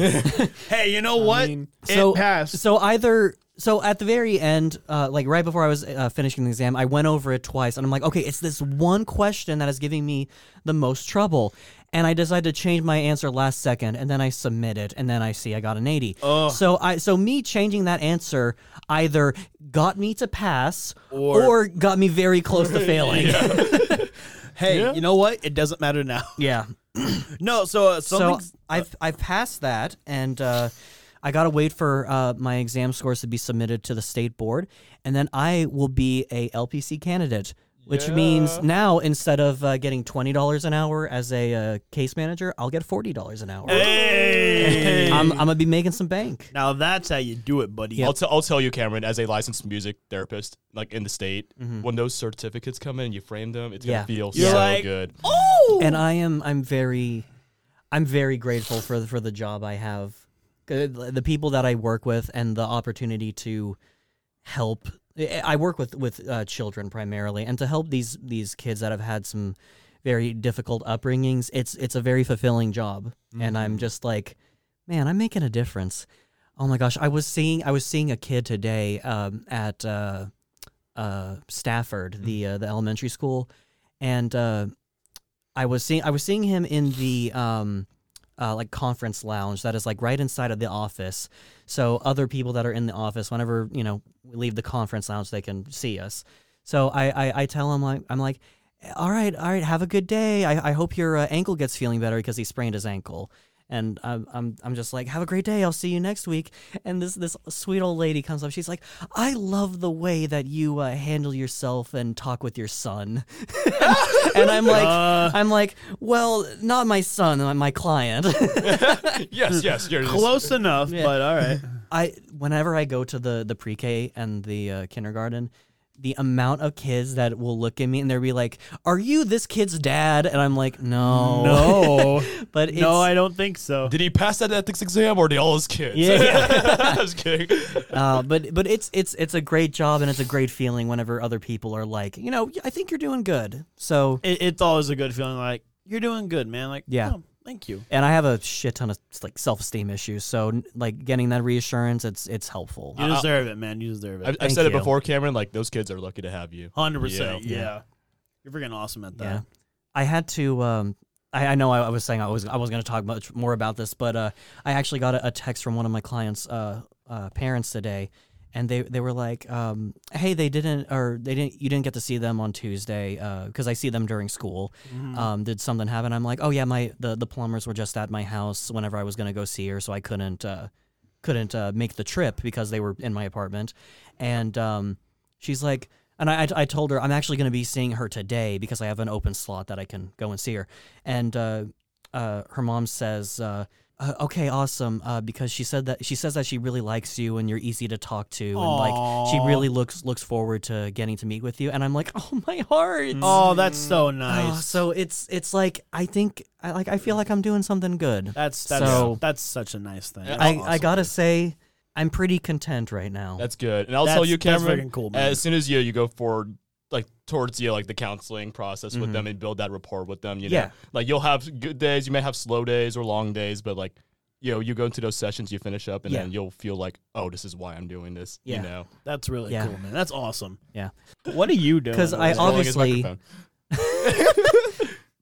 Speaker 1: hey, you know (laughs) what?
Speaker 4: mean-
Speaker 3: So
Speaker 1: it passed.
Speaker 3: So either so at the very end, uh, like right before I was uh, finishing the exam, I went over it twice, and I'm like, okay, it's this one question that is giving me the most trouble. And I decided to change my answer last second, and then I submit it, and then I see I got an eighty. Oh. So I so me changing that answer either got me to pass or, got me very close to failing. yeah.
Speaker 1: hey, you know what? It doesn't matter now. no. So uh,
Speaker 3: So
Speaker 1: something's-
Speaker 3: I've I've passed that, and uh, I gotta wait for uh, my exam scores to be submitted to the state board, and then I will be a LPC candidate. Which means now instead of uh, getting twenty dollars an hour as a uh, case manager, I'll get forty dollars an hour.
Speaker 1: hey.
Speaker 3: I'm, I'm gonna be making some bank.
Speaker 1: now that's how you do it, buddy.
Speaker 2: I'll, t- I'll tell you, Cameron, as a licensed music therapist, like in the state, when those certificates come in and you frame them, it's
Speaker 3: Mm-hmm. Yeah.
Speaker 2: gonna feel
Speaker 1: You're
Speaker 2: so
Speaker 1: like,
Speaker 2: good.
Speaker 1: Oh.
Speaker 3: And I am I'm very, I'm very grateful for the, for the job I have, Uh, the people that I work with, and the opportunity to help. I I work with with uh, children primarily, and to help these these kids that have had some very difficult upbringings. It's it's a very fulfilling job, and I'm just like, man, I'm making a difference. Oh my gosh, I was seeing I was seeing a kid today um, at uh, uh, Stafford, the uh, the elementary school, and uh, I was seeing I was seeing him in the um, uh, like conference lounge that is like right inside of the office. So other people that are in the office, whenever you know we leave the conference lounge, they can see us. So I I, I tell him like I'm like, all right, all right, have a good day. I, I hope your uh, ankle gets feeling better because he sprained his ankle. And I'm, I'm, I'm just like, have a great day. I'll see you next week. And this this sweet old lady comes up. She's like, I love the way that you uh, handle yourself and talk with your son. (laughs) and I'm like, (laughs) I'm like, well, not my son, my- my client.
Speaker 2: (laughs)
Speaker 3: (laughs)
Speaker 2: yes, yes, you're
Speaker 1: Close enough, but all right.
Speaker 3: I whenever I go to the the pre-K and the uh, kindergarten, the amount of kids that will look at me and they'll be like, "Are you this kid's dad?" And I'm like, "No,
Speaker 1: No,
Speaker 3: (laughs) But it's,
Speaker 1: no, I don't think so.
Speaker 2: Did he pass that ethics exam or did all his kids?
Speaker 3: Yeah,
Speaker 2: (laughs) I was
Speaker 3: (laughs)
Speaker 2: kidding.
Speaker 3: uh, but but it's it's it's a great job and it's a great feeling whenever other people are like, you know, I think you're doing good. So
Speaker 1: It, it's always a good feeling. Like you're doing good, man. Like
Speaker 3: Yeah.
Speaker 1: oh, thank you.
Speaker 3: and I have a shit ton of like self-esteem issues. So like getting that reassurance, it's it's helpful.
Speaker 1: You deserve it, man. You deserve
Speaker 2: I've,
Speaker 1: it.
Speaker 2: I've
Speaker 3: Thank
Speaker 2: said it
Speaker 3: you.
Speaker 2: before, Cameron. Like those kids are lucky to have you.
Speaker 1: Hundred percent.
Speaker 2: Yeah.
Speaker 1: Yeah, you're freaking awesome at
Speaker 3: Yeah.
Speaker 1: that.
Speaker 3: I had to. Um, I, I know I, I was saying I was I was going to talk much more about this, but uh, I actually got a, a text from one of my clients' uh, uh, parents today, and they they were like, um, "Hey, they didn't or they didn't you didn't get to see them on Tuesday because I see them during school. Um, did something happen?" I'm like, "Oh yeah, my the, the plumbers were just at my house whenever I was going to go see her, so I couldn't." Uh, couldn't uh, make the trip because they were in my apartment. And um, she's like, and I, I, I told her I'm actually going to be seeing her today because I have an open slot that I can go and see her. And uh, uh, her mom says, uh, uh, okay, awesome. Uh, because she said that she says that she really likes you and you're easy to talk to, and like she
Speaker 1: Aw.
Speaker 3: really looks looks forward to getting to meet with you. And I'm like, oh my heart.
Speaker 1: Oh, that's so
Speaker 3: Oh,
Speaker 1: nice.
Speaker 3: so it's it's like I think I like I feel like I'm doing something good.
Speaker 1: that's that's
Speaker 3: So-
Speaker 1: that's such a nice thing.
Speaker 2: Yeah,
Speaker 1: That's
Speaker 3: I, I
Speaker 1: awesome.
Speaker 3: gotta say, I'm pretty content right now.
Speaker 2: That's good. And I'll
Speaker 1: That's-
Speaker 2: tell you,
Speaker 1: that's
Speaker 2: Cameron.
Speaker 1: freaking cool, man.
Speaker 2: as soon as you you go forward, like towards you, know, like the counseling process
Speaker 1: Mm-hmm.
Speaker 2: with them and build that rapport with them. You know,
Speaker 3: Yeah.
Speaker 2: like you'll have good days. You may have slow days or long days, but like. You know, you go into those sessions, you finish up, and
Speaker 3: Yeah.
Speaker 2: then you'll feel like, oh, this is why I'm doing this.
Speaker 3: Yeah.
Speaker 2: You know,
Speaker 1: That's really
Speaker 3: Yeah.
Speaker 1: cool, man. That's awesome.
Speaker 3: Yeah.
Speaker 1: What are you doing?
Speaker 3: (laughs) 'Cause
Speaker 1: (laughs)
Speaker 3: I
Speaker 1: over there?
Speaker 3: al-
Speaker 2: Rolling his
Speaker 3: Obviously-
Speaker 2: microphone.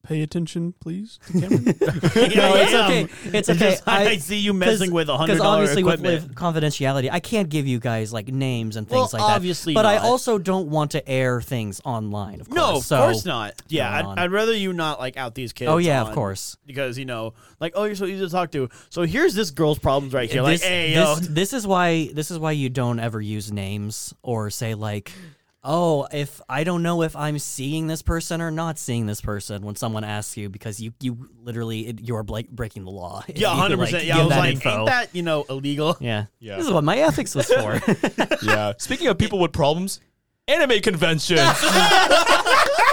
Speaker 4: Pay attention,
Speaker 3: (laughs)
Speaker 4: please. To Cameron.
Speaker 1: Yeah,
Speaker 3: no,
Speaker 1: I
Speaker 3: it's
Speaker 1: am.
Speaker 3: okay. It's okay.
Speaker 1: I,
Speaker 3: I,
Speaker 1: see you messing with a hundred
Speaker 3: because
Speaker 1: dollar
Speaker 3: obviously
Speaker 1: equipment.
Speaker 3: with live confidentiality, I can't give you guys like names and things
Speaker 1: Well,
Speaker 3: like that.
Speaker 1: obviously
Speaker 3: but I
Speaker 1: not.
Speaker 3: also don't want to air things online. Of course.
Speaker 1: no, of
Speaker 3: so,
Speaker 1: course not. Yeah,
Speaker 3: Come on.
Speaker 1: I'd, I'd rather you not like out these kids.
Speaker 3: Oh yeah, of
Speaker 1: on-
Speaker 3: course.
Speaker 1: Because you know, like, oh, you're so easy to talk to. So here's this girl's problems right here.
Speaker 3: this,
Speaker 1: like, hey, yo,
Speaker 3: this, this is why this is why you don't ever use names or say like, oh, if I don't know if I'm seeing this person or not seeing this person when someone asks you because you you literally it, you're like breaking the law. (laughs)
Speaker 1: (laughs)
Speaker 3: if
Speaker 1: yeah,
Speaker 3: you,
Speaker 1: hundred
Speaker 3: like,
Speaker 1: percent. Yeah,
Speaker 3: give
Speaker 1: I was
Speaker 3: that
Speaker 1: like,
Speaker 3: info.
Speaker 1: ain't that you know illegal? (laughs)
Speaker 3: yeah.
Speaker 2: Yeah.
Speaker 3: This is what my ethics was for. (laughs)
Speaker 2: yeah. Speaking of people with problems, anime conventions.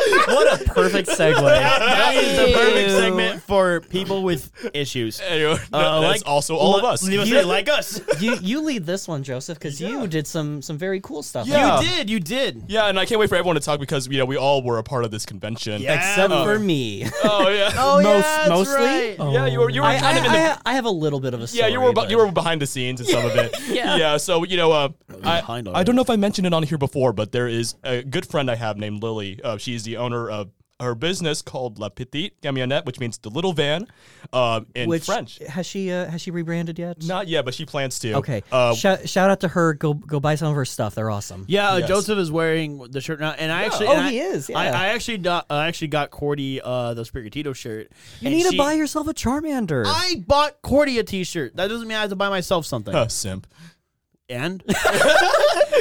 Speaker 1: (laughs)
Speaker 3: what a perfect segue.
Speaker 1: that is the perfect
Speaker 3: Ew.
Speaker 1: segment for people with issues.
Speaker 2: anyway, that-
Speaker 1: Uh,
Speaker 2: that's
Speaker 1: like-
Speaker 2: also all of
Speaker 1: Li-
Speaker 2: us.
Speaker 1: you know,
Speaker 2: Yeah.
Speaker 1: like us.
Speaker 3: you you lead this one, Joseph, because you did some some very cool
Speaker 2: (laughs)
Speaker 3: stuff.
Speaker 2: Yeah.
Speaker 1: You did. You did.
Speaker 2: Yeah, and I can't wait for everyone to talk because you know we all were a part of this convention.
Speaker 1: Yeah.
Speaker 3: Except
Speaker 1: Oh.
Speaker 3: for me.
Speaker 2: (laughs) Oh yeah.
Speaker 1: (laughs) Oh yeah,
Speaker 3: Most-
Speaker 1: that's
Speaker 3: mostly?
Speaker 1: right.
Speaker 2: Yeah, you were you were
Speaker 3: (laughs) I,
Speaker 2: kind of
Speaker 3: I,
Speaker 2: in the
Speaker 3: I- I have a little bit of a story.
Speaker 2: yeah you were
Speaker 3: but-
Speaker 2: you were behind the scenes in some of it.
Speaker 3: (laughs) Yeah.
Speaker 2: Yeah. So you know, uh, I
Speaker 1: behind
Speaker 2: I don't know if I mentioned it on here before, but there is a good friend I have named Lily. Uh, she's the owner of. Her business called La Petite Camionnette, which means the little van, um, in
Speaker 3: Which,
Speaker 2: French.
Speaker 3: Has she uh, has she rebranded yet?
Speaker 2: Not yet, but she plans to.
Speaker 3: Okay.
Speaker 2: Uh,
Speaker 3: shout, shout out to her. Go go buy some of her stuff. They're awesome.
Speaker 1: Yeah, uh,
Speaker 2: Yes.
Speaker 1: Joseph is wearing the shirt now, and I actually
Speaker 3: Oh,
Speaker 1: and I-
Speaker 3: he is,
Speaker 1: I,
Speaker 3: yeah.
Speaker 1: I actually got I actually got Cordy uh, the Spiritito shirt.
Speaker 3: You
Speaker 1: and
Speaker 3: need
Speaker 1: she-
Speaker 3: to buy yourself a Charmander.
Speaker 1: I bought Cordy a T-shirt. That doesn't mean I have to buy myself something.
Speaker 2: uh, simp. (laughs)
Speaker 1: And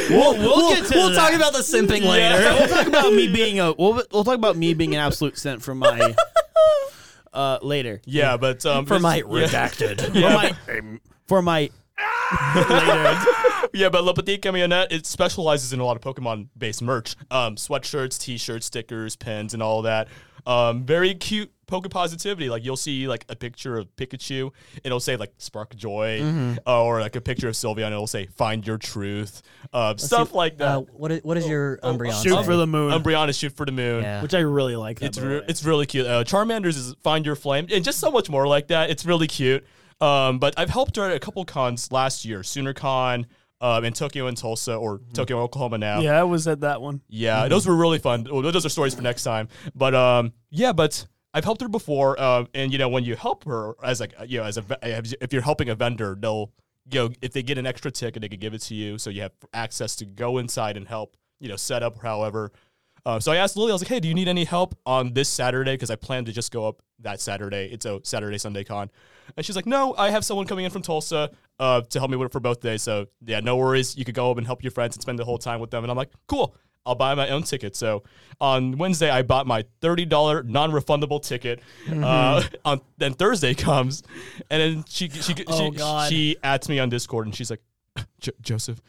Speaker 1: we'll, we'll, get to that.
Speaker 3: about the simping
Speaker 1: Yeah, we'll talk about
Speaker 3: (laughs)
Speaker 1: me being a we'll, we'll talk about me being an absolute cent for my uh, later
Speaker 2: Yeah, but um,
Speaker 3: For
Speaker 2: (laughs)
Speaker 3: my
Speaker 2: yeah.
Speaker 3: redacted.
Speaker 1: for my um, for my later.
Speaker 2: Yeah, but La Petite Camionette, it specializes in a lot of Pokemon based merch. Um, sweatshirts, t shirts, stickers, pins, and all that. Um, very cute Poke positivity. Like you'll see like a picture of Pikachu, and it'll say like Spark Joy,
Speaker 1: Mm-hmm.
Speaker 2: uh, or like a picture of Sylveon, and it'll say Find Your Truth, uh, stuff like that.
Speaker 3: Uh, what is, what is your Oh, Umbreon?
Speaker 1: Shoot
Speaker 3: say?
Speaker 1: for the moon,
Speaker 2: Umbreon shoot for the moon.
Speaker 3: Yeah.
Speaker 1: which I really like. That
Speaker 2: It's
Speaker 1: by the
Speaker 2: re-
Speaker 1: way.
Speaker 2: it's really cute. Uh, Charmander's is Find Your Flame, and just so much more like that. It's really cute. Um, but I've helped her at a couple cons last year, SoonerCon um, in Tokyo and Tulsa, or Tokyo, Oklahoma now.
Speaker 4: yeah, I was at that one.
Speaker 2: Yeah, those were really fun. Well, those are stories for next time. But um, yeah, but I've helped her before, uh, and you know when you help her as like uh, you know as a ve- if you're helping a vendor, they'll you know if they get an extra ticket, they can give it to you, so you have access to go inside and help you know set up. However, uh, so I asked Lily, I was like, hey, do you need any help on this Saturday? Because I plan to just go up that Saturday. It's a Saturday Sunday con, and she's like, no, I have someone coming in from Tulsa uh, to help me with it for both days. So yeah, no worries. You could go up and help your friends and spend the whole time with them. And I'm like, cool. I'll buy my own ticket. So on Wednesday, I bought my $30 non-refundable ticket. Uh,
Speaker 3: Mm-hmm.
Speaker 2: on then Thursday comes, and then she she she,
Speaker 3: Oh, God.
Speaker 2: she adds me on Discord, and she's like, (laughs) jo- Joseph,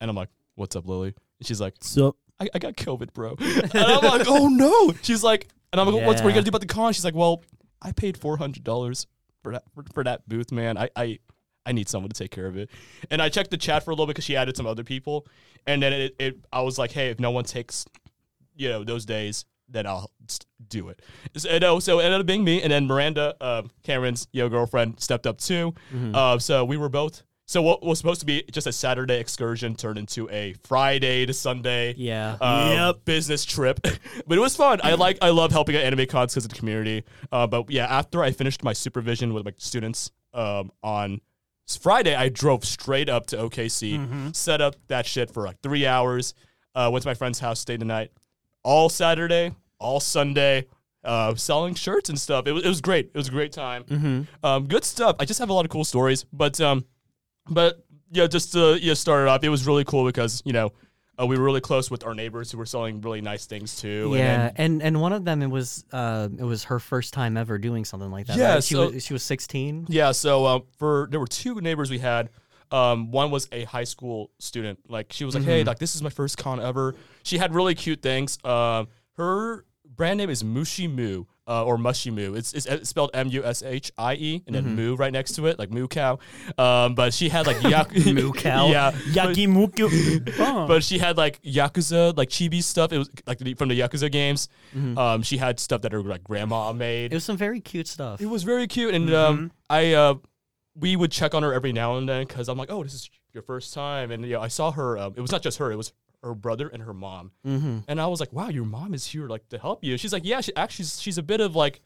Speaker 2: and I'm like, what's up, Lily? And she's like,
Speaker 1: So
Speaker 2: I, I got COVID,
Speaker 3: (laughs)
Speaker 2: bro. And I'm like, oh no. She's like, and I'm like, what's what are you
Speaker 3: Yeah.
Speaker 2: gonna do about the con? She's like, well, I paid four hundred dollars for that for, for that booth, man. I, I I need someone to take care of it. And I checked the chat for a little bit because she added some other people, and then it, it I was like, hey, if no one takes, you know, those days, then I'll s- do it. So, no, so it ended up being me, and then Miranda, um, Cameron's yo girlfriend, stepped up too.
Speaker 3: Mm-hmm.
Speaker 2: Uh, so we were both. So what was supposed to be just a Saturday excursion turned into a Friday to Sunday
Speaker 3: Yeah.
Speaker 2: um,
Speaker 1: Yep.
Speaker 2: business trip. (laughs) but it was fun. I like I love helping at anime cons because of the community. Uh, but yeah, after I finished my supervision with my students um, on s- Friday, I drove straight up to OKC, set up that shit for like three hours. Uh, went to my friend's house, stayed the night, all Saturday, all Sunday. Uh, selling shirts and stuff. It was, it was great. It was a great time. Um, good stuff. I just have a lot of cool stories. But um, but yeah, just to you know, start it off, it was really cool because you know uh, we were really close with our neighbors who were selling really nice things too.
Speaker 3: yeah,
Speaker 2: and
Speaker 3: and, and one of them it was uh it was her first time ever doing something like that.
Speaker 2: Yeah,
Speaker 3: right? she
Speaker 2: so-
Speaker 3: was she was sixteen.
Speaker 2: yeah. So uh, for there were two neighbors we had. Um, one was a high school student. Like she was like,
Speaker 3: Mm-hmm.
Speaker 2: "Hey, like this is my first con ever." She had really cute things. Um, her brand name is Mushi Moo uh, or Mushy Moo. It's, it's uh, spelled M U S H I E and then
Speaker 3: Mm-hmm.
Speaker 2: Moo right next to it, like Moo cow. Um, but she had like (laughs) yak-
Speaker 3: (laughs) Moo cow?
Speaker 2: yeah, (laughs)
Speaker 1: Yakimuku.
Speaker 2: But she had like Yakuza, like chibi stuff. It was like the, from the Yakuza games.
Speaker 3: Mm-hmm.
Speaker 2: Um, she had stuff that her like grandma made.
Speaker 3: It was some very cute stuff.
Speaker 2: It was very cute, and
Speaker 3: Mm-hmm.
Speaker 2: um, I uh, we would check on her every now and then because I'm like, oh, this is your first time, and you know, I saw her. Um, it was not just her; it was her brother and her mom,
Speaker 3: Mm-hmm.
Speaker 2: and I was like, wow, your mom is here like to help you. She's like, yeah, she actually she's a bit of like.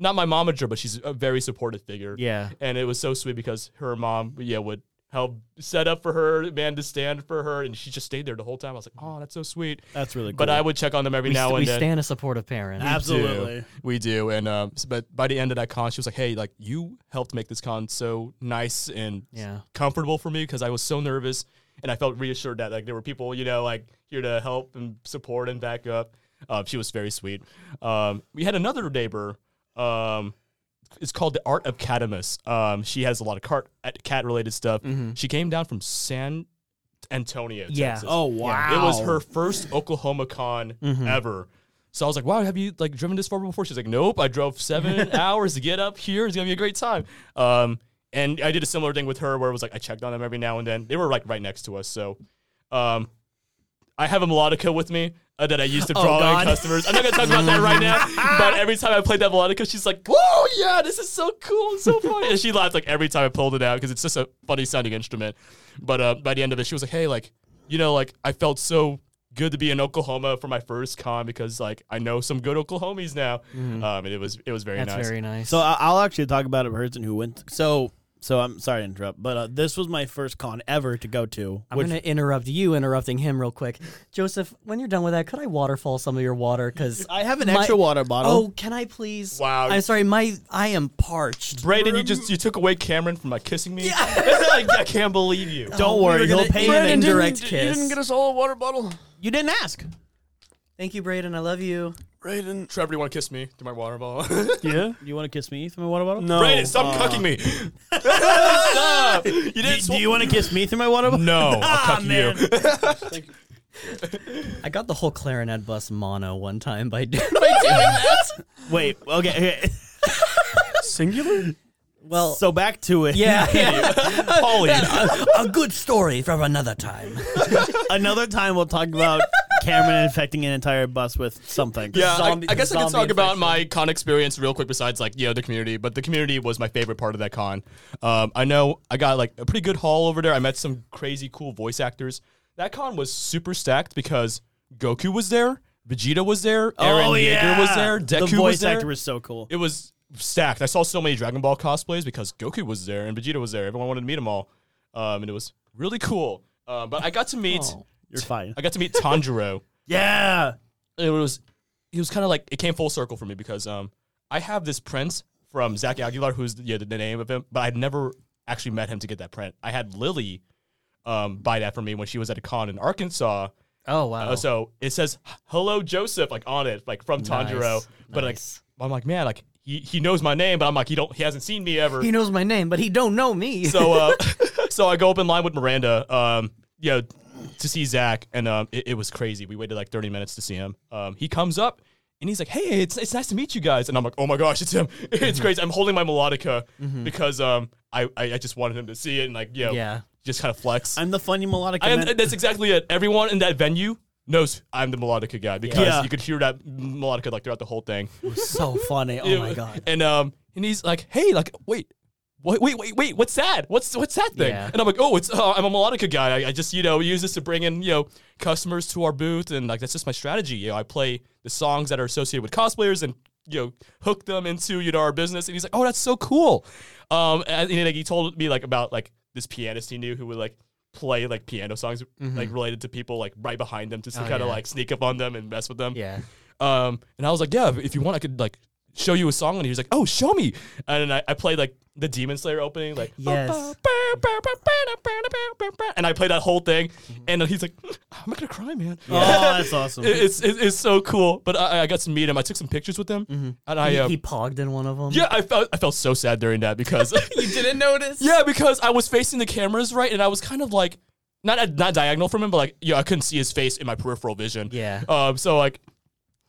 Speaker 2: Not my momager, but she's a very supportive figure
Speaker 3: Yeah.
Speaker 2: and it was so sweet because her mom yeah would help set up for her man to stand for her and she just stayed there the whole time i was like oh that's so sweet
Speaker 1: That's really cool.
Speaker 2: but i would check on them every
Speaker 3: We,
Speaker 2: now
Speaker 3: st- we
Speaker 2: and then
Speaker 3: stand a supportive parent.
Speaker 2: do.
Speaker 1: absolutely.
Speaker 2: we do and um s- but by the end of that con she was like hey like you helped make this con so nice and
Speaker 3: Yeah.
Speaker 2: comfortable for me because i was so nervous and i felt reassured that like there were people you know like here to help and support and back up um, she was very sweet um we had another neighbor um it's called the art of catamus um she has a lot of cart cat related stuff
Speaker 1: Mm-hmm.
Speaker 2: she came down from san antonio
Speaker 3: Yeah.
Speaker 2: Texas.
Speaker 1: Oh wow. Mm-hmm.
Speaker 2: It was her first Oklahoma con ever. So I was like, wow, have you like driven this far before? She's like, nope, I
Speaker 1: (laughs)
Speaker 2: drove seven hours to get up here. It's gonna be a great time. Um, and I did a similar thing with her where it was like I checked on them every now and then. They were like right next to us, so um, I have a melodica with me uh, that I used to draw in
Speaker 3: Oh, God.
Speaker 2: customers. I'm not gonna talk about that right
Speaker 3: (laughs)
Speaker 2: now, but every time I played that melodica, she's like, "Whoa, yeah, this is so cool, and so fun," and she laughed like every time I pulled it out because it's just a funny sounding instrument. But uh, by the end of it, she was like, "Hey, like, you know, like I felt so." Good to be in Oklahoma for my first con because like I know some good Oklahomies now, um, and it was it was very
Speaker 3: Mm-hmm. That's
Speaker 2: nice.
Speaker 3: very nice.
Speaker 1: So I- I'll actually talk about a person who went. So so I'm sorry to interrupt, but uh, this was my first con ever to go to.
Speaker 3: I'm gonna interrupt you interrupting him real quick. Joseph, when you're done with that, could I waterfall some of your water? Because
Speaker 1: I have an extra water bottle.
Speaker 3: Oh, can I please?
Speaker 2: Wow.
Speaker 3: I'm sorry, my I am parched.
Speaker 2: Brayden, you just you took away Cameron from like kissing me. Like, I can't believe you.
Speaker 3: Oh,
Speaker 1: don't worry, he'll pay
Speaker 3: Brandon
Speaker 1: you.
Speaker 3: didn't-
Speaker 1: Indirect.
Speaker 3: indirect kiss.
Speaker 4: You didn't get us all a water bottle,
Speaker 1: You didn't ask.
Speaker 3: Thank you, Braden. I love you.
Speaker 4: Brayden.
Speaker 2: Trevor, you want to kiss me through my water bottle? (laughs)
Speaker 4: Yeah.
Speaker 1: You want to kiss me through my water bottle?
Speaker 4: No.
Speaker 2: Brayden, stop
Speaker 1: uh,
Speaker 2: cucking me. stop. You
Speaker 1: Do,
Speaker 2: didn't.
Speaker 1: do
Speaker 2: Sw-
Speaker 1: you want (laughs) to kiss me through my water bottle? Ah,
Speaker 2: no,
Speaker 1: (laughs)
Speaker 2: I'll cuck you.
Speaker 3: I got the whole clarinet bus mono one time by (laughs) doing.
Speaker 1: Wait. Okay. okay.
Speaker 4: Singular.
Speaker 3: well,
Speaker 1: So back to it.
Speaker 3: (laughs) yeah,
Speaker 1: (laughs)
Speaker 3: yeah.
Speaker 2: Holy.
Speaker 3: a good story from another time.
Speaker 1: Another time we'll talk about Cameron infecting an entire bus with something.
Speaker 2: Yeah, I-
Speaker 1: Zombie-
Speaker 2: I, guess I can
Speaker 1: zombie
Speaker 2: talk about
Speaker 1: infection.
Speaker 2: my con experience real quick. Besides, like, you know, the community, but the community was my favorite part of that con. Um, I know I got like a pretty good haul over there. I met some crazy cool voice actors. That con was super stacked because Goku was there, Vegeta was there. Aaron Yeager was there.
Speaker 1: Oh, the
Speaker 2: Deku
Speaker 1: voice
Speaker 2: was there.
Speaker 1: actor was so cool.
Speaker 2: it was stacked. I saw so many Dragon Ball cosplays because Goku was there and Vegeta was there. Everyone wanted to meet them all, um, and it was really cool. Uh, but I got to meet
Speaker 1: Oh, You're fine.
Speaker 2: I got to meet Tanjiro.
Speaker 1: (laughs) Yeah.
Speaker 2: it was it was kind of like it came full circle for me because um I have this print from Zach Aguilar, who's yeah the, the name of him, but I'd never actually met him to get that print. I had Lily um buy that for me when she was at a con in Arkansas.
Speaker 3: Oh wow.
Speaker 2: Uh, so it says "Hello Joseph" like on it, like from Tanjiro.
Speaker 3: Nice,
Speaker 2: But
Speaker 3: nice.
Speaker 2: like I'm like man, like he he knows my name, but I'm like he don't he hasn't seen me ever.
Speaker 3: he knows my name, but he don't know
Speaker 2: (laughs)
Speaker 3: me.
Speaker 2: So uh, so I go up in line with Miranda, um, you know, to see Zach, and um, it, it was crazy. We waited like 30 minutes to see him. Um, he comes up and he's like, "Hey, it's it's nice to meet you guys," and I'm like, "Oh my gosh, it's him! (laughs)
Speaker 3: Mm-hmm.
Speaker 2: It's crazy." I'm holding my melodica because um, I, I I just wanted him to see it and like you know,
Speaker 3: Yeah.
Speaker 2: just kind of flex.
Speaker 1: (laughs) I'm the funny melodic.
Speaker 2: I am,
Speaker 1: man.
Speaker 2: that's exactly it. Everyone in that venue. Knows I'm the melodica guy because
Speaker 1: Yeah.
Speaker 2: you could hear that melodica like throughout the whole thing.
Speaker 3: so
Speaker 2: (laughs)
Speaker 3: funny. Oh my god.
Speaker 2: And um, and he's like, "Hey, like, wait, wait, wait, wait, wait what's that? What's what's that thing?"
Speaker 3: Yeah.
Speaker 2: And I'm like, "Oh, it's uh, I'm a melodica guy. I, I just you know use this to bring in you know customers to our booth, and like that's just my strategy. You know, I play the songs that are associated with cosplayers and." You know, hook them into you know our business, and he's like, "Oh, that's so cool." Um, and, and like he told me like about like this pianist he knew who would like play like piano songs like related to people like right behind them, just to
Speaker 3: Mm-hmm. Oh,
Speaker 2: kind of
Speaker 3: yeah.
Speaker 2: like sneak up on them and mess with them.
Speaker 3: Yeah.
Speaker 2: Um, and I was like, yeah, if- if you want, I could like show you a song. And he was like, oh, show me. And then I, I played like the Demon Slayer opening, like,
Speaker 3: Yes.
Speaker 2: and I played that whole thing.
Speaker 3: Mm-hmm.
Speaker 2: And then he's like, "Mm, I'm not gonna cry, man.
Speaker 1: oh, that's awesome.
Speaker 2: It- it's, it- it's so cool. But I, I got to meet him. I took some pictures with him. And I,
Speaker 3: Mm-hmm. He,
Speaker 2: uh,
Speaker 3: he pogged in one of them.
Speaker 2: yeah, I felt, I felt so sad during that because
Speaker 3: (laughs) You didn't notice.
Speaker 2: yeah, because I was facing the cameras right, and I was kind of like not not diagonal from him, but like yeah, I couldn't see his face in my peripheral vision.
Speaker 3: Yeah.
Speaker 2: Um. So like,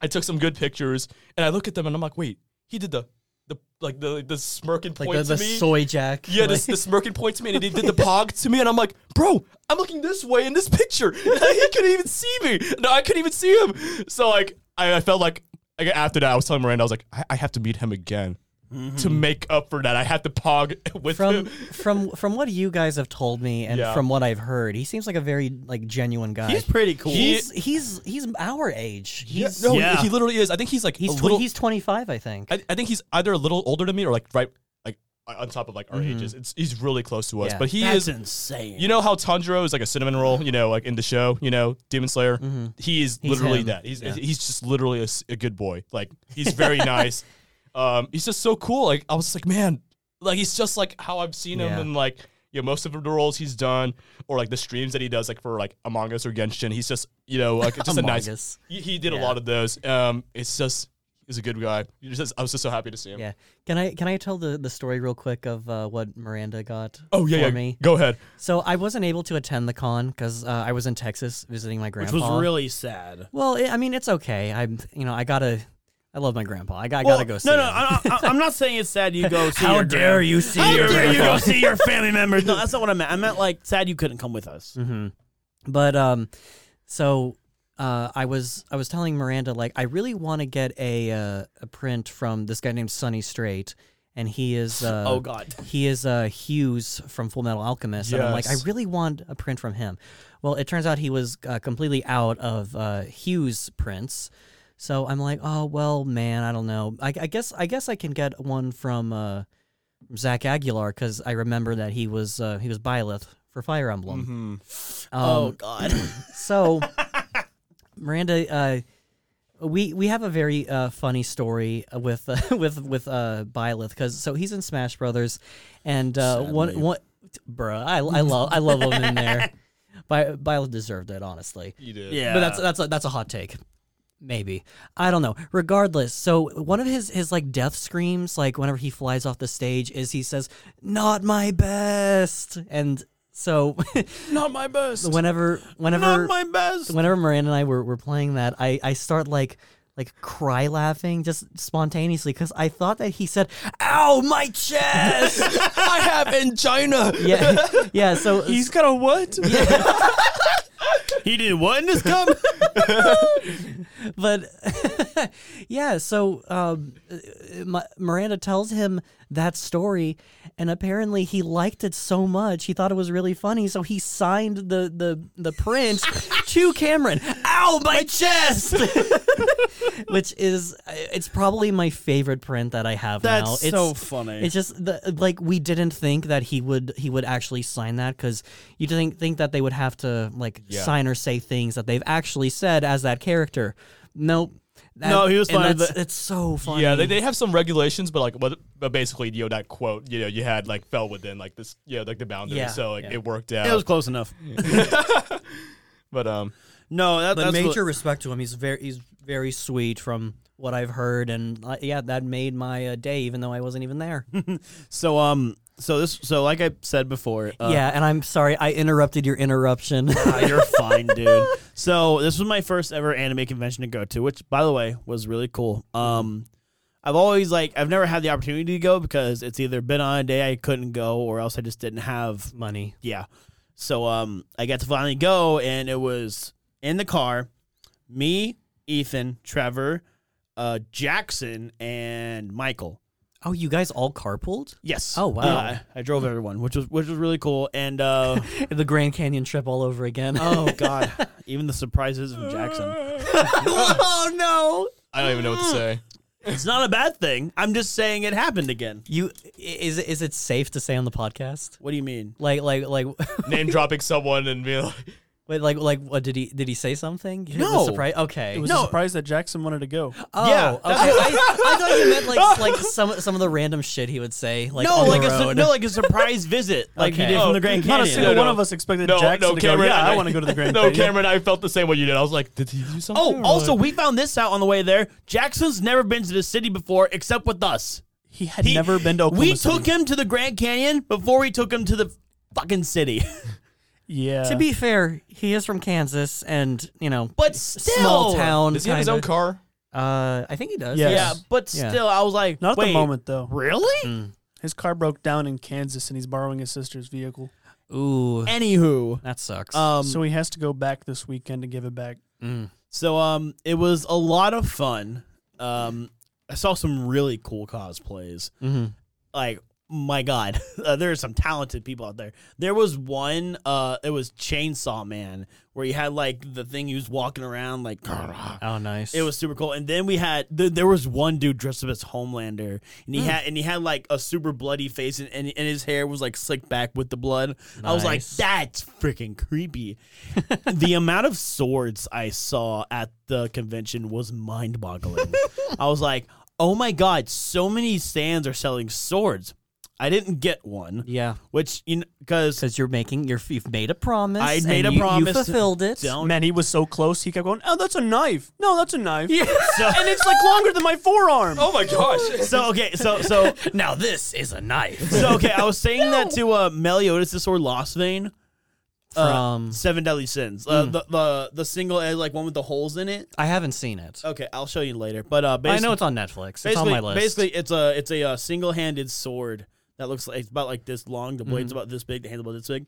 Speaker 2: I took some good pictures, and I look at them, and I'm like, wait, he did the the like the the smirking
Speaker 3: Like
Speaker 2: point
Speaker 3: the, the
Speaker 2: to me.
Speaker 3: soy jack.
Speaker 2: yeah,
Speaker 3: like,
Speaker 2: this, the smirking point to me, and he
Speaker 3: (laughs)
Speaker 2: did the pog to me, and I'm like, bro, I'm looking this way in this picture. (laughs) And he couldn't even see me. No, I couldn't even see him. So like, I, I felt like like, after that, I was telling Miranda, I was like, I, I have to meet him again to make up for that. I have to pog (laughs) with him.
Speaker 3: Mm-hmm. from from from what you guys have told me and
Speaker 2: Yeah.
Speaker 3: from what I've heard, he seems like a very like genuine guy.
Speaker 1: He's pretty cool.
Speaker 3: he's he's, he's our age.
Speaker 2: Yeah,
Speaker 3: He's
Speaker 2: no,
Speaker 1: Yeah.
Speaker 2: he literally is. I think he's like
Speaker 3: he's
Speaker 2: a
Speaker 3: tw-
Speaker 2: little.
Speaker 3: he's 25, I think.
Speaker 2: I, I think he's either a little older than me or like right like on top of like our ages. It's he's really close to us,
Speaker 3: Mm-hmm. Yeah.
Speaker 2: but he
Speaker 1: that's
Speaker 2: is.
Speaker 1: insane.
Speaker 2: You know how Tanjiro is like a cinnamon roll, you know, like in the show, you know, Demon Slayer. He is
Speaker 3: Mm-hmm. He's
Speaker 2: literally
Speaker 3: him.
Speaker 2: that. He's
Speaker 3: Yeah.
Speaker 2: he's just literally a, s- a good boy. Like
Speaker 3: (laughs)
Speaker 2: he's very nice. Um, he's just so cool. Like I was just like, man, like he's just like how I've seen him
Speaker 3: Yeah.
Speaker 2: and like you know, most of the roles he's done or like the streams that he does, like for like Among Us or Genshin. He's just you know like just a
Speaker 3: Among
Speaker 2: nice
Speaker 3: Us.
Speaker 2: he, he did a
Speaker 3: Yeah.
Speaker 2: lot of those. Um, it's just he's a good guy. You just- I was just so happy to see him.
Speaker 3: Yeah. Can I can I tell the, the story real quick of uh, what Miranda got
Speaker 2: Oh yeah,
Speaker 3: for
Speaker 2: yeah.
Speaker 3: me?
Speaker 2: Go ahead.
Speaker 3: So I wasn't able to attend the con because uh, I was in Texas visiting my
Speaker 1: which
Speaker 3: grandpa.
Speaker 1: was really sad.
Speaker 3: well, it, I mean, it's okay. I'm you know I gotta I love my grandpa. I, got, I gotta go see
Speaker 1: no, no,
Speaker 3: him.
Speaker 1: I, (laughs) I, I'm not saying it's sad you (laughs) go see your grand-
Speaker 3: you see
Speaker 1: How dare you go see your family (laughs) members? No, that's not what I meant. I meant like sad you couldn't come with us.
Speaker 3: But um, so uh, I was I was telling Miranda like I really want to get a uh, a print from this guy named Sonny Straight, and he is uh,
Speaker 1: (laughs) Oh, God.
Speaker 3: he is uh, Hughes from Full Metal Alchemist, and I'm like I
Speaker 2: Yes.
Speaker 3: really want a print from him. Well, it turns out he was uh, completely out of uh, Hughes prints. So I'm like, oh well, man, I don't know. I, I guess I guess I can get one from uh, Zach Aguilar because I remember that he was uh, he was Byleth for Fire Emblem.
Speaker 1: oh God.
Speaker 3: So, Miranda, uh, we we have a very uh, funny story with uh, (laughs) with with uh, Byleth because so he's in Smash Brothers, and uh, one one bruh, I, I love I love him
Speaker 1: (laughs)
Speaker 3: in there. By, Byleth deserved it, honestly.
Speaker 2: You did.
Speaker 1: yeah,
Speaker 3: But that's that's a, that's a hot take. Maybe I don't know. Regardless, so one of his his like death screams, like whenever he flies off the stage, is he says, "Not my best," and so
Speaker 1: not my best.
Speaker 3: (laughs) whenever whenever
Speaker 1: Not my best.
Speaker 3: whenever Miranda and I were, were playing that, I, I start like like cry laughing just spontaneously because I thought that he said, "Ow, my chest!"
Speaker 2: (laughs) I have angina.
Speaker 3: yeah, yeah. So
Speaker 4: He's got a what?
Speaker 1: he did what in this cup?
Speaker 3: but (laughs) uh, yeah, so um, uh, Mi- Miranda tells him that story, and apparently he liked it so much he thought it was really funny, so he signed the the the (laughs) print to Cameron. Ow, my chest! (laughs) Which is uh, it's probably my favorite print that I have
Speaker 1: That's
Speaker 3: now. It's
Speaker 1: so funny.
Speaker 3: it's just the, like we didn't think that he would he would actually sign that because you didn't think that they would have to like
Speaker 2: Yeah.
Speaker 3: sign or say things that they've actually said as that character. Nope. That-
Speaker 1: No, he was
Speaker 3: and
Speaker 1: fine with
Speaker 3: That's, it's so funny.
Speaker 2: Yeah, they, they have some regulations, but like, but, but basically, you know, that quote, you know, you had like fell within like this, you know, like the boundaries,
Speaker 3: Yeah,
Speaker 2: so like
Speaker 3: yeah.
Speaker 2: it worked
Speaker 1: It
Speaker 2: out.
Speaker 1: was close enough.
Speaker 2: but um,
Speaker 1: No, that,
Speaker 3: but
Speaker 1: that's
Speaker 3: major
Speaker 1: what,
Speaker 3: respect to him. He's very he's very sweet from what I've heard, and uh, yeah, that made my uh, day, even though I wasn't
Speaker 1: (laughs)
Speaker 3: even there.
Speaker 1: Uh. so um so this so like I said before. Uh,
Speaker 3: yeah, and I'm sorry I interrupted your
Speaker 1: (laughs)
Speaker 3: interruption. (laughs)
Speaker 1: Ah, you're fine, dude. So this was my first ever anime convention to go to, which, by the way, was really cool. Um, I've always like I've never had the opportunity to go because it's either been on a day I couldn't go or else I just didn't have
Speaker 3: Money.
Speaker 1: yeah. So um, I got to finally go, and it was in the car, me, Ethan, Trevor, uh, Jackson, and Michael.
Speaker 3: Oh, you guys all carpooled
Speaker 1: Yes.
Speaker 3: Oh, wow.
Speaker 1: Uh, I drove everyone, which was which was really cool, and
Speaker 3: (laughs)
Speaker 1: uh,
Speaker 3: the Grand Canyon trip all over again.
Speaker 1: oh god, (laughs) even the surprises of Jackson.
Speaker 3: (laughs) oh no.
Speaker 2: I don't even know what to say.
Speaker 1: It's not a bad thing. I'm just saying it happened again.
Speaker 3: You i- is it- is it safe to say on the podcast?
Speaker 1: What do you mean?
Speaker 3: Like like like (laughs)
Speaker 2: Name dropping someone and being like,
Speaker 3: wait, like like what did he did he say something? It was
Speaker 1: No.
Speaker 3: surpri- Okay.
Speaker 4: It was
Speaker 1: No.
Speaker 4: a surprise that Jackson wanted to go.
Speaker 3: oh,
Speaker 1: yeah,
Speaker 3: okay. I, I thought you meant (laughs) like like some some of the random shit he would say like
Speaker 1: no,
Speaker 3: on
Speaker 1: like
Speaker 3: the
Speaker 1: a su-
Speaker 3: road.
Speaker 1: no, like a surprise (laughs) visit, like
Speaker 3: Okay.
Speaker 1: you did
Speaker 2: Oh,
Speaker 1: from the Grand
Speaker 4: Not a
Speaker 1: Canyon.
Speaker 4: single
Speaker 2: No,
Speaker 4: one
Speaker 2: no.
Speaker 4: of us expected
Speaker 2: no,
Speaker 4: Jackson
Speaker 2: no,
Speaker 4: to
Speaker 2: Cameron.
Speaker 4: go. Yeah, I, want to go to
Speaker 1: (laughs)
Speaker 4: the
Speaker 2: (laughs)
Speaker 4: Grand
Speaker 2: no,
Speaker 4: Canyon.
Speaker 2: Cameron, I felt the same way you did. I was like, did he do something?
Speaker 1: Oh,
Speaker 2: or
Speaker 1: also,
Speaker 2: what?
Speaker 1: we found this out on the way there. Jackson's never been to the city before, except with us.
Speaker 4: He had
Speaker 1: He-
Speaker 4: never been to Oklahoma
Speaker 1: We
Speaker 4: City.
Speaker 1: took him to the Grand Canyon before we took him to the fucking
Speaker 4: (laughs)
Speaker 1: city.
Speaker 4: Yeah.
Speaker 3: to be fair, he is from Kansas and, you know,
Speaker 1: But
Speaker 3: small
Speaker 1: still-
Speaker 3: town.
Speaker 2: does he have his
Speaker 3: kinda.
Speaker 2: own car?
Speaker 3: Uh, I think he does.
Speaker 4: Yes.
Speaker 1: Yeah, but
Speaker 3: Yeah.
Speaker 1: still, I was like,
Speaker 4: Not at
Speaker 1: wait,
Speaker 4: the moment, though. Mm.
Speaker 1: Really?
Speaker 4: His car broke down in Kansas and he's borrowing his sister's vehicle.
Speaker 3: Ooh,
Speaker 1: Anywho,
Speaker 3: that sucks.
Speaker 1: um,
Speaker 4: so he has to go back this weekend to give it back.
Speaker 1: So um, it was a lot of fun. Um, I saw some really cool cosplays.
Speaker 4: Mm-hmm.
Speaker 3: Mhm.
Speaker 1: Like my god, (laughs) uh, there are some talented people out there. There was one. Uh, it was Chainsaw Man, where he had like the thing he was walking around like. (laughs)
Speaker 3: oh, nice.
Speaker 1: It was super cool, and then we had th- there was one dude dressed up as Homelander, and
Speaker 3: Hmm.
Speaker 1: he had and he had like a super bloody face, and, and, and his hair was like slicked back with the blood. I was like,
Speaker 3: Nice.
Speaker 1: that's freaking creepy.
Speaker 3: (laughs)
Speaker 1: the amount of swords I saw at the convention was mind boggling. I was like, oh my god, so many stands are selling swords. I didn't get one,
Speaker 3: yeah,
Speaker 1: which you because
Speaker 3: because you're making your you've made a promise.
Speaker 1: I
Speaker 3: and
Speaker 1: made a
Speaker 3: you-
Speaker 1: promise.
Speaker 3: You fulfilled it. (laughs)
Speaker 1: don't
Speaker 4: Man, he was so close. He kept going, oh, that's a knife. No, that's a knife.
Speaker 1: so,
Speaker 4: And it's like longer than my forearm.
Speaker 2: Oh my gosh!
Speaker 1: so okay so so
Speaker 3: Now this is a
Speaker 1: (laughs)
Speaker 3: (laughs) knife
Speaker 1: So okay, I was saying that to uh, Meliodas the Sword Lost Vein, uh,
Speaker 3: from. Hmm.
Speaker 1: Seven Deadly Sins, uh, the the the single uh, like one with the holes in it.
Speaker 3: I haven't seen it.
Speaker 1: Okay, I'll show you later. But uh,
Speaker 3: I
Speaker 1: basically,
Speaker 3: know it's on Netflix. It's on
Speaker 1: basically,
Speaker 3: my list.
Speaker 1: basically, it's a it's a uh, single handed sword that looks like it's about like this long. The blade's
Speaker 3: Mm-hmm.
Speaker 1: about this big. The handle's about this big.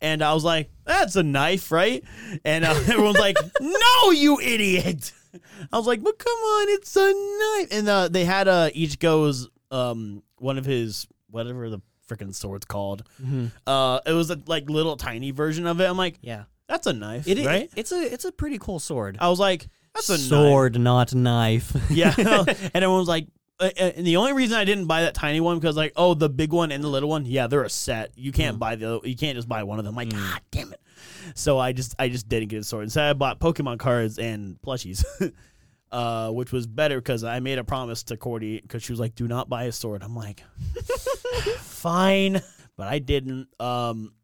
Speaker 1: And I was like, "That's a knife, right?" And uh, (laughs) everyone's like, "No, you idiot!" I was like, "But come on, it's a knife." And uh, they had uh, each goes um one of his whatever the freaking sword's called.
Speaker 3: Mm-hmm.
Speaker 1: Uh, it was a like little tiny version of it. I'm like,
Speaker 3: yeah,
Speaker 1: "That's a knife,
Speaker 3: it, it-
Speaker 1: right?"
Speaker 3: It's a it's a pretty cool sword.
Speaker 1: I was like, "That's a knife."
Speaker 3: sword, not knife.
Speaker 1: Yeah, (laughs) and everyone was like, uh, uh, and the only reason I didn't buy that tiny one because like, oh, the big one and the little one, yeah, they're a set. You can't buy the, other- you can't just buy one of them. Like, god damn it. So I just, I just didn't get a sword. Instead, I bought Pokemon cards and plushies, (laughs) uh, which was better because I made a promise to Cordy because she was like, do not buy a sword. I'm like, (laughs) fine, but I didn't. Um.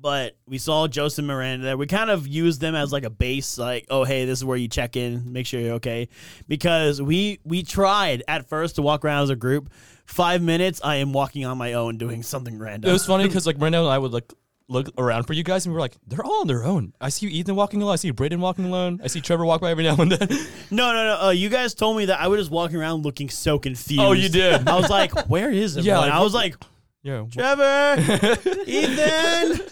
Speaker 1: But we saw Joseph Miranda there. We kind of used them as like a base, like, oh hey, this is where you check in, make sure you're okay. Because we we tried at first to walk around as a group. Five minutes, I am walking on my own doing something
Speaker 2: It
Speaker 1: random.
Speaker 2: was
Speaker 1: (laughs)
Speaker 2: funny because like Brandon and I would like look around for you guys, and we were like, they're all on their own. I see you, Ethan, walking alone. I see Braden walking alone. I see Trevor walk by every now and then. (laughs)
Speaker 1: no, no, no. Uh, you guys told me that I was just walking around looking so confused.
Speaker 2: Oh, you did.
Speaker 1: I was like, where is
Speaker 2: (laughs)
Speaker 1: it?
Speaker 2: Yeah,
Speaker 1: Yeah,
Speaker 2: like,
Speaker 1: I was like,
Speaker 2: yeah.
Speaker 1: (laughs)
Speaker 2: (laughs)
Speaker 1: Trevor, Ethan,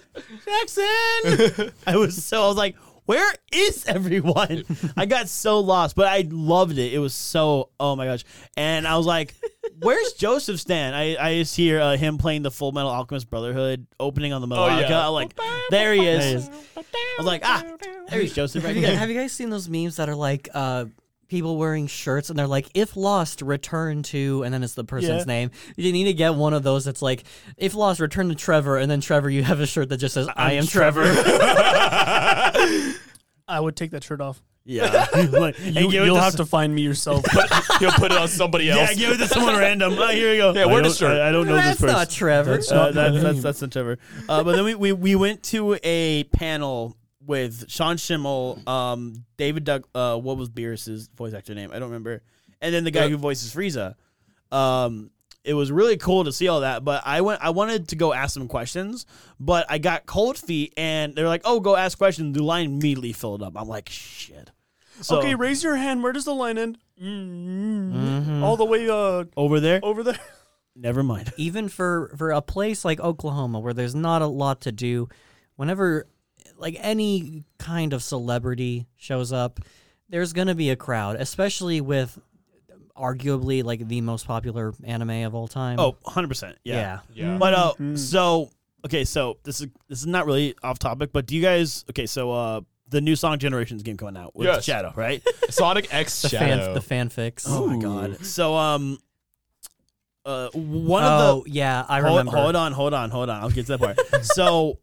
Speaker 1: Jackson. I was so I was like, where is everyone? I got so lost, but I loved it. It was so oh my gosh. And I was like, where's Joseph Stan? I, I just hear uh, him playing the Full Metal Alchemist Brotherhood opening on the melodica.
Speaker 2: yeah.
Speaker 1: I'm like, there he is. I was like, ah, there's Joseph
Speaker 3: Have
Speaker 1: right
Speaker 3: (laughs) you, guys,
Speaker 1: there.
Speaker 3: have you guys seen those memes that are like uh, people wearing shirts and they're like, if lost, return to, and then it's the person's
Speaker 4: Yeah.
Speaker 3: name? You need to get one of those that's like, if lost, return to Trevor, and then Trevor, you have a shirt that just says, I am Trevor.
Speaker 4: I would take that shirt off.
Speaker 1: (laughs) Yeah.
Speaker 4: (laughs)
Speaker 1: like, and
Speaker 4: You,
Speaker 1: give it
Speaker 4: will
Speaker 1: to
Speaker 4: have to find me yourself.
Speaker 2: He'll put it on somebody else.
Speaker 1: Yeah, (laughs) give it to someone random. Oh, here you go.
Speaker 2: Yeah, wear
Speaker 1: I
Speaker 2: the
Speaker 1: don't-
Speaker 2: shirt.
Speaker 1: I, I don't know
Speaker 3: That's
Speaker 1: this person.
Speaker 3: not Trevor.
Speaker 1: Uh, that- that's that's not Trevor. Uh, but then we, we we went to a panel with Sean Schimmel, um, David Doug. Uh, what was Beerus's voice actor name? I don't remember. And then the guy who voices Frieza. Um, it was really cool to see all that. But I went. I wanted to go ask some questions, but I got cold feet, and they're like, "Oh, go ask questions." The line immediately filled up. I'm like, "Shit." So,
Speaker 4: okay, raise your hand. Where does the line end? Mm,
Speaker 1: Mm-hmm.
Speaker 4: All the way uh,
Speaker 1: over there.
Speaker 4: over there.
Speaker 1: Never mind. (laughs)
Speaker 3: even for for a place like Oklahoma where there's not a lot to do, whenever like any kind of celebrity shows up, there's going to be a crowd, especially with arguably like the most popular anime of all time.
Speaker 1: Oh, 100 percent. yeah.
Speaker 3: yeah.
Speaker 2: Yeah.
Speaker 1: But uh, so okay, so this is this is not really off topic, but do you guys okay? So uh, the new Song Generations game coming out with
Speaker 2: Yes.
Speaker 1: Shadow,
Speaker 2: (laughs)
Speaker 1: right?
Speaker 2: Sonic X
Speaker 3: The
Speaker 2: Shadow.
Speaker 3: fan the fanfics.
Speaker 1: oh my god! So um, uh, one of
Speaker 3: Oh,
Speaker 1: the
Speaker 3: yeah, I
Speaker 1: hold,
Speaker 3: remember.
Speaker 1: hold on, hold on, hold on. I'll get to that part. so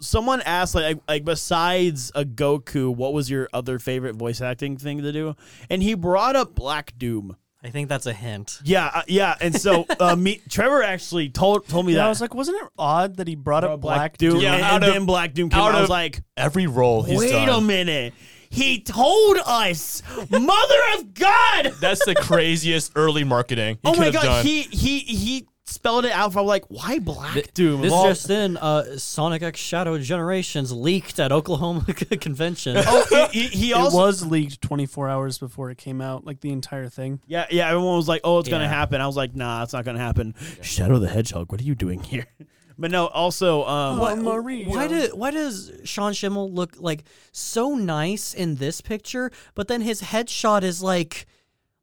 Speaker 1: someone asked like like besides a Goku, what was your other favorite voice acting thing to do? And he brought up Black Doom.
Speaker 3: I think that's a hint.
Speaker 1: Yeah, uh, yeah. And so uh, me Trevor actually told told me
Speaker 4: Yeah,
Speaker 1: that
Speaker 4: I was like, wasn't it odd that he brought up Black,
Speaker 1: Doom.
Speaker 4: Dude?
Speaker 2: Yeah,
Speaker 1: and,
Speaker 2: out
Speaker 1: and
Speaker 2: of-
Speaker 1: then Black Doom came
Speaker 2: out
Speaker 1: out. I was
Speaker 2: of-
Speaker 1: like,
Speaker 2: Every role he's
Speaker 1: wait
Speaker 2: done.
Speaker 1: a minute. He told us, Mother of God.
Speaker 2: That's
Speaker 4: (laughs)
Speaker 2: the craziest early marketing. He
Speaker 1: oh
Speaker 2: could
Speaker 1: my
Speaker 2: have
Speaker 1: God.
Speaker 2: Done.
Speaker 1: He he he spelled it out. I'm like, why Black Doom?
Speaker 3: This
Speaker 1: Of all-
Speaker 3: just in, uh, Sonic X Shadow Generations leaked at Oklahoma (laughs) convention.
Speaker 1: oh, he, he, he
Speaker 4: It
Speaker 1: also.
Speaker 4: was leaked 24 hours before it came out, like the entire thing.
Speaker 1: yeah, yeah. Everyone was like, "Oh, it's gonna
Speaker 3: Yeah.
Speaker 1: happen." I was like, "Nah, it's not gonna happen." Shadow the Hedgehog. What are you doing here? (laughs) But no. Also, um,
Speaker 4: Well, Maria.
Speaker 3: Why do why does Sean Schimmel look like so nice in this picture, but then his headshot is like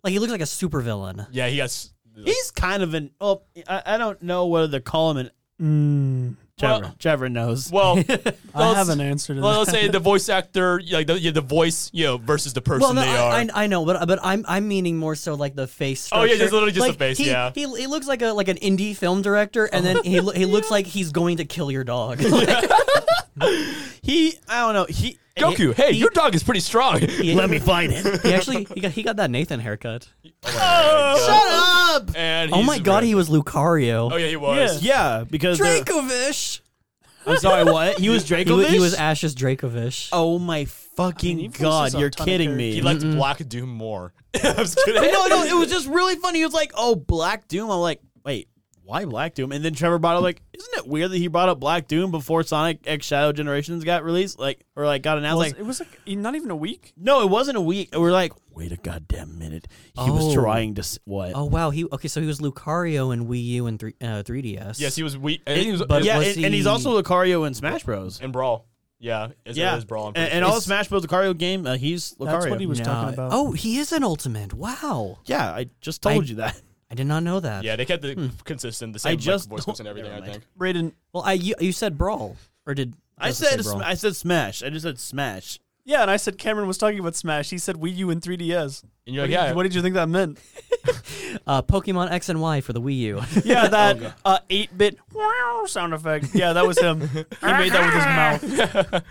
Speaker 3: like he looks like a supervillain.
Speaker 2: yeah, he has.
Speaker 1: he's kind of an. Oh, I, I don't know whether to call him an.
Speaker 4: Mm,
Speaker 1: Trevor, Trevor knows.
Speaker 2: Well,
Speaker 4: (laughs) I
Speaker 2: let's-
Speaker 4: have an answer to
Speaker 2: Well,
Speaker 4: that.
Speaker 2: let's say the voice actor, like the, yeah, the voice, you know, versus the person
Speaker 3: Well, no,
Speaker 2: they are.
Speaker 3: I, I, I know, but but I'm I'm meaning more so like the face.
Speaker 2: Oh, yeah,
Speaker 3: structure.
Speaker 2: just literally just the
Speaker 3: Like,
Speaker 2: face,
Speaker 3: He,
Speaker 2: yeah.
Speaker 3: he, he looks like a like an indie film director, and then he lo- he looks like he's going to kill your dog. (laughs)
Speaker 1: He, I don't know. He
Speaker 2: Goku, hey, your dog is pretty strong.
Speaker 3: he,
Speaker 1: Let me find it. Shut
Speaker 3: he actually he got, he got that Nathan haircut.
Speaker 1: up.
Speaker 2: and
Speaker 3: Oh
Speaker 2: he's
Speaker 3: my god,
Speaker 2: red.
Speaker 3: he was Lucario.
Speaker 2: Oh yeah, he was.
Speaker 1: Yeah, because the-
Speaker 3: Dracovish.
Speaker 1: I'm sorry, what? (laughs) He was Draco.
Speaker 3: He, wa- he was Ash's Dracovish.
Speaker 1: Oh my fucking
Speaker 4: I mean, he
Speaker 1: god!
Speaker 4: voices a
Speaker 1: You're
Speaker 4: ton of
Speaker 1: kidding me.
Speaker 2: He liked Black Doom more. (laughs) I was kidding.
Speaker 1: (laughs) no, no,
Speaker 4: (laughs)
Speaker 1: it was just really funny. He was like, "Oh, Black Doom." I'm like, "Wait, why Black Doom?" And then Trevor brought up like, "Isn't it weird that he brought up Black Doom before Sonic X Shadow Generations got released? Like, or like got announced?
Speaker 4: Was-
Speaker 1: like,
Speaker 4: it was like e, not even a week.
Speaker 1: no, it wasn't a week. And We're like, wait a goddamn minute. He was
Speaker 3: Oh.
Speaker 1: trying to s- what?
Speaker 3: Oh wow, he okay. So he was Lucario in Wii U and three uh, 3DS.
Speaker 2: yes, he was weak. And he was
Speaker 3: but-
Speaker 1: yeah,
Speaker 3: was
Speaker 1: and, and he's
Speaker 3: he-
Speaker 1: also Lucario in Smash Bros.
Speaker 2: and Brawl. Yeah, it's,
Speaker 1: Yeah,
Speaker 2: it is Brawl. I'm
Speaker 1: and,
Speaker 2: pretty
Speaker 1: and
Speaker 2: sure.
Speaker 1: all the Smash Bros. Lucario game, uh, he's Lucario.
Speaker 4: That's what he was
Speaker 3: Oh, No.
Speaker 4: talking about.
Speaker 3: Oh, he is an Ultimate. Wow,
Speaker 1: Yeah, I just told
Speaker 3: I-
Speaker 1: you that.
Speaker 3: I did not know that.
Speaker 2: yeah, they kept the consistent, the same like,
Speaker 1: just
Speaker 2: voice
Speaker 1: don't-
Speaker 2: and everything.
Speaker 1: never
Speaker 2: I
Speaker 1: mind.
Speaker 2: think.
Speaker 4: Braden.
Speaker 3: Well, I you, you said Brawl or did
Speaker 1: I
Speaker 3: does it say
Speaker 1: said
Speaker 3: Brawl?
Speaker 1: sm- I said smash. I just said smash.
Speaker 4: Yeah, and I said Cameron was talking about Smash. He said Wii U and 3DS.
Speaker 2: And you're
Speaker 4: What
Speaker 2: like,
Speaker 4: did-
Speaker 2: yeah,
Speaker 4: What did you think that meant?
Speaker 3: uh, Pokemon X and Y for the Wii U.
Speaker 4: Yeah, that uh, 8-bit wow sound effect. Yeah, that was him. he made that
Speaker 2: (laughs)
Speaker 4: with his mouth.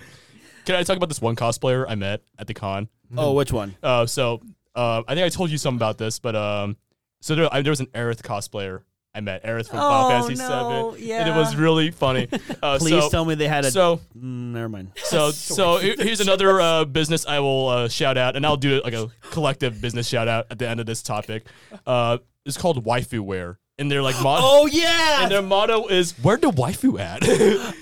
Speaker 2: can I talk about this one cosplayer I met at the con?
Speaker 1: Oh, which one?
Speaker 2: Uh, so uh, I think I told you something about this, but um, so there, I, there was an Aerith cosplayer I met, Aerith from Final
Speaker 3: Oh,
Speaker 2: Fantasy
Speaker 3: no,
Speaker 2: Seven, and it was
Speaker 3: yeah.
Speaker 2: really funny. Uh,
Speaker 1: Please
Speaker 2: so,
Speaker 1: tell me they had a. (laughs)
Speaker 2: So
Speaker 1: Mm, never
Speaker 2: (laughs)
Speaker 1: mind.
Speaker 2: so so here- here's another uh, business I will uh, shout out, and I'll do like a collective business shout out at the end of this topic. Uh, it's called Waifu Wear. and they're like mod.
Speaker 1: Oh yeah,
Speaker 2: And their motto is "Where the waifu at?"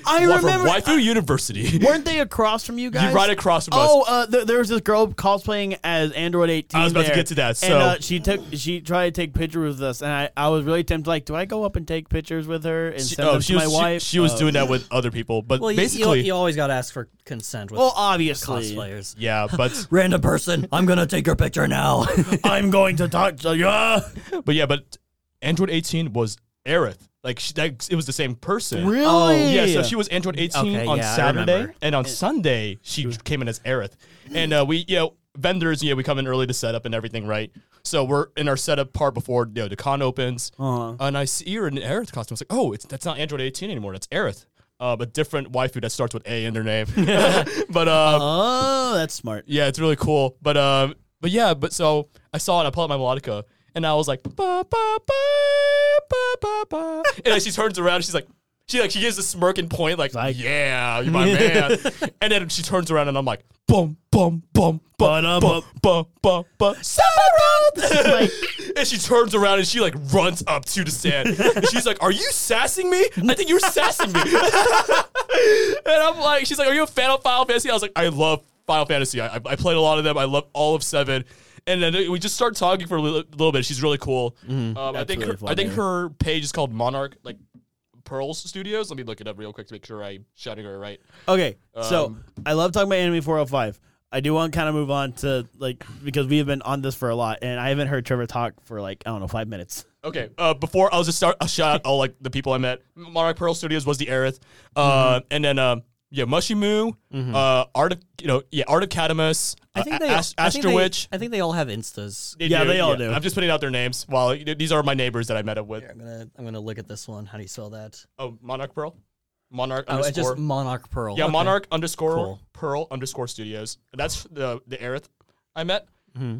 Speaker 2: I
Speaker 1: remember-
Speaker 2: (laughs) Waifu University.
Speaker 1: weren't they across from you guys?
Speaker 2: (laughs) You right across from us.
Speaker 1: Oh, uh, th- there was this girl cosplaying as Android 18.
Speaker 2: I was about to
Speaker 1: there,
Speaker 2: get to that,
Speaker 1: and
Speaker 2: so-
Speaker 1: uh, she took, she tried to take pictures with us, and I, I was really tempted, like, do I go up and take pictures with her and
Speaker 2: She,
Speaker 1: send
Speaker 2: oh,
Speaker 1: them
Speaker 2: she
Speaker 1: to
Speaker 2: was,
Speaker 1: my
Speaker 2: she-
Speaker 1: wife?
Speaker 2: She, was
Speaker 1: Oh.
Speaker 2: doing that with other people, but
Speaker 3: Well, you-
Speaker 2: basically,
Speaker 3: you, you always got to ask for consent with
Speaker 1: Well, obviously,
Speaker 3: cosplayers. (laughs)
Speaker 2: yeah. But
Speaker 3: Random person, I'm gonna take your picture now.
Speaker 1: I'm going to talk to you.
Speaker 2: but yeah, but Android 18 was Aerith. Like she, that, it was the same person. Oh,
Speaker 1: Really?
Speaker 2: Yeah, so she was Android 18
Speaker 3: Okay,
Speaker 2: on
Speaker 3: yeah, I
Speaker 2: Saturday,
Speaker 3: remember.
Speaker 2: and on Sunday she came in as Aerith. And uh, we, you know, vendors, yeah, we come in early to set up and everything, right? So we're in our setup part before you know, the con opens,
Speaker 1: Uh-huh.
Speaker 2: and I see her in an Aerith costume. I was like, oh, it's that's not Android 18 anymore. That's Aerith, uh, but different waifu that starts with A in their
Speaker 3: (laughs)
Speaker 2: name. (laughs) but um,
Speaker 1: Oh, that's smart.
Speaker 2: yeah, it's really cool. But um, but yeah, but so I saw it. I pulled out my melodica, and I was like, ba, ba, ba, ba, ba, ba. and then she turns around. And she's like, she like she gives a smirk and point, like,
Speaker 1: Like-
Speaker 2: yeah, you're my man. and then she turns around, and I'm like, bum bum bum bum bum bum bum bum. Sarah! (laughs) and she turns around and she like runs up to the stand. And she's like, "Are you sassing me? I think you're sassing me." And I'm like, she's like, "Are you a fan of Final Fantasy?" I was like, "I love Final Fantasy. I, I I played a lot of them. I love all of seven. And then we just start talking for a li- little bit. She's really cool. Um, I
Speaker 1: Mm-hmm.
Speaker 2: think
Speaker 1: really
Speaker 2: her, I think
Speaker 1: funny.
Speaker 2: her page is called Monarch, like Pearls Studios. Let me look it up real quick to make sure I'm shouting her right.
Speaker 1: Okay, so
Speaker 4: Um,
Speaker 1: I love talking about Anime 405. I do want to kind of move on to like because we have been on this for a lot, and I haven't heard Trevor talk for like I don't know five minutes.
Speaker 2: Okay. Uh, before I was just start, I'll shout out all like the people I met. Monarch Pearl Studios was the Aerith, uh,
Speaker 1: Mm-hmm.
Speaker 2: and then um, yeah, Mushy Moo, uh, Art, you know, yeah, Art Acadamus,
Speaker 3: I think
Speaker 2: uh,
Speaker 3: they,
Speaker 2: Ast-
Speaker 3: I think
Speaker 2: Astro
Speaker 3: they-
Speaker 2: Witch.
Speaker 3: I think they all have instas.
Speaker 1: Yeah, they all do.
Speaker 2: I'm just putting out their names. While these are my neighbors that I met up with.
Speaker 3: I'm gonna I'm gonna look at this one. How do you spell that?
Speaker 2: Oh, Monarch Pearl, Monarch
Speaker 3: Oh, it's
Speaker 2: underscore.
Speaker 3: just Monarch Pearl.
Speaker 2: yeah,
Speaker 3: Okay.
Speaker 2: Monarch underscore
Speaker 3: Cool.
Speaker 2: Pearl underscore Studios. That's the the Aerith I met.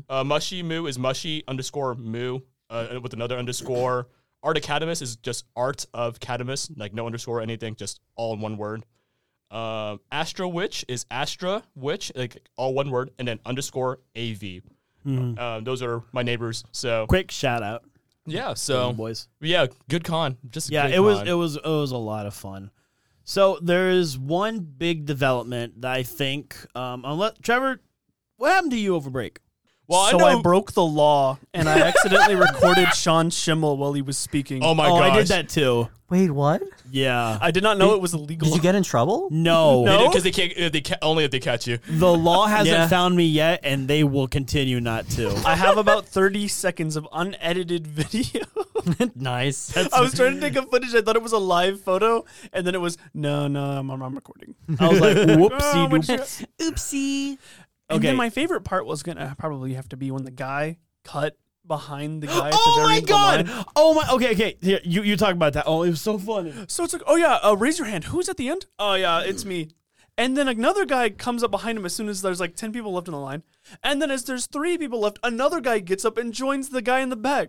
Speaker 2: Uh, Mushy Moo is Mushy underscore Moo uh, with another underscore. Art Acadamus is just Art of Acadamus, like no underscore or anything, just all in one word. Um, Astro Witch is Astra Witch, like all one word, and then underscore AV. Um, those are my neighbors. So
Speaker 1: Quick shout out,
Speaker 2: yeah, so
Speaker 1: boys.
Speaker 2: yeah, good con. Just a
Speaker 1: Yeah,
Speaker 2: good
Speaker 1: it was
Speaker 2: con.
Speaker 1: it was it was a lot of fun. So there is one big development that I think. Um, unless Trevor, what happened to you over break?
Speaker 2: well, I
Speaker 4: so
Speaker 2: know.
Speaker 4: I broke the law and I accidentally recorded Sean Schimmel while he was speaking.
Speaker 2: oh my
Speaker 1: oh,
Speaker 2: gosh,
Speaker 1: I did that too.
Speaker 3: Wait, what?
Speaker 1: Yeah,
Speaker 4: I did not know it was illegal.
Speaker 3: Did you get in trouble?
Speaker 1: (laughs) no,
Speaker 2: They because they can't. uh, They ca- only if they catch you.
Speaker 1: the (laughs) law hasn't
Speaker 3: Yeah.
Speaker 1: found me yet, and they will continue not to. (laughs)
Speaker 4: I have about 30 seconds of unedited (laughs) video.
Speaker 3: nice.
Speaker 4: I was trying to take a footage. I thought it was a live photo, and then it was
Speaker 3: Oh.
Speaker 4: no, no, I'm, I'm recording.
Speaker 1: I was
Speaker 4: (laughs)
Speaker 1: like,
Speaker 4: Oh,
Speaker 1: whoopsie
Speaker 4: what'd
Speaker 1: doop.
Speaker 4: you-
Speaker 3: Oopsie.
Speaker 4: And
Speaker 1: Okay.
Speaker 4: then my favorite part was gonna probably have to be when the guy cut behind the guy. At
Speaker 1: Oh
Speaker 4: the very
Speaker 1: my
Speaker 4: end of the
Speaker 1: god!
Speaker 4: line.
Speaker 1: Oh my. Okay, okay. Here, you you talk about that. Oh, it was so funny.
Speaker 4: So it's like, oh yeah, uh, raise your hand. Who's at the end? Oh yeah, it's me. And then another guy comes up behind him as soon as there's like ten people left in the line. And then as there's three people left, another guy gets up and joins the guy in the back.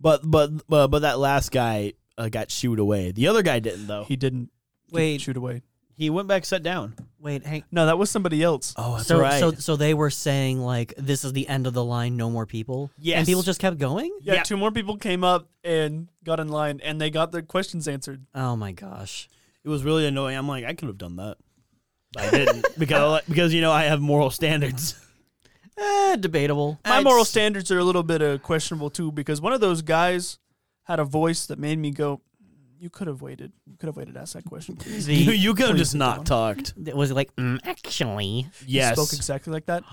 Speaker 1: But but but, but that last guy uh, got shooed away. The other guy didn't though. He,
Speaker 4: He didn't
Speaker 3: Wait.
Speaker 4: shoot away.
Speaker 1: went back, sat down.
Speaker 3: Wait, hang.
Speaker 4: No, that was somebody else.
Speaker 1: Oh, that's
Speaker 3: So,
Speaker 1: right.
Speaker 3: so, so they were saying like, "This is the end of the line. No more people."
Speaker 1: Yes.
Speaker 3: And people just kept going.
Speaker 4: Yeah,
Speaker 1: Yeah.
Speaker 4: two more people came up and got in line, and they got their questions answered.
Speaker 3: Oh my gosh.
Speaker 1: it was really annoying. I'm like, I could have done that. I (laughs) didn't because I like- because you know I have moral standards.
Speaker 3: Eh, debatable.
Speaker 4: My
Speaker 3: (laughs)
Speaker 4: moral
Speaker 1: It's-
Speaker 4: standards are a little bit uh, questionable too, because one of those guys had a voice that made me go, "Mm, "You could have waited. You could have waited to ask that (laughs) question." please."
Speaker 1: (laughs) You,
Speaker 3: The,
Speaker 1: you could have
Speaker 4: Please
Speaker 1: just
Speaker 4: sit
Speaker 1: not
Speaker 4: down.
Speaker 1: talked.
Speaker 3: it was like, mm, actually,
Speaker 1: Yes.
Speaker 4: Spoke exactly like (gasps) that,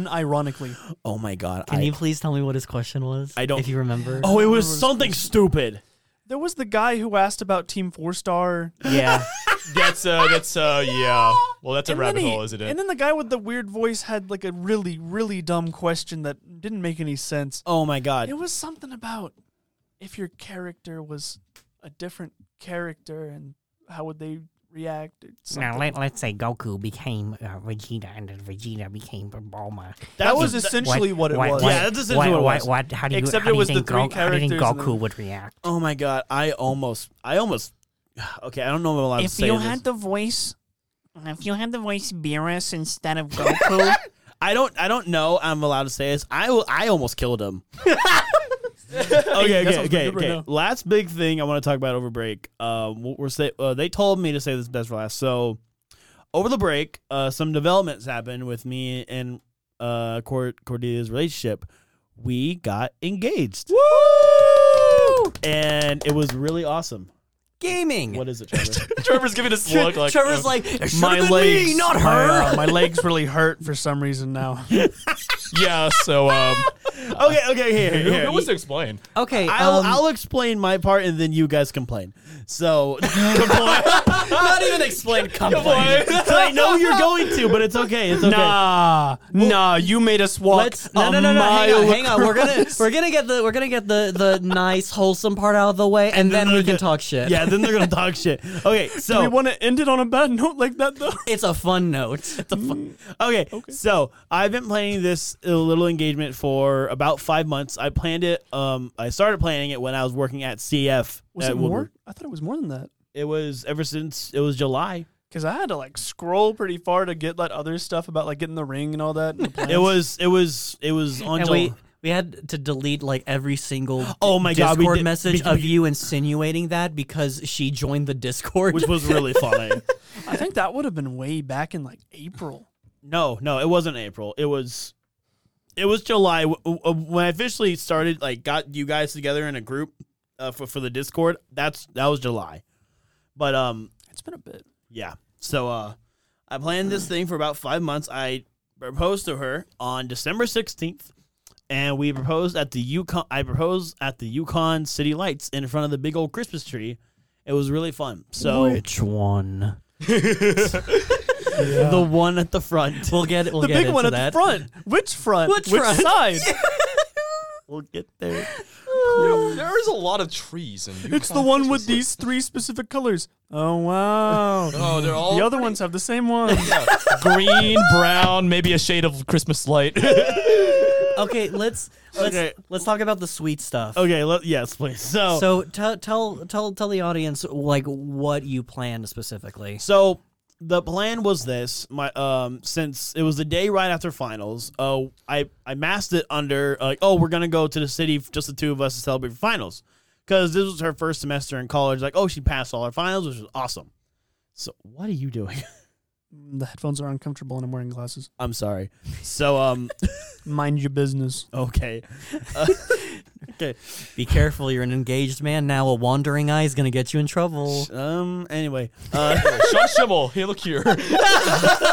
Speaker 4: unironically.
Speaker 1: oh my god.
Speaker 3: can
Speaker 1: I,
Speaker 3: you please tell me what his question was?
Speaker 1: I don't-
Speaker 3: If you remember. (laughs)
Speaker 1: oh, it was something stupid.
Speaker 4: There was the guy who asked about Team Four Star.
Speaker 3: yeah.
Speaker 2: That's uh, that's uh, yeah. Well, that's a
Speaker 4: then
Speaker 2: rabbit
Speaker 4: he-
Speaker 2: hole, isn't it?
Speaker 4: And then the guy with the weird voice had like a really, really dumb question that didn't make any sense.
Speaker 1: Oh my god.
Speaker 4: It was something about if your character was a different character and how would they react or something.
Speaker 5: Now let let's say Goku became uh, Vegeta, and then Vegeta became Bulma.
Speaker 4: that was
Speaker 1: a
Speaker 4: essentially what, it
Speaker 1: what-
Speaker 4: was.
Speaker 1: Yeah, that's essentially what it was.
Speaker 5: What, how do you,
Speaker 4: Except
Speaker 5: how
Speaker 4: it
Speaker 5: do you
Speaker 4: was the
Speaker 5: think
Speaker 4: three
Speaker 5: Go- how do you think
Speaker 4: characters and
Speaker 5: Goku
Speaker 4: then-
Speaker 5: would react?
Speaker 1: Oh my god. I almost. I almost. (sighs) Okay, I don't know if I'm allowed to say this.
Speaker 5: the voice, if you had the voice Beerus instead of Goku,
Speaker 1: (laughs) I don't. I don't know. I'm allowed to say this. I will. I almost killed him. okay,
Speaker 4: that
Speaker 1: okay,
Speaker 4: sounds
Speaker 1: okay,
Speaker 4: pretty good right
Speaker 1: okay. Last big thing I want to talk about over break. Um, what we're say, uh, they told me to say this best for last. So over the break, uh, some developments happened with me and uh Cord- Cordelia's relationship. We got engaged. Woo! And it was really awesome.
Speaker 3: Gaming.
Speaker 1: What is it, (laughs) Trevor?
Speaker 2: Trevor's giving us
Speaker 3: Tre-
Speaker 2: look like
Speaker 3: Trevor's
Speaker 2: uh,
Speaker 3: like, it should have been me, not her.
Speaker 4: My, uh, (laughs) my legs really hurt for some reason
Speaker 3: (laughs)
Speaker 4: now.
Speaker 2: yeah. So um,
Speaker 1: (laughs) okay, okay, here, here.
Speaker 2: who,
Speaker 1: here.
Speaker 2: who wants to explain?
Speaker 3: okay,
Speaker 1: I'll,
Speaker 3: um,
Speaker 1: I'll explain my part and then you guys complain. So (laughs)
Speaker 3: (laughs) not even explain. Complain.
Speaker 1: I know you're going to, but it's okay. It's okay.
Speaker 4: Nah, nah, you made us walk.
Speaker 3: Let's no
Speaker 4: a
Speaker 3: no no no hang on
Speaker 4: mile
Speaker 3: hang on we're gonna (laughs)
Speaker 4: across.
Speaker 3: we're gonna get the we're gonna get the the nice wholesome part out of the way and, then,
Speaker 1: they're
Speaker 3: we can
Speaker 1: gonna-
Speaker 3: talk shit.
Speaker 1: Yeah, then they're gonna talk shit. Okay, so
Speaker 4: Do we want to end it on a bad note like that though?
Speaker 3: it's a fun note.
Speaker 1: Okay, so I've been planning this uh, little engagement for about five months. I planned it. Um, I started planning it when I was working at CF.
Speaker 4: Was
Speaker 1: at
Speaker 4: it
Speaker 1: Woodward.
Speaker 4: more? I thought it was more than that.
Speaker 1: It was ever since it was July.
Speaker 4: Cause I had to like scroll pretty far to get like other stuff about like getting the ring and all that.
Speaker 3: (laughs)
Speaker 4: and the plans.
Speaker 1: It was. It was. It was on.
Speaker 3: and
Speaker 1: Jul-
Speaker 3: we we had to delete like every single
Speaker 1: Oh my God, we
Speaker 3: Discord
Speaker 1: did-
Speaker 3: message
Speaker 1: we-
Speaker 3: of
Speaker 1: we-
Speaker 3: you insinuating that because she joined the Discord.
Speaker 1: which was really funny.
Speaker 4: I think that would have been way back in like April.
Speaker 1: No, no, it wasn't April. It was. It was July W- w- when I officially started. Like, got you guys together in a group uh, for for the Discord. That's that was July, but um,
Speaker 4: It's been a bit.
Speaker 1: Yeah. So uh I planned this thing for about five months. I proposed to her on December sixteenth, and we proposed at the Yukon I proposed at the Yukon City Lights in front of the big old Christmas tree. It was really fun. So
Speaker 3: which one?
Speaker 1: (laughs) the one at the front.
Speaker 3: (laughs) We'll get we'll
Speaker 4: The
Speaker 3: get
Speaker 4: big
Speaker 3: into
Speaker 4: one at
Speaker 3: that.
Speaker 4: the front. Which front?
Speaker 3: Which front?
Speaker 4: side?
Speaker 3: (laughs)
Speaker 1: We'll get there.
Speaker 2: there is a lot of trees and
Speaker 4: It's the one with (laughs) these three specific colors. Oh wow.
Speaker 3: (laughs)
Speaker 2: Oh, they're all
Speaker 4: the other ones have the same one.
Speaker 2: green, brown, maybe a shade of Christmas light. (laughs)
Speaker 3: Okay, let's let's
Speaker 1: Okay. Oh,
Speaker 3: let's talk about the sweet stuff.
Speaker 1: Okay, let, yes, please. So so,
Speaker 3: So tell tell tell tell the audience like what you planned specifically.
Speaker 1: the plan was this. My um since it was the day right after finals, uh I I masked it under like, oh, we're gonna go to the city just the two of us to celebrate finals. because this was her first semester in college. Like, oh, she passed all her finals, which was awesome. So, what are you doing? (laughs)
Speaker 4: the headphones are uncomfortable and I'm wearing glasses.
Speaker 1: I'm sorry. So, um, (laughs)
Speaker 4: Mind your business.
Speaker 1: okay,
Speaker 3: Be careful, you're an engaged man now. A wandering eye is gonna get you in trouble.
Speaker 1: um, anyway, uh,
Speaker 2: (laughs) Sean Schimmel, hey, look here.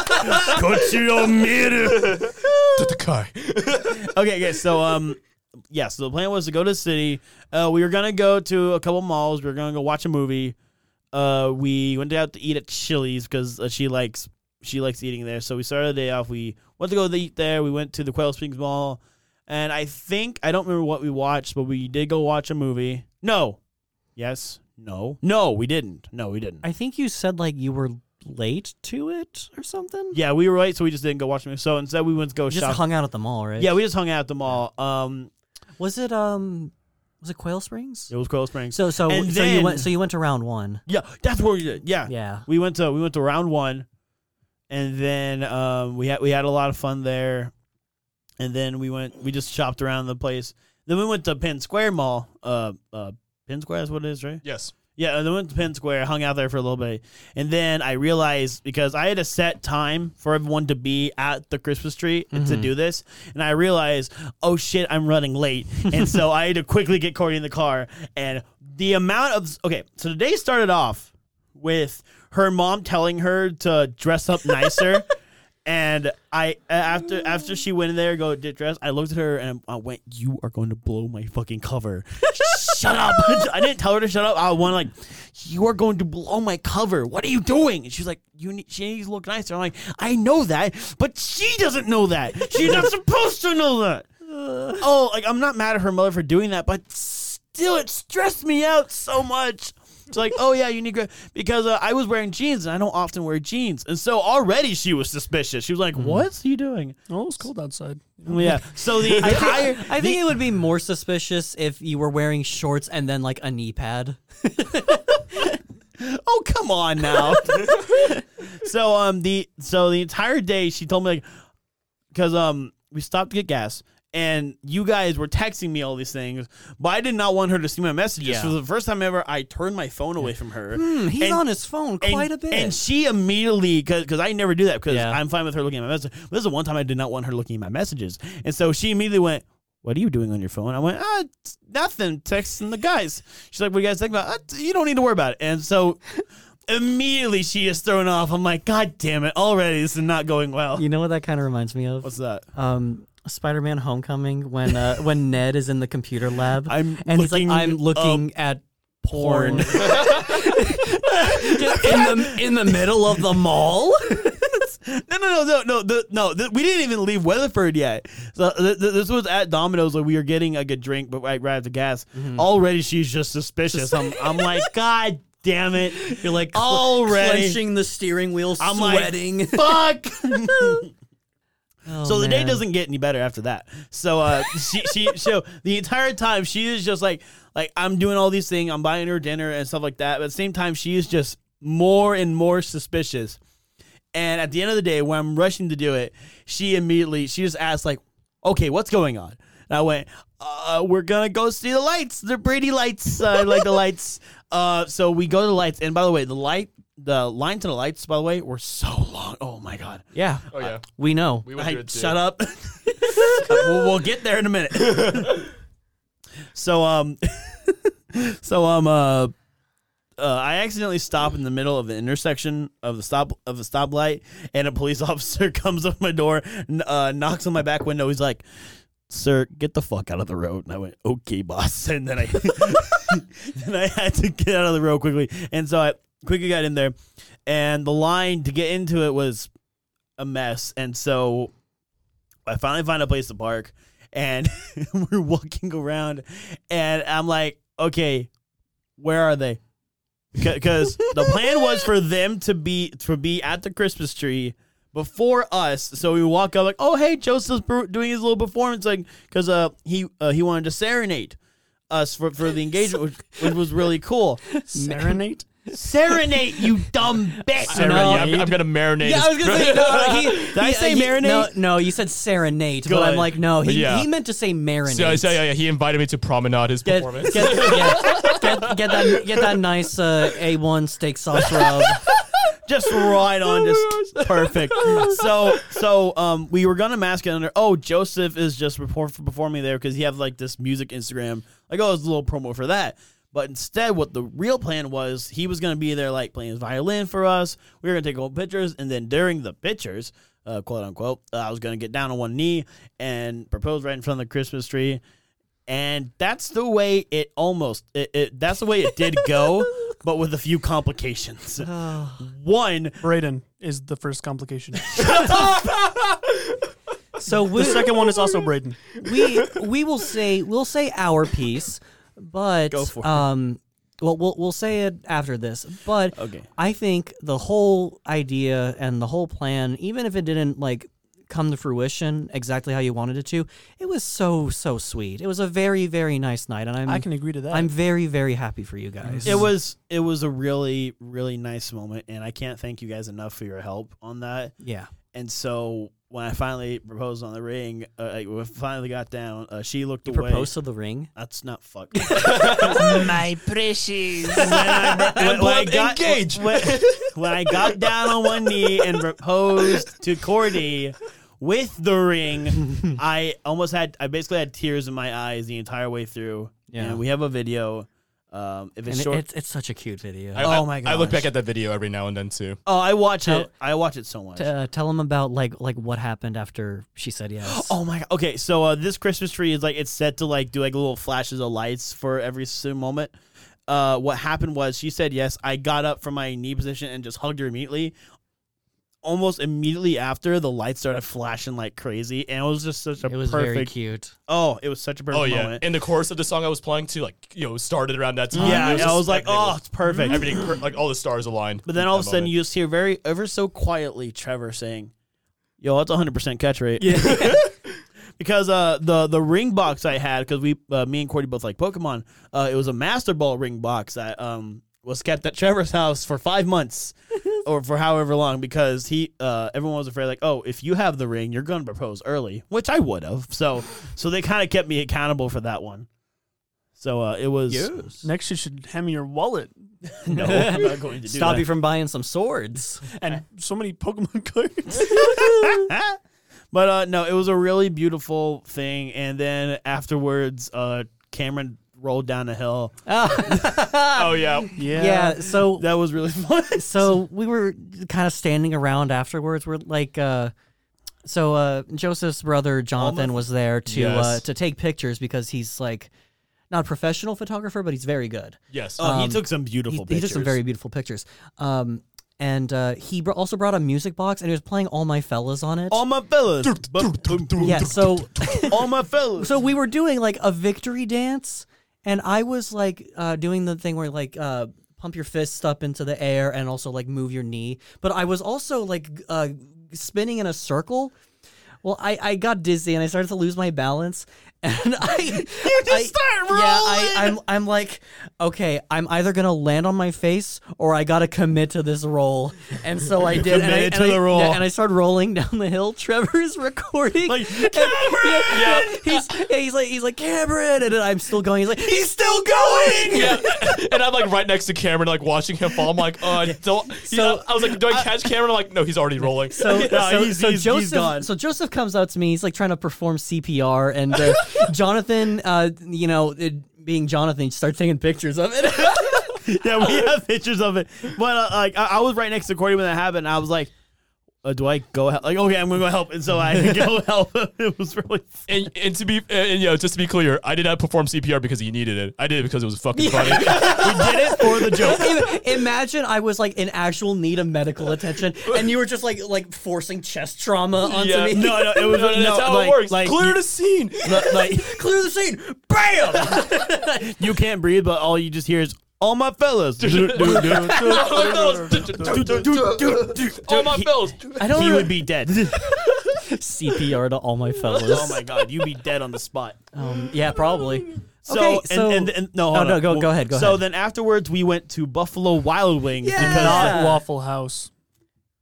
Speaker 1: (laughs) okay, okay. So, um, yeah. So the plan was to go to the city. Uh, we were gonna go to a couple malls. We were gonna go watch a movie. Uh, we went out to eat at Chili's because uh, she likes she likes eating there. So we started the day off. We went to go to eat there. We went to the Quail Springs Mall, and I think I don't remember what we watched, but we did go watch a movie. No, yes, no, no, we didn't. No, we didn't.
Speaker 3: I think you said like you were late to it or something.
Speaker 1: yeah, we were right, so we just didn't go watch a movie. So instead, we went to go
Speaker 3: You just
Speaker 1: shop.
Speaker 3: hung out at the mall, right?
Speaker 1: yeah, we just hung out at the mall. Um,
Speaker 3: was it um was it Quail Springs?
Speaker 1: it was Quail Springs.
Speaker 3: So so
Speaker 1: And
Speaker 3: so you
Speaker 1: then-
Speaker 3: went so you went to
Speaker 1: (laughs)
Speaker 3: round one.
Speaker 1: Yeah, that's where we did. Yeah.
Speaker 3: Yeah.
Speaker 1: We went to we went to round one, and then um, we had we had a lot of fun there, and then we went we just shopped around the place. Then we went to Penn Square Mall. Uh, uh, Penn Square is what it is, right?
Speaker 2: yes.
Speaker 1: Yeah. And then went to Penn Square, hung out there for a little bit, and then I realized because I had a set time for everyone to be at the Christmas tree and to do this, and I realized, oh shit, I'm running late, and so I had to quickly get Corey in the car, and the amount of okay, so the day started off with her mom telling her to dress up nicer. And I after after she went in there go get dressed, I looked at her and I went, "You are going to blow my fucking cover." shut up! (laughs) I didn't tell her to shut up. I went like, "You are going to blow my cover. What are you doing?" And she's like, "You need, she needs to look nicer." I'm like, "I know that, but she doesn't know that. She's not supposed to know that." oh, like I'm not mad at her mother for doing that, but still, it stressed me out so much. It's like, oh yeah, you need gra-" because uh, I was wearing jeans and I don't often wear jeans, and so already she was suspicious. She was
Speaker 3: Mm-hmm.
Speaker 1: like, "What's he doing?"
Speaker 4: Oh, it's cold outside.
Speaker 1: Well, yeah. So the entire
Speaker 3: (laughs) I think it would be more suspicious if you were wearing shorts and then like a knee pad.
Speaker 1: oh come on now. (laughs) so um the so the entire day she told me like because um we stopped to get gas and you guys were texting me all these things, but I did not want her to see my messages.
Speaker 3: Yeah.
Speaker 1: So the first time ever, I turned my phone away from her.
Speaker 3: Hmm, he's
Speaker 1: And-
Speaker 3: on his phone
Speaker 1: and-
Speaker 3: quite a bit.
Speaker 1: And she immediately, because I never do that, because
Speaker 3: Yeah.
Speaker 1: I'm fine with her looking at my messages. This is the one time I did not want her looking at my messages. And so she immediately went, What are you doing on your phone? I went, Ah, t- nothing, texting the guys. She's like, What do you guys think about? "Ah, t- you don't need to worry about it. And so immediately she is thrown off. I'm like, God damn it, already this is not going well.
Speaker 3: you know what that kind of reminds me of?
Speaker 1: What's that?
Speaker 3: um Spider-Man: Homecoming when (laughs) uh, when Ned is in the computer lab
Speaker 1: I'm
Speaker 3: and he's like
Speaker 1: looking
Speaker 3: I'm looking at porn, Just (laughs) in the in the middle of the (laughs) mall.
Speaker 1: No, no, no, no, no, the, no. The, we didn't even leave Weatherford yet. So th- th- this was at Domino's. Like we were getting like a drink, but right, right at the gas. Already, she's just suspicious. I'm, I'm like, God damn it!
Speaker 3: You're like cl-
Speaker 1: Already,
Speaker 3: clenching the steering wheel,
Speaker 1: I'm
Speaker 3: sweating. (laughs)
Speaker 1: like, (laughs) fuck.
Speaker 3: Oh,
Speaker 1: so the day
Speaker 3: man.
Speaker 1: doesn't get any better after that. So
Speaker 3: (laughs)
Speaker 1: uh, she, she, so the entire time she is just like, like I'm doing all these things. I'm buying her dinner and stuff like that. But at the same time, she is just more and more suspicious. And at the end of the day, when I'm rushing to do it, she immediately she just asked like, "Okay, what's going on?" And I went, uh, "We're gonna go see the lights. They're pretty lights. Uh, I like the
Speaker 3: (laughs)
Speaker 1: lights." Uh, so we go to the lights. And by the way, the light, the line to the lights, by the way, were so long. Oh my god.
Speaker 3: Yeah,
Speaker 2: Oh yeah,
Speaker 3: we (laughs) know.
Speaker 2: we went
Speaker 1: Hey,
Speaker 2: through it too.
Speaker 1: shut
Speaker 2: (laughs)
Speaker 1: up. we'll, we'll get there in a minute. (laughs) so um, (laughs) so um uh, uh, I accidentally stop in the middle of the intersection of the stop of the stoplight, and a police (laughs) officer comes up my door, n- uh, knocks on my back window. He's like. Sir, get the fuck out of the road. And I went, okay, boss. (laughs) And then I, then I had to get out of the road quickly. And so I quickly got in there, and the line to get into it was a mess. And so I finally find a place to park and (laughs) we're walking around and I'm like, okay, where are they? Because the plan was for them to be to be at the Christmas tree before us. So we walk up like, oh hey, Joseph's br- doing his little performance, like because uh he uh, he wanted to serenade us for, for the engagement, which, which was really cool.
Speaker 4: Marinate?
Speaker 1: Serenade, you dumb bitch!
Speaker 2: I don't know, yeah, I'm, I'm gonna marinate.
Speaker 3: Yeah, I was gonna say no. (laughs) He, Did
Speaker 1: I say marinate?
Speaker 3: No, no, you said serenade, but I'm
Speaker 1: Good.
Speaker 3: like, no, he,
Speaker 2: Yeah.
Speaker 3: he meant to say marinate.
Speaker 2: So, so, yeah, yeah, he invited me to promenade his
Speaker 3: get,
Speaker 2: performance.
Speaker 3: Get, (laughs) yeah, get, get that get that nice uh, A1 steak sauce rub.
Speaker 1: just right on, just perfect. So, so um, we were gonna mask it under. Oh, Joseph is just perfor- performing there because he have like this music Instagram. Like, oh, it's a little promo for that. But instead, what the real plan was, he was gonna be there like playing his violin for us. We were gonna take old pictures, and then during the pictures, uh, quote unquote, uh, I was gonna get down on one knee and propose right in front of the Christmas tree and that's the way it almost it, it that's the way it did go but with a few complications one
Speaker 4: Brayden is the first complication.
Speaker 3: So
Speaker 4: the
Speaker 3: we,
Speaker 4: second one is also Brayden.
Speaker 3: we we will say we'll say our piece, but
Speaker 1: Go for it.
Speaker 3: um, well we'll we'll say it after this. But
Speaker 1: Okay.
Speaker 3: I think the whole idea and the whole plan, even if it didn't like come to fruition exactly how you wanted it to, it was so so sweet. It was a very very nice night, and I'm
Speaker 4: I can agree to that.
Speaker 3: I'm very very happy for you guys.
Speaker 1: it was it was a really really nice moment and i can't thank you guys enough for your help on that
Speaker 3: yeah.
Speaker 1: and so when i finally proposed on the ring uh, like, when I finally got down uh, she looked
Speaker 3: You
Speaker 1: away
Speaker 3: proposed to the ring.
Speaker 1: that's not
Speaker 3: (laughs)
Speaker 1: fuck
Speaker 5: My precious.
Speaker 1: when, when I got,
Speaker 2: engage.
Speaker 1: When, when I got down on one knee and proposed to Cordy with the
Speaker 3: (laughs)
Speaker 1: ring, I almost had, I basically had tears in my eyes the entire way through.
Speaker 3: Yeah.
Speaker 1: And we have a video. Um, if it's
Speaker 3: And it,
Speaker 1: short,
Speaker 3: it's, it's such a cute video.
Speaker 2: I,
Speaker 1: Oh
Speaker 2: I-
Speaker 1: my
Speaker 2: I look
Speaker 1: gosh.
Speaker 2: back at that video every now and then too.
Speaker 1: oh, I watch
Speaker 3: Tell-
Speaker 1: it. I watch it so much.
Speaker 3: T- uh, tell them about like like what happened after she said yes.
Speaker 1: Oh my god. Okay, so uh, this Christmas tree is like it's set to like do like little flashes of lights for every certain moment. Uh, what happened was she said yes. I got up from my knee position and just hugged her immediately. Almost immediately after, the lights started flashing like crazy, and it was just such a
Speaker 3: it was very
Speaker 1: perfect.
Speaker 3: cute.
Speaker 1: Oh, it was such a perfect
Speaker 2: Oh yeah,
Speaker 1: moment.
Speaker 2: and the chorus of the song I was playing too, like you know, started around that time.
Speaker 1: yeah,
Speaker 2: It
Speaker 1: and I
Speaker 2: just-
Speaker 1: was like,
Speaker 2: everything
Speaker 1: oh, it's perfect.
Speaker 2: everything per- like all the stars aligned.
Speaker 1: But then all
Speaker 2: at
Speaker 1: of a
Speaker 2: that
Speaker 1: sudden,
Speaker 2: moment.
Speaker 1: you just hear very ever so quietly Trevor saying, "Yo, that's 100 percent catch rate." (laughs) because uh, the the ring box I had because we uh, me and Cordy both like Pokemon. Uh, it was a Master Ball ring box that um was kept at Trevor's house for five months or for however long because he uh everyone was afraid like oh if you have the ring you're gonna propose early which I would have so so they kind of kept me accountable for that one so uh it was
Speaker 4: Next, you should hand me your wallet
Speaker 1: (laughs) no I'm not going to do
Speaker 3: Stop
Speaker 1: that.
Speaker 3: you from buying
Speaker 1: (laughs)
Speaker 3: some swords.
Speaker 4: and so many Pokemon (laughs) cards.
Speaker 1: but uh no it was a really beautiful thing and then afterwards uh Cameron rolled down a hill
Speaker 2: Oh yeah.
Speaker 4: yeah.
Speaker 3: yeah. So
Speaker 1: that was really (laughs) fun
Speaker 3: so we were kind of standing around afterwards. We're like, uh, so uh, Joseph's brother Jonathan was there to uh,
Speaker 2: Yes.
Speaker 3: to take pictures because he's like not a professional photographer, but he's very good.
Speaker 2: Yes.
Speaker 1: oh he took some beautiful
Speaker 3: Um, He,
Speaker 1: pictures
Speaker 3: he took some very beautiful pictures. Um, and uh, he br- also brought a music box, and he was playing "All My Fellas" on it.
Speaker 1: all my fellas (laughs)
Speaker 3: yeah. So
Speaker 1: all my fellas
Speaker 3: so we were doing like a victory dance, and I was like uh, doing the thing where like uh, pump your fist up into the air and also like move your knee. But I was also like g- uh, spinning in a circle. Well, I, I got dizzy and I started to lose my balance, (laughs) and I you just
Speaker 1: start
Speaker 3: Yeah, I, I'm I'm like, okay, I'm either gonna land on my face or I gotta commit to this roll, and
Speaker 1: (laughs)
Speaker 3: so I did. and I,
Speaker 1: Committed
Speaker 3: and
Speaker 1: to the
Speaker 3: I-
Speaker 1: roll.
Speaker 3: yeah, and I started rolling down the hill. (laughs) Trevor's recording,
Speaker 1: Like,
Speaker 3: (laughs) and- yeah, he's yeah, he's like he's like Cameron, and then I'm still going. He's like he's still going. (laughs)
Speaker 2: Yeah. and I'm like right next to Cameron, like watching him fall. I'm like, oh, I don't. So,
Speaker 3: So-
Speaker 2: I was like, do I catch Cameron? I'm like, no, he's already rolling.
Speaker 3: So,
Speaker 1: Yeah,
Speaker 3: so,
Speaker 1: he's-
Speaker 3: so
Speaker 1: he's- he's
Speaker 3: Joseph,
Speaker 1: gone.
Speaker 3: so Joseph comes up to me. He's like trying to perform CPR, and uh, Jonathan, uh, you know, it, being Jonathan, starts taking pictures of it. (laughs)
Speaker 1: yeah, we have pictures of it. But uh, like, I, I was right next to Cordy when that happened. and I was like, uh, "Do I go help?" Like, okay, I'm gonna go help, and so I (laughs) go help. it was really
Speaker 2: and, and to be and, and, you know, just to be clear, I did not perform CPR because he needed it. I did it because it was fucking funny.
Speaker 1: we did it for the joke.
Speaker 3: Im- Imagine I was like in actual need of medical attention, and you were just like like forcing chest trauma onto
Speaker 2: Yeah.
Speaker 3: me.
Speaker 1: No, no, it was
Speaker 2: No, no,
Speaker 1: no,
Speaker 3: (laughs)
Speaker 2: that's how
Speaker 1: like,
Speaker 2: it works.
Speaker 1: Like,
Speaker 2: clear
Speaker 1: you,
Speaker 2: the scene.
Speaker 1: like
Speaker 3: Clear the scene. Bam.
Speaker 1: you can't breathe, but all you just hear is all my fellas. (laughs)
Speaker 2: All my bills.
Speaker 3: I don't.
Speaker 1: he
Speaker 3: really-
Speaker 1: would be
Speaker 3: (laughs)
Speaker 1: dead.
Speaker 3: CPR to all my (laughs) fellows.
Speaker 1: oh my god, you'd be dead on the
Speaker 3: (laughs)
Speaker 1: spot.
Speaker 3: Um, yeah, probably.
Speaker 1: So,
Speaker 3: Okay,
Speaker 1: and-
Speaker 3: so-
Speaker 1: and, and- no,
Speaker 3: Oh,
Speaker 1: hold
Speaker 3: no,
Speaker 1: on.
Speaker 3: go-
Speaker 1: Well,
Speaker 3: go ahead, go
Speaker 1: so
Speaker 3: ahead.
Speaker 1: then afterwards, we went to Buffalo Wild Wings because
Speaker 3: Yeah.
Speaker 4: Not Waffle House.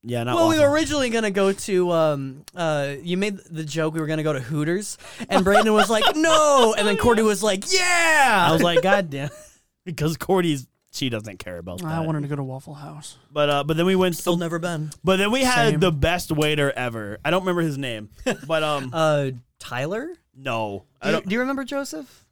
Speaker 1: yeah, not
Speaker 3: Well, we were
Speaker 1: Waffle.
Speaker 3: originally gonna go to. Um, uh, you made the joke we were gonna go to Hooters, and Brandon was like, "No," and then Cordy was like, "Yeah."
Speaker 1: I was like,
Speaker 3: (laughs)
Speaker 1: God damn, (laughs) because Cordy's she doesn't care about that.
Speaker 4: I wanted to go to Waffle House.
Speaker 1: But uh, but then we went.
Speaker 3: still never been.
Speaker 1: But then we had
Speaker 4: Same.
Speaker 1: the best waiter ever. I don't remember his name, but
Speaker 3: (laughs)
Speaker 1: um,
Speaker 3: Uh, Tyler,
Speaker 1: no,
Speaker 3: do
Speaker 1: I
Speaker 3: you,
Speaker 1: don't.
Speaker 3: do you remember Joseph?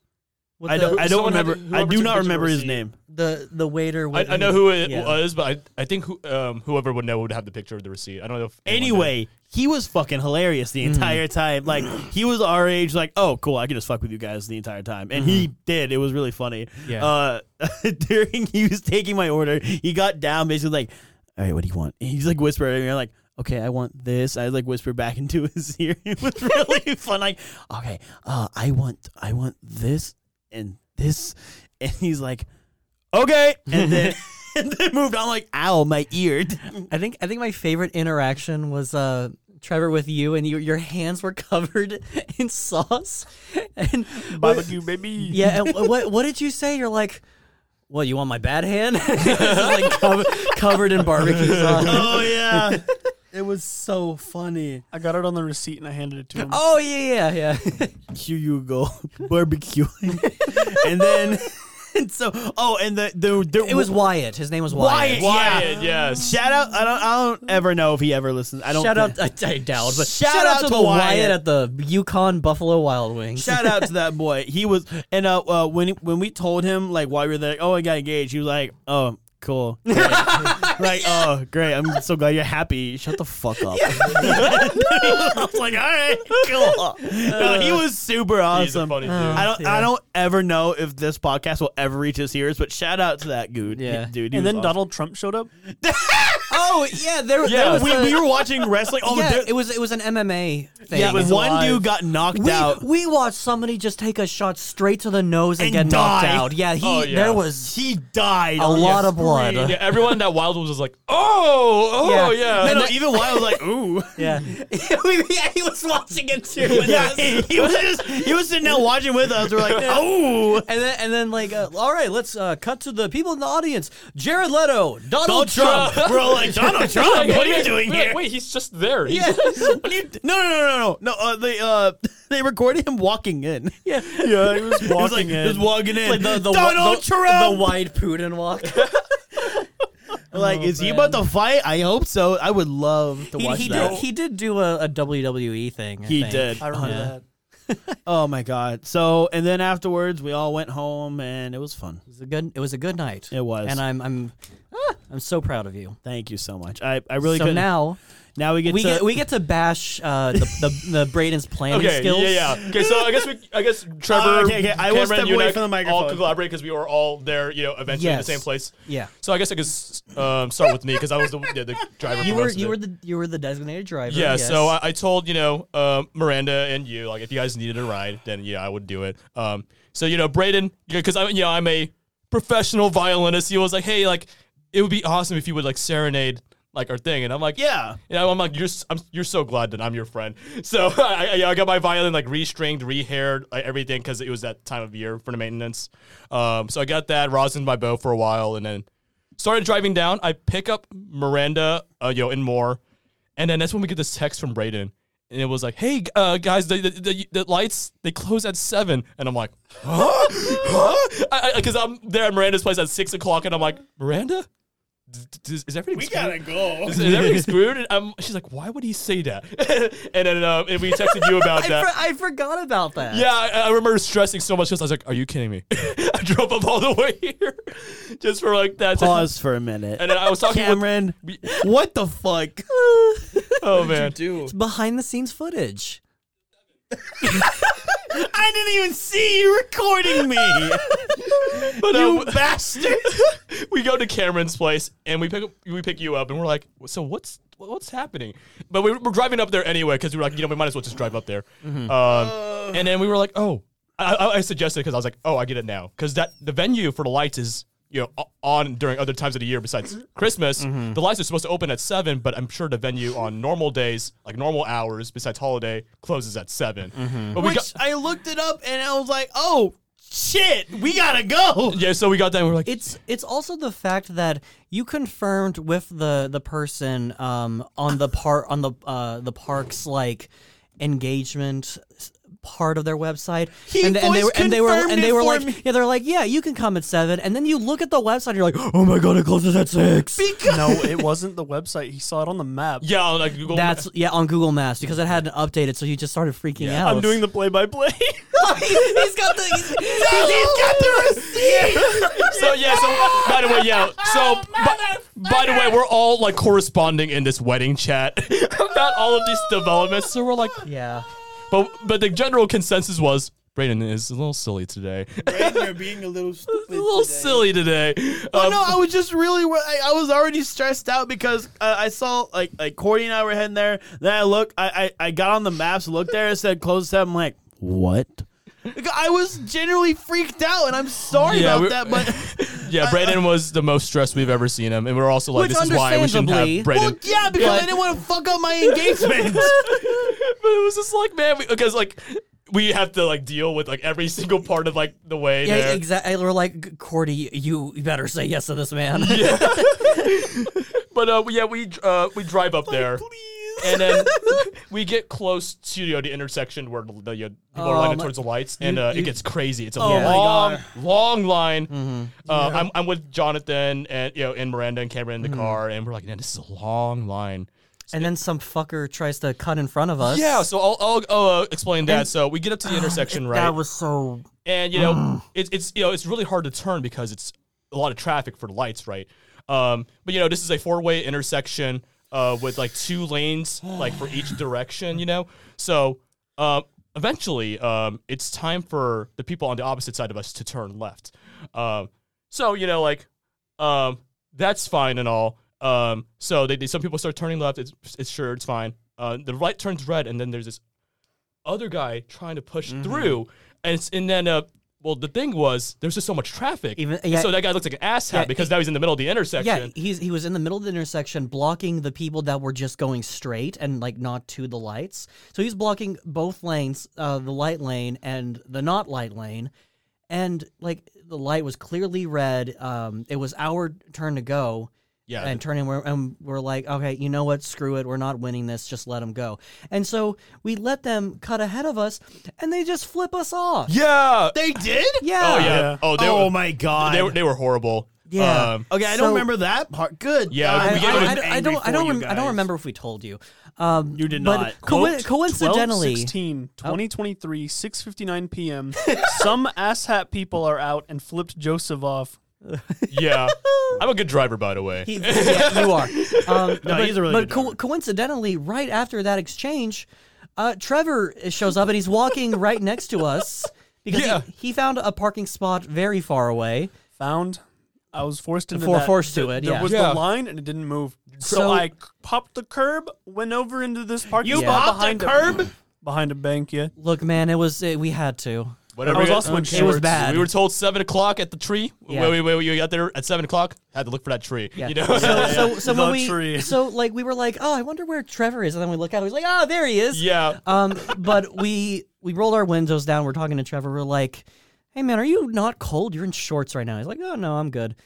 Speaker 3: With
Speaker 1: I don't. I don't
Speaker 2: Someone had-
Speaker 1: remember. I
Speaker 2: whoever
Speaker 1: do
Speaker 2: took
Speaker 1: not
Speaker 2: picture
Speaker 1: remember
Speaker 2: of
Speaker 1: his
Speaker 2: Steve.
Speaker 1: name.
Speaker 3: the the waiter.
Speaker 2: I, I know who it
Speaker 3: Yeah.
Speaker 2: was, but I, I think who, um, whoever would know would have the picture of the receipt. I don't know if anyone did.
Speaker 1: Anyway, he was fucking hilarious the entire time. Like he was our age. Like oh cool, I can just fuck with you guys the entire time, and he did. It was really funny.
Speaker 3: Yeah.
Speaker 1: Uh, (laughs) during he was taking my order, he got down basically like, all right, what do you want? And he's like whispering, and you're like. Okay, I want this. I like whispered back (laughs) into his ear. It was really (laughs) fun. Like, okay, uh, I want, I want this and this, and he's like, okay, and then, (laughs) and then moved on. Like, ow, my ear.
Speaker 3: I think I think my favorite interaction was uh Trevor with you and you, your hands were (laughs) covered in sauce and
Speaker 4: (laughs) Barbecue, baby.
Speaker 1: (laughs)
Speaker 3: yeah and wh- what what did you say you're like what you want my bad hand (laughs) It's just, like cov- covered
Speaker 1: (laughs)
Speaker 3: in barbecue sauce
Speaker 1: oh (laughs) yeah.
Speaker 4: It was so funny. I got it on the receipt and I handed it to
Speaker 3: (laughs)
Speaker 4: him.
Speaker 3: oh yeah yeah yeah (laughs)
Speaker 1: here you go (laughs) barbecuing and then and so oh and the the, the
Speaker 3: it was Wyatt his name was
Speaker 1: Wyatt,
Speaker 3: Wyatt,
Speaker 1: yeah.
Speaker 2: Wyatt, yes.
Speaker 1: shout out I don't I don't ever know if he ever listens I don't
Speaker 3: shout
Speaker 1: think-
Speaker 3: out I, I doubt but
Speaker 1: Shout
Speaker 3: shout,
Speaker 1: out
Speaker 3: out to,
Speaker 1: to
Speaker 3: the Wyatt.
Speaker 1: Wyatt.
Speaker 3: at the Yukon Buffalo Wild Wings
Speaker 1: shout out to that boy he was and uh, uh when when we told him like why we were there like, oh I got engaged he was like oh
Speaker 3: (laughs)
Speaker 1: cool Great. like oh great I'm so glad you're happy shut the fuck up (laughs)
Speaker 3: (laughs)
Speaker 1: I was like all right cool
Speaker 3: Uh.
Speaker 1: no, he was super awesome
Speaker 2: He's a funny dude.
Speaker 1: I don't. I don't ever know if this podcast will ever reach his ears, but shout out to that dude.
Speaker 3: Yeah.
Speaker 1: dude. he was
Speaker 4: and then
Speaker 1: awesome.
Speaker 4: Donald Trump showed up.
Speaker 3: (laughs) oh yeah there, there
Speaker 1: Yeah,
Speaker 3: was
Speaker 1: we,
Speaker 3: a-
Speaker 1: we were watching wrestling. Oh,
Speaker 3: yeah,
Speaker 1: there,
Speaker 3: it was it was an MMA thing
Speaker 1: yeah,
Speaker 4: was
Speaker 1: one
Speaker 4: alive.
Speaker 1: dude got knocked
Speaker 3: We,
Speaker 1: out.
Speaker 3: we watched somebody just take a shot straight to the nose and,
Speaker 1: And
Speaker 3: get
Speaker 1: die. Oh,
Speaker 3: knocked out. Yeah, he
Speaker 2: Oh, yeah.
Speaker 3: there was
Speaker 1: He died.
Speaker 3: a lot of blood.
Speaker 2: Yeah, everyone in that wild was just like, oh, oh,
Speaker 3: Yeah.
Speaker 2: yeah.
Speaker 1: No, no, even while I was like, ooh,
Speaker 3: Yeah. (laughs) yeah, he was watching it too.
Speaker 1: (laughs)
Speaker 3: With
Speaker 1: yeah,
Speaker 3: us.
Speaker 1: he, he was just he was sitting there watching with us. We're like, oh,
Speaker 3: (laughs) And then, and then, like, uh, all right, let's uh, cut to the people in the audience. Jared Leto, Donald, (laughs)
Speaker 1: Donald Trump. We're all like, like Donald Trump. What are you doing
Speaker 2: We're like,
Speaker 1: here?
Speaker 2: Wait, he's just there. He's-
Speaker 1: Yeah. (laughs) What are you d- no, no, no, no, no. No, uh, they uh, (laughs) they recorded him walking in. Yeah,
Speaker 4: Yeah, he was
Speaker 1: he was like
Speaker 4: walking in.
Speaker 1: just walking in.
Speaker 3: Like the, the, wa-
Speaker 1: Donald
Speaker 3: the,
Speaker 1: Trump.
Speaker 3: the wide Putin walk. (laughs)
Speaker 1: like,
Speaker 3: Oh,
Speaker 1: is he
Speaker 3: man.
Speaker 1: about to fight? I hope so. I would love to
Speaker 3: he,
Speaker 1: watch
Speaker 3: he
Speaker 1: that.
Speaker 3: did. He did do a, a WWE thing. I
Speaker 1: He
Speaker 3: think.
Speaker 1: did.
Speaker 4: I remember
Speaker 3: Yeah.
Speaker 4: that.
Speaker 1: (laughs) Oh my god. So and then afterwards, we all went home, and it was fun.
Speaker 3: It was a good. It was a good night.
Speaker 1: It was.
Speaker 3: And I'm I'm ah, I'm so proud of you.
Speaker 1: Thank you so much. I, I really
Speaker 3: so
Speaker 1: couldn't.
Speaker 3: now
Speaker 1: now we get
Speaker 3: we
Speaker 1: to
Speaker 3: get we get to bash uh, the, the the Braden's planning
Speaker 2: (laughs) Okay.
Speaker 3: skills.
Speaker 2: Yeah, yeah. Okay, so I guess we, I guess Trevor,
Speaker 1: (laughs) Uh, okay, okay, I will
Speaker 2: Cameron,
Speaker 1: step
Speaker 2: you and
Speaker 1: away
Speaker 2: I
Speaker 1: from the
Speaker 2: All
Speaker 1: microphone.
Speaker 2: collaborate because we were all there, you know, eventually in
Speaker 3: Yes.
Speaker 2: the same place.
Speaker 3: yeah.
Speaker 2: So I guess I could s- um, start with me because I was the, yeah, the driver.
Speaker 3: You
Speaker 2: for
Speaker 3: were
Speaker 2: most of
Speaker 3: you
Speaker 2: it.
Speaker 3: were the you were the designated driver.
Speaker 2: Yeah,
Speaker 3: yes.
Speaker 2: so I, I told you know uh, Miranda and you like if you guys needed a ride, then yeah, I would do it. Um, so you know Braden, because I'm you know I'm a professional violinist. He was like, hey, like it would be awesome if you would like serenade like our thing, and I'm like,
Speaker 1: Yeah.
Speaker 2: You know, I'm like, you're s- I'm, you're so glad that I'm your friend. (laughs) So I, I, yeah, I got my violin like restringed, rehaired, like, everything because it was that time of year for the maintenance. Um, so I got that rosin my bow for a while, and then started driving down. I pick up Miranda, uh, yo, and more, and then that's when we get this text from Braden, and it was like, "Hey uh, guys, the, the, the, the lights they close at 7. and I'm like, "Huh? Huh?" Because I'm there at Miranda's place at six o'clock, and I'm like, "Miranda, d- d- is everything we gotta
Speaker 1: go.
Speaker 2: is, is everything screwed?" And I'm, she's like, "Why would he say that?" (laughs) and then um, and we texted you about
Speaker 3: (laughs) I,
Speaker 2: that.
Speaker 3: for, I forgot about that.
Speaker 2: Yeah, I, I remember stressing so much because I was like, "Are you kidding me?" (laughs) I drove up all the way here (laughs) just for like that.
Speaker 1: Pause for a minute.
Speaker 2: (laughs) And then I was talking
Speaker 1: Cameron,
Speaker 2: with.
Speaker 1: what the fuck?
Speaker 2: Oh man,
Speaker 3: It's behind the scenes footage.
Speaker 1: I didn't even see you recording me.
Speaker 2: but
Speaker 1: you
Speaker 2: um,
Speaker 1: (laughs) bastard.
Speaker 2: (laughs) we go to Cameron's place and we pick up, we pick you up and we're like, so what's what's happening? But we, we're driving up there anyway because we were like, you know, we might as well just drive up there.
Speaker 1: Mm-hmm.
Speaker 2: Um, and then we were like, oh, I, I, I suggested because I was like, oh, I get it now because that the venue for the lights is you know o- on during other times of the year
Speaker 1: Mm-hmm.
Speaker 2: besides Christmas. The lights are supposed to open at seven, but I'm sure the venue on normal days, like normal hours besides holiday, closes at 7 But we
Speaker 1: Mm-hmm. Which
Speaker 2: got.
Speaker 1: I looked it up and I was like, oh shit, we gotta go.
Speaker 2: Yeah, so we got that. And we we're like,
Speaker 3: It's it's also the fact that you confirmed with the the person um on the part on the uh the park's like engagement s- part of their website
Speaker 1: He
Speaker 3: and, and they
Speaker 1: voice
Speaker 3: were and they were
Speaker 1: confirmed
Speaker 3: and they
Speaker 1: it
Speaker 3: were
Speaker 1: for
Speaker 3: like
Speaker 1: me.
Speaker 3: yeah they're like yeah you can come at 7 and then you look at the website and you're like oh my god it closes at 6
Speaker 4: No, it wasn't the website. He saw it on the map.
Speaker 2: yeah, on, like Google.
Speaker 3: that's yeah on Google Maps because it hadn't updated so you just started freaking out
Speaker 4: I'm doing the (laughs) play-by-play.
Speaker 3: (laughs) he's got the he's, he's got the
Speaker 2: So yeah, so by the way, yeah.
Speaker 1: Oh,
Speaker 2: So by, by the way, we're all like corresponding in this wedding chat (laughs) about all of these developments. So we're like,
Speaker 3: yeah
Speaker 2: but but the general consensus was Brayden is a little silly today, (laughs) a
Speaker 1: You're being a little stupid.
Speaker 2: little silly today.
Speaker 1: Oh
Speaker 2: Um,
Speaker 1: no, I was just really wor- I, I was already stressed out because uh, I saw like like Cordy and I were heading there. Then I look, I, I I got on the maps, looked there, it said close seven. I'm like, what? Like, I was generally freaked out, and I'm sorry
Speaker 2: Yeah,
Speaker 1: about
Speaker 2: we-
Speaker 1: that, (laughs) but
Speaker 2: yeah, Brayden was the most stressed we've ever seen him, and we're also like,
Speaker 3: Which
Speaker 2: this is why we shouldn't have
Speaker 3: understandably-
Speaker 2: Brayden.
Speaker 1: well, yeah, because I
Speaker 2: But-
Speaker 1: didn't want to fuck up my engagement.
Speaker 2: (laughs) but it was just like, man, because like we have to like deal with like every single part of like the way.
Speaker 3: yeah
Speaker 2: there.
Speaker 3: exactly we're like Cordy you better say yes to this man
Speaker 2: But uh, yeah, we uh, we drive up there. And then we get close to the intersection where the, the people are
Speaker 3: Um,
Speaker 2: lining towards the lights, and uh, it gets crazy. It's a
Speaker 3: Oh my Mm-hmm.
Speaker 2: long, long line. Uh, I'm, I'm with Jonathan and you know and Miranda and Cameron in
Speaker 3: Mm-hmm.
Speaker 2: the car, and we're like, man, this is a long line.
Speaker 3: And then some fucker tries to cut in front of us.
Speaker 2: Yeah, so I'll, I'll, I'll, uh, explain that. so we get up to
Speaker 3: (sighs)
Speaker 2: the intersection, right?
Speaker 3: That was so.
Speaker 2: and you know it's it's you know it's really hard to turn because it's a lot of traffic for the lights right um but you know this is a four way intersection uh with like two lanes like for each direction you know so um eventually um it's time for the people on the opposite side of us to turn left um so you know like um that's fine and all um so they, they some people start turning left it's it's sure it's fine uh, the light turns red and then there's this other guy trying to push
Speaker 3: Mm-hmm.
Speaker 2: through, and it's, and then uh, well, the thing was there's just so much traffic,
Speaker 3: Even- uh, yeah.
Speaker 2: so that guy looks like an asshat
Speaker 3: Yeah,
Speaker 2: because now he's in the middle of the
Speaker 3: Yeah,
Speaker 2: intersection.
Speaker 3: he's he was in the middle of the intersection, blocking the people that were just going straight and like not to the lights. So he's blocking both lanes, uh, the light lane and the not light lane, and like the light was clearly red. Um, it was our turn to go,
Speaker 2: Yeah.
Speaker 3: and turning where and we're like, okay, you know what? Screw it. We're not winning this. Just let them go. And so we let them cut ahead of us, and they just flip us off.
Speaker 2: yeah.
Speaker 1: They did?
Speaker 3: Yeah.
Speaker 2: Oh yeah. Oh, they
Speaker 1: oh
Speaker 2: were,
Speaker 1: my god.
Speaker 2: They were they were horrible.
Speaker 3: Yeah.
Speaker 2: Um,
Speaker 1: okay, I don't
Speaker 3: So-
Speaker 1: remember that part. Good.
Speaker 2: Yeah,
Speaker 1: God,
Speaker 2: we
Speaker 3: I,
Speaker 1: was
Speaker 2: gave them-
Speaker 3: I- I don't- I
Speaker 1: angry
Speaker 3: don't. I
Speaker 1: for
Speaker 3: don't.
Speaker 1: you
Speaker 3: rem- I
Speaker 1: guys.
Speaker 3: don't remember if we told you. Um,
Speaker 1: You did
Speaker 3: but
Speaker 1: not.
Speaker 3: co-
Speaker 1: Quote,
Speaker 3: coincidentally,
Speaker 4: 16, 2023, 6.59 p.m. Some asshat people are out and flipped Joseph off.
Speaker 2: yeah. I'm a good driver, by the way.
Speaker 3: He- (laughs) yeah, you are. Um,
Speaker 1: (laughs)
Speaker 3: but,
Speaker 1: he's a really
Speaker 3: but
Speaker 1: good
Speaker 3: co-
Speaker 1: driver.
Speaker 3: coincidentally, right after that exchange, uh, Trevor shows up and he's walking right next to us because he-
Speaker 2: Yeah.
Speaker 3: he, found a parking spot very far away.
Speaker 4: Found. I was forced into
Speaker 3: For-
Speaker 4: that.
Speaker 3: forced to
Speaker 4: There-
Speaker 3: it, yeah.
Speaker 4: There was
Speaker 2: Yeah.
Speaker 4: the line and it didn't move. So,
Speaker 3: So-
Speaker 4: I c- popped the curb, went over into this parking
Speaker 1: You
Speaker 4: spot
Speaker 1: popped
Speaker 4: behind
Speaker 1: the
Speaker 4: A,
Speaker 1: curb?
Speaker 4: behind a bank, yeah.
Speaker 3: Look, man, it was it, we had to.
Speaker 2: Whatever.
Speaker 4: I was
Speaker 2: we-
Speaker 4: also in
Speaker 3: It was
Speaker 4: shorts.
Speaker 3: bad.
Speaker 2: We were told seven o'clock at the tree.
Speaker 3: Yeah.
Speaker 2: Wait, wait, wait, you got there at seven o'clock. Had to look for that tree.
Speaker 3: Yeah.
Speaker 2: You know. (laughs)
Speaker 1: (laughs)
Speaker 3: So, so, so when
Speaker 4: The
Speaker 3: we,
Speaker 4: tree.
Speaker 3: so like we were like, oh, I wonder where Trevor is, and then we look out, he's like, oh, there he
Speaker 2: (laughs)
Speaker 3: is.
Speaker 2: yeah.
Speaker 3: Um, but we we rolled our windows down. We're talking to Trevor. We're like, "Hey man, are you not cold? You're in shorts right now." He's like, "Oh no, I'm good."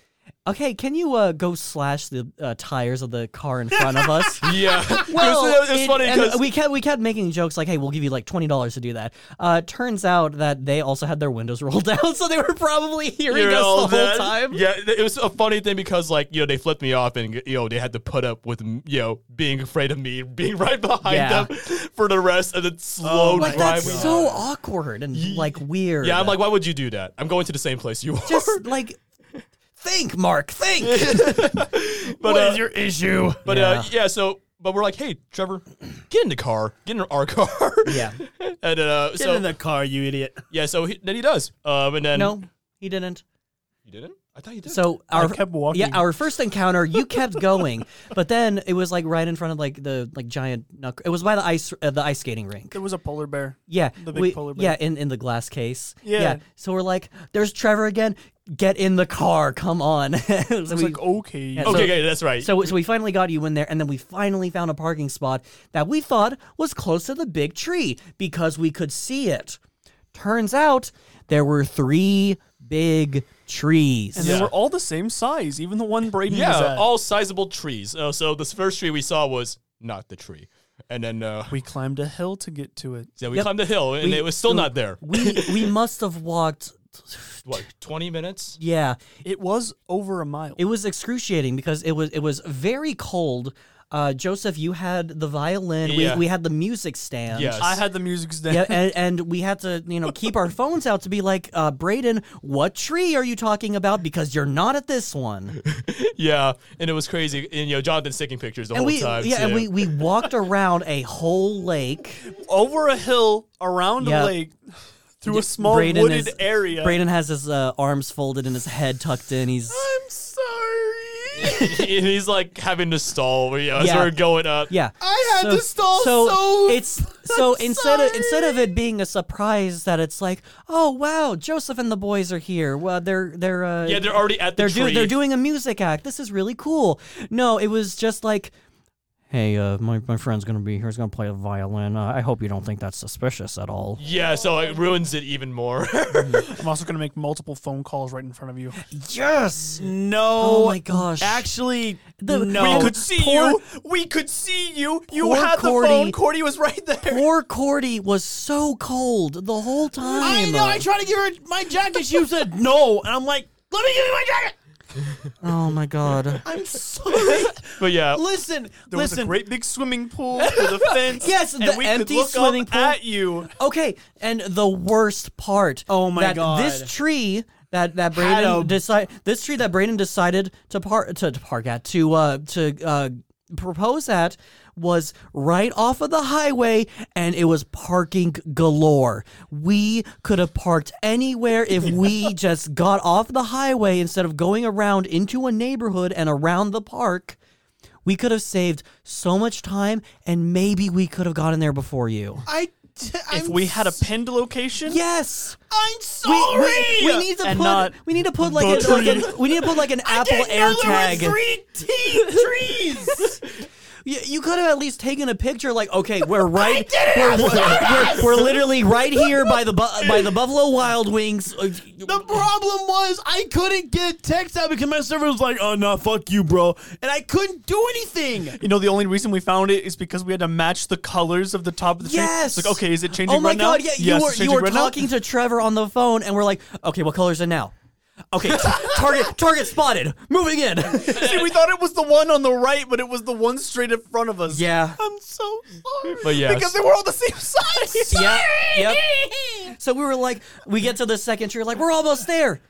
Speaker 3: Okay, can you uh, go slash the uh, tires of the car in front of us?
Speaker 2: Yeah. (laughs)
Speaker 3: (laughs)
Speaker 2: It was- it was,
Speaker 3: it-
Speaker 2: funny
Speaker 3: and
Speaker 2: 'cause-
Speaker 3: we kept we kept making jokes like, "Hey, we'll give you like twenty dollars to do that." Uh, turns out that they also had their windows (laughs) rolled down, so they were
Speaker 2: (laughs)
Speaker 3: probably hearing
Speaker 2: you
Speaker 3: us the
Speaker 2: know,
Speaker 3: whole
Speaker 2: that-
Speaker 3: time.
Speaker 2: Yeah, th- it was a funny thing because like you know they flipped me off and you know they had to put up with m- you know being afraid of me being (laughs) right behind
Speaker 3: Yeah.
Speaker 2: them for the rest of the slow
Speaker 3: But
Speaker 2: drive.
Speaker 3: Oh that's so awkward and like weird.
Speaker 2: yeah, I'm like, why would you do that? I'm going to the same place you are. (laughs)
Speaker 3: just like think, Mark, think.
Speaker 2: but
Speaker 1: What
Speaker 2: uh,
Speaker 1: is your issue?
Speaker 2: but uh, yeah, so but we're like, hey, Trevor, (clears throat) get in the car, get in our (laughs) car.
Speaker 3: Yeah.
Speaker 2: and uh,
Speaker 1: Get
Speaker 2: so
Speaker 1: in the car, you idiot.
Speaker 2: yeah, so he, then he does. Um, and then
Speaker 3: no, he didn't.
Speaker 2: you didn't. I thought you did.
Speaker 3: So our
Speaker 4: kept walking.
Speaker 3: Yeah, our first encounter, you kept going, (laughs) but then it was like right in front of like the like giant. Knuck- it was by the ice uh, the ice skating rink.
Speaker 4: There was a polar bear.
Speaker 3: Yeah,
Speaker 4: the big
Speaker 3: we-
Speaker 4: polar bear.
Speaker 3: Yeah, in in the glass case.
Speaker 4: Yeah.
Speaker 3: So we're like, "There's Trevor again. Get in the car. Come on." (laughs) so,
Speaker 4: I was
Speaker 3: we,
Speaker 4: like, "Oh, okay.
Speaker 2: okay,
Speaker 3: so-
Speaker 2: okay, that's right.
Speaker 3: so so we finally got you in there, and then we finally found a parking spot that we thought was close to the big tree because we could see it. Turns out there were three big trees.
Speaker 4: And
Speaker 2: Yeah.
Speaker 4: they were all the same size, even the one Braden was
Speaker 2: Yeah,
Speaker 4: at.
Speaker 2: all sizable trees. Uh, so the first tree we saw was not the tree, and then uh,
Speaker 4: we climbed a hill to get to it.
Speaker 2: yeah, we climbed the hill, and
Speaker 3: We-
Speaker 2: it was still not there.
Speaker 3: we we must have walked
Speaker 2: What twenty minutes?
Speaker 3: yeah
Speaker 4: It was over a mile.
Speaker 3: it was excruciating because it was it was very cold uh joseph you had the violin
Speaker 2: Yeah.
Speaker 3: we, we had the music stand
Speaker 2: Yes,
Speaker 4: I had the music stand.
Speaker 3: (laughs) yeah, and, and we had to, you know, keep our phones out to be like, uh, Braden, what tree are you talking about? Because you're not at this one.
Speaker 2: yeah, and it was crazy. And you know, Jonathan's taking pictures the
Speaker 3: And
Speaker 2: whole
Speaker 3: we,
Speaker 2: time.
Speaker 3: yeah, and
Speaker 2: too.
Speaker 3: we, we walked around a whole lake.
Speaker 4: over a hill, around
Speaker 3: Yeah.
Speaker 4: a lake, through a small
Speaker 3: Braden
Speaker 4: wooded
Speaker 3: is-
Speaker 4: area.
Speaker 3: Braden has his uh, arms folded and his head tucked in. He's
Speaker 1: I'm sorry.
Speaker 2: (laughs) and he's like having to stall. You know, as
Speaker 3: Yeah.
Speaker 2: we're going up.
Speaker 3: Yeah.
Speaker 1: I had to stall so-
Speaker 3: it's
Speaker 1: (laughs)
Speaker 3: so
Speaker 1: I'm
Speaker 3: instead of
Speaker 1: sorry.
Speaker 3: instead of it being a surprise that it's like, "Oh wow, Joseph and the boys are here. Well, they're they're uh,
Speaker 2: yeah, they're already at the
Speaker 3: they're
Speaker 2: tree.
Speaker 3: do- they're doing a music act. This is really cool." No, it was just like Hey, uh, my, my friend's gonna be here. He's gonna play the violin. Uh, I hope you don't think that's suspicious at all.
Speaker 2: Yeah, so it ruins it even more. (laughs)
Speaker 4: I'm also going to make multiple phone calls right in front of you.
Speaker 3: Yes.
Speaker 1: No.
Speaker 3: Oh my gosh.
Speaker 1: Actually,
Speaker 3: The-
Speaker 1: no.
Speaker 3: we could
Speaker 4: see
Speaker 3: Poor-
Speaker 4: you. We could see you. You
Speaker 3: Poor
Speaker 4: had
Speaker 3: Cordy.
Speaker 4: the phone. Cordy was right there.
Speaker 3: Poor Cordy was so cold the whole time.
Speaker 1: I know. I tried to give her my jacket. She said no, and I'm like, let me give you my jacket.
Speaker 3: oh my god.
Speaker 1: I'm sorry.
Speaker 2: but
Speaker 1: (laughs)
Speaker 2: yeah,
Speaker 1: listen,
Speaker 4: There was a
Speaker 1: listen.
Speaker 4: great big swimming
Speaker 1: (laughs)
Speaker 4: pool with a fence.
Speaker 3: Yes,
Speaker 4: and
Speaker 3: the
Speaker 4: we
Speaker 3: empty
Speaker 4: could look
Speaker 3: swimming
Speaker 4: up
Speaker 3: pool.
Speaker 4: at you.
Speaker 3: Okay, and the worst part.
Speaker 1: Oh my
Speaker 3: that
Speaker 1: God.
Speaker 3: This tree that
Speaker 1: Had
Speaker 3: that Braden
Speaker 1: a-
Speaker 3: decide this tree that Braden decided to park to, to park at to uh to uh propose at was right off of the highway and it was parking galore. We could have parked anywhere
Speaker 1: (laughs)
Speaker 3: if we just got off the highway instead of going around into a neighborhood and around the park. We could have saved so much time and maybe we could have gotten there before you.
Speaker 1: I. T-
Speaker 4: If
Speaker 1: I'm
Speaker 4: we had a pinned location,
Speaker 3: Yes.
Speaker 1: I'm
Speaker 3: We,
Speaker 1: sorry.
Speaker 3: we, we need to
Speaker 4: And
Speaker 3: put
Speaker 4: not
Speaker 3: we need to put like, a, like an- we need to put like an Apple
Speaker 1: Didn't know there were
Speaker 3: AirTag.
Speaker 1: Three t- trees.
Speaker 3: You, you could have at least taken a picture. Like, okay, we're right. we're, we're, we're, we're literally right here by the bu- by the Buffalo Wild Wings. Uh,
Speaker 1: The problem was I couldn't get text out because my server was like, "Oh no, fuck you, bro," and I couldn't do anything.
Speaker 4: You know, the only reason we found it is because we had to match the colors of the top of the tree.
Speaker 3: Yes.
Speaker 4: It's like, okay, is it changing
Speaker 3: Oh my
Speaker 4: right now?
Speaker 3: god! Yeah, you
Speaker 4: Yes,
Speaker 3: were
Speaker 4: it's
Speaker 3: you
Speaker 4: changing
Speaker 3: were
Speaker 4: right now.
Speaker 3: talking to Trevor on the phone, and we're like, okay, what color is it now? Okay, t-
Speaker 1: (laughs)
Speaker 3: target target spotted. Moving in.
Speaker 4: (laughs) See,
Speaker 3: (laughs)
Speaker 4: we thought it was the one on the right, but it was the one straight in front of us.
Speaker 3: yeah.
Speaker 4: I'm so sorry.
Speaker 2: But yes.
Speaker 4: Because they were all the same size.
Speaker 3: Yeah. (laughs) Yep.
Speaker 1: (laughs)
Speaker 3: So we were like, we get to the second tree, like we're almost there.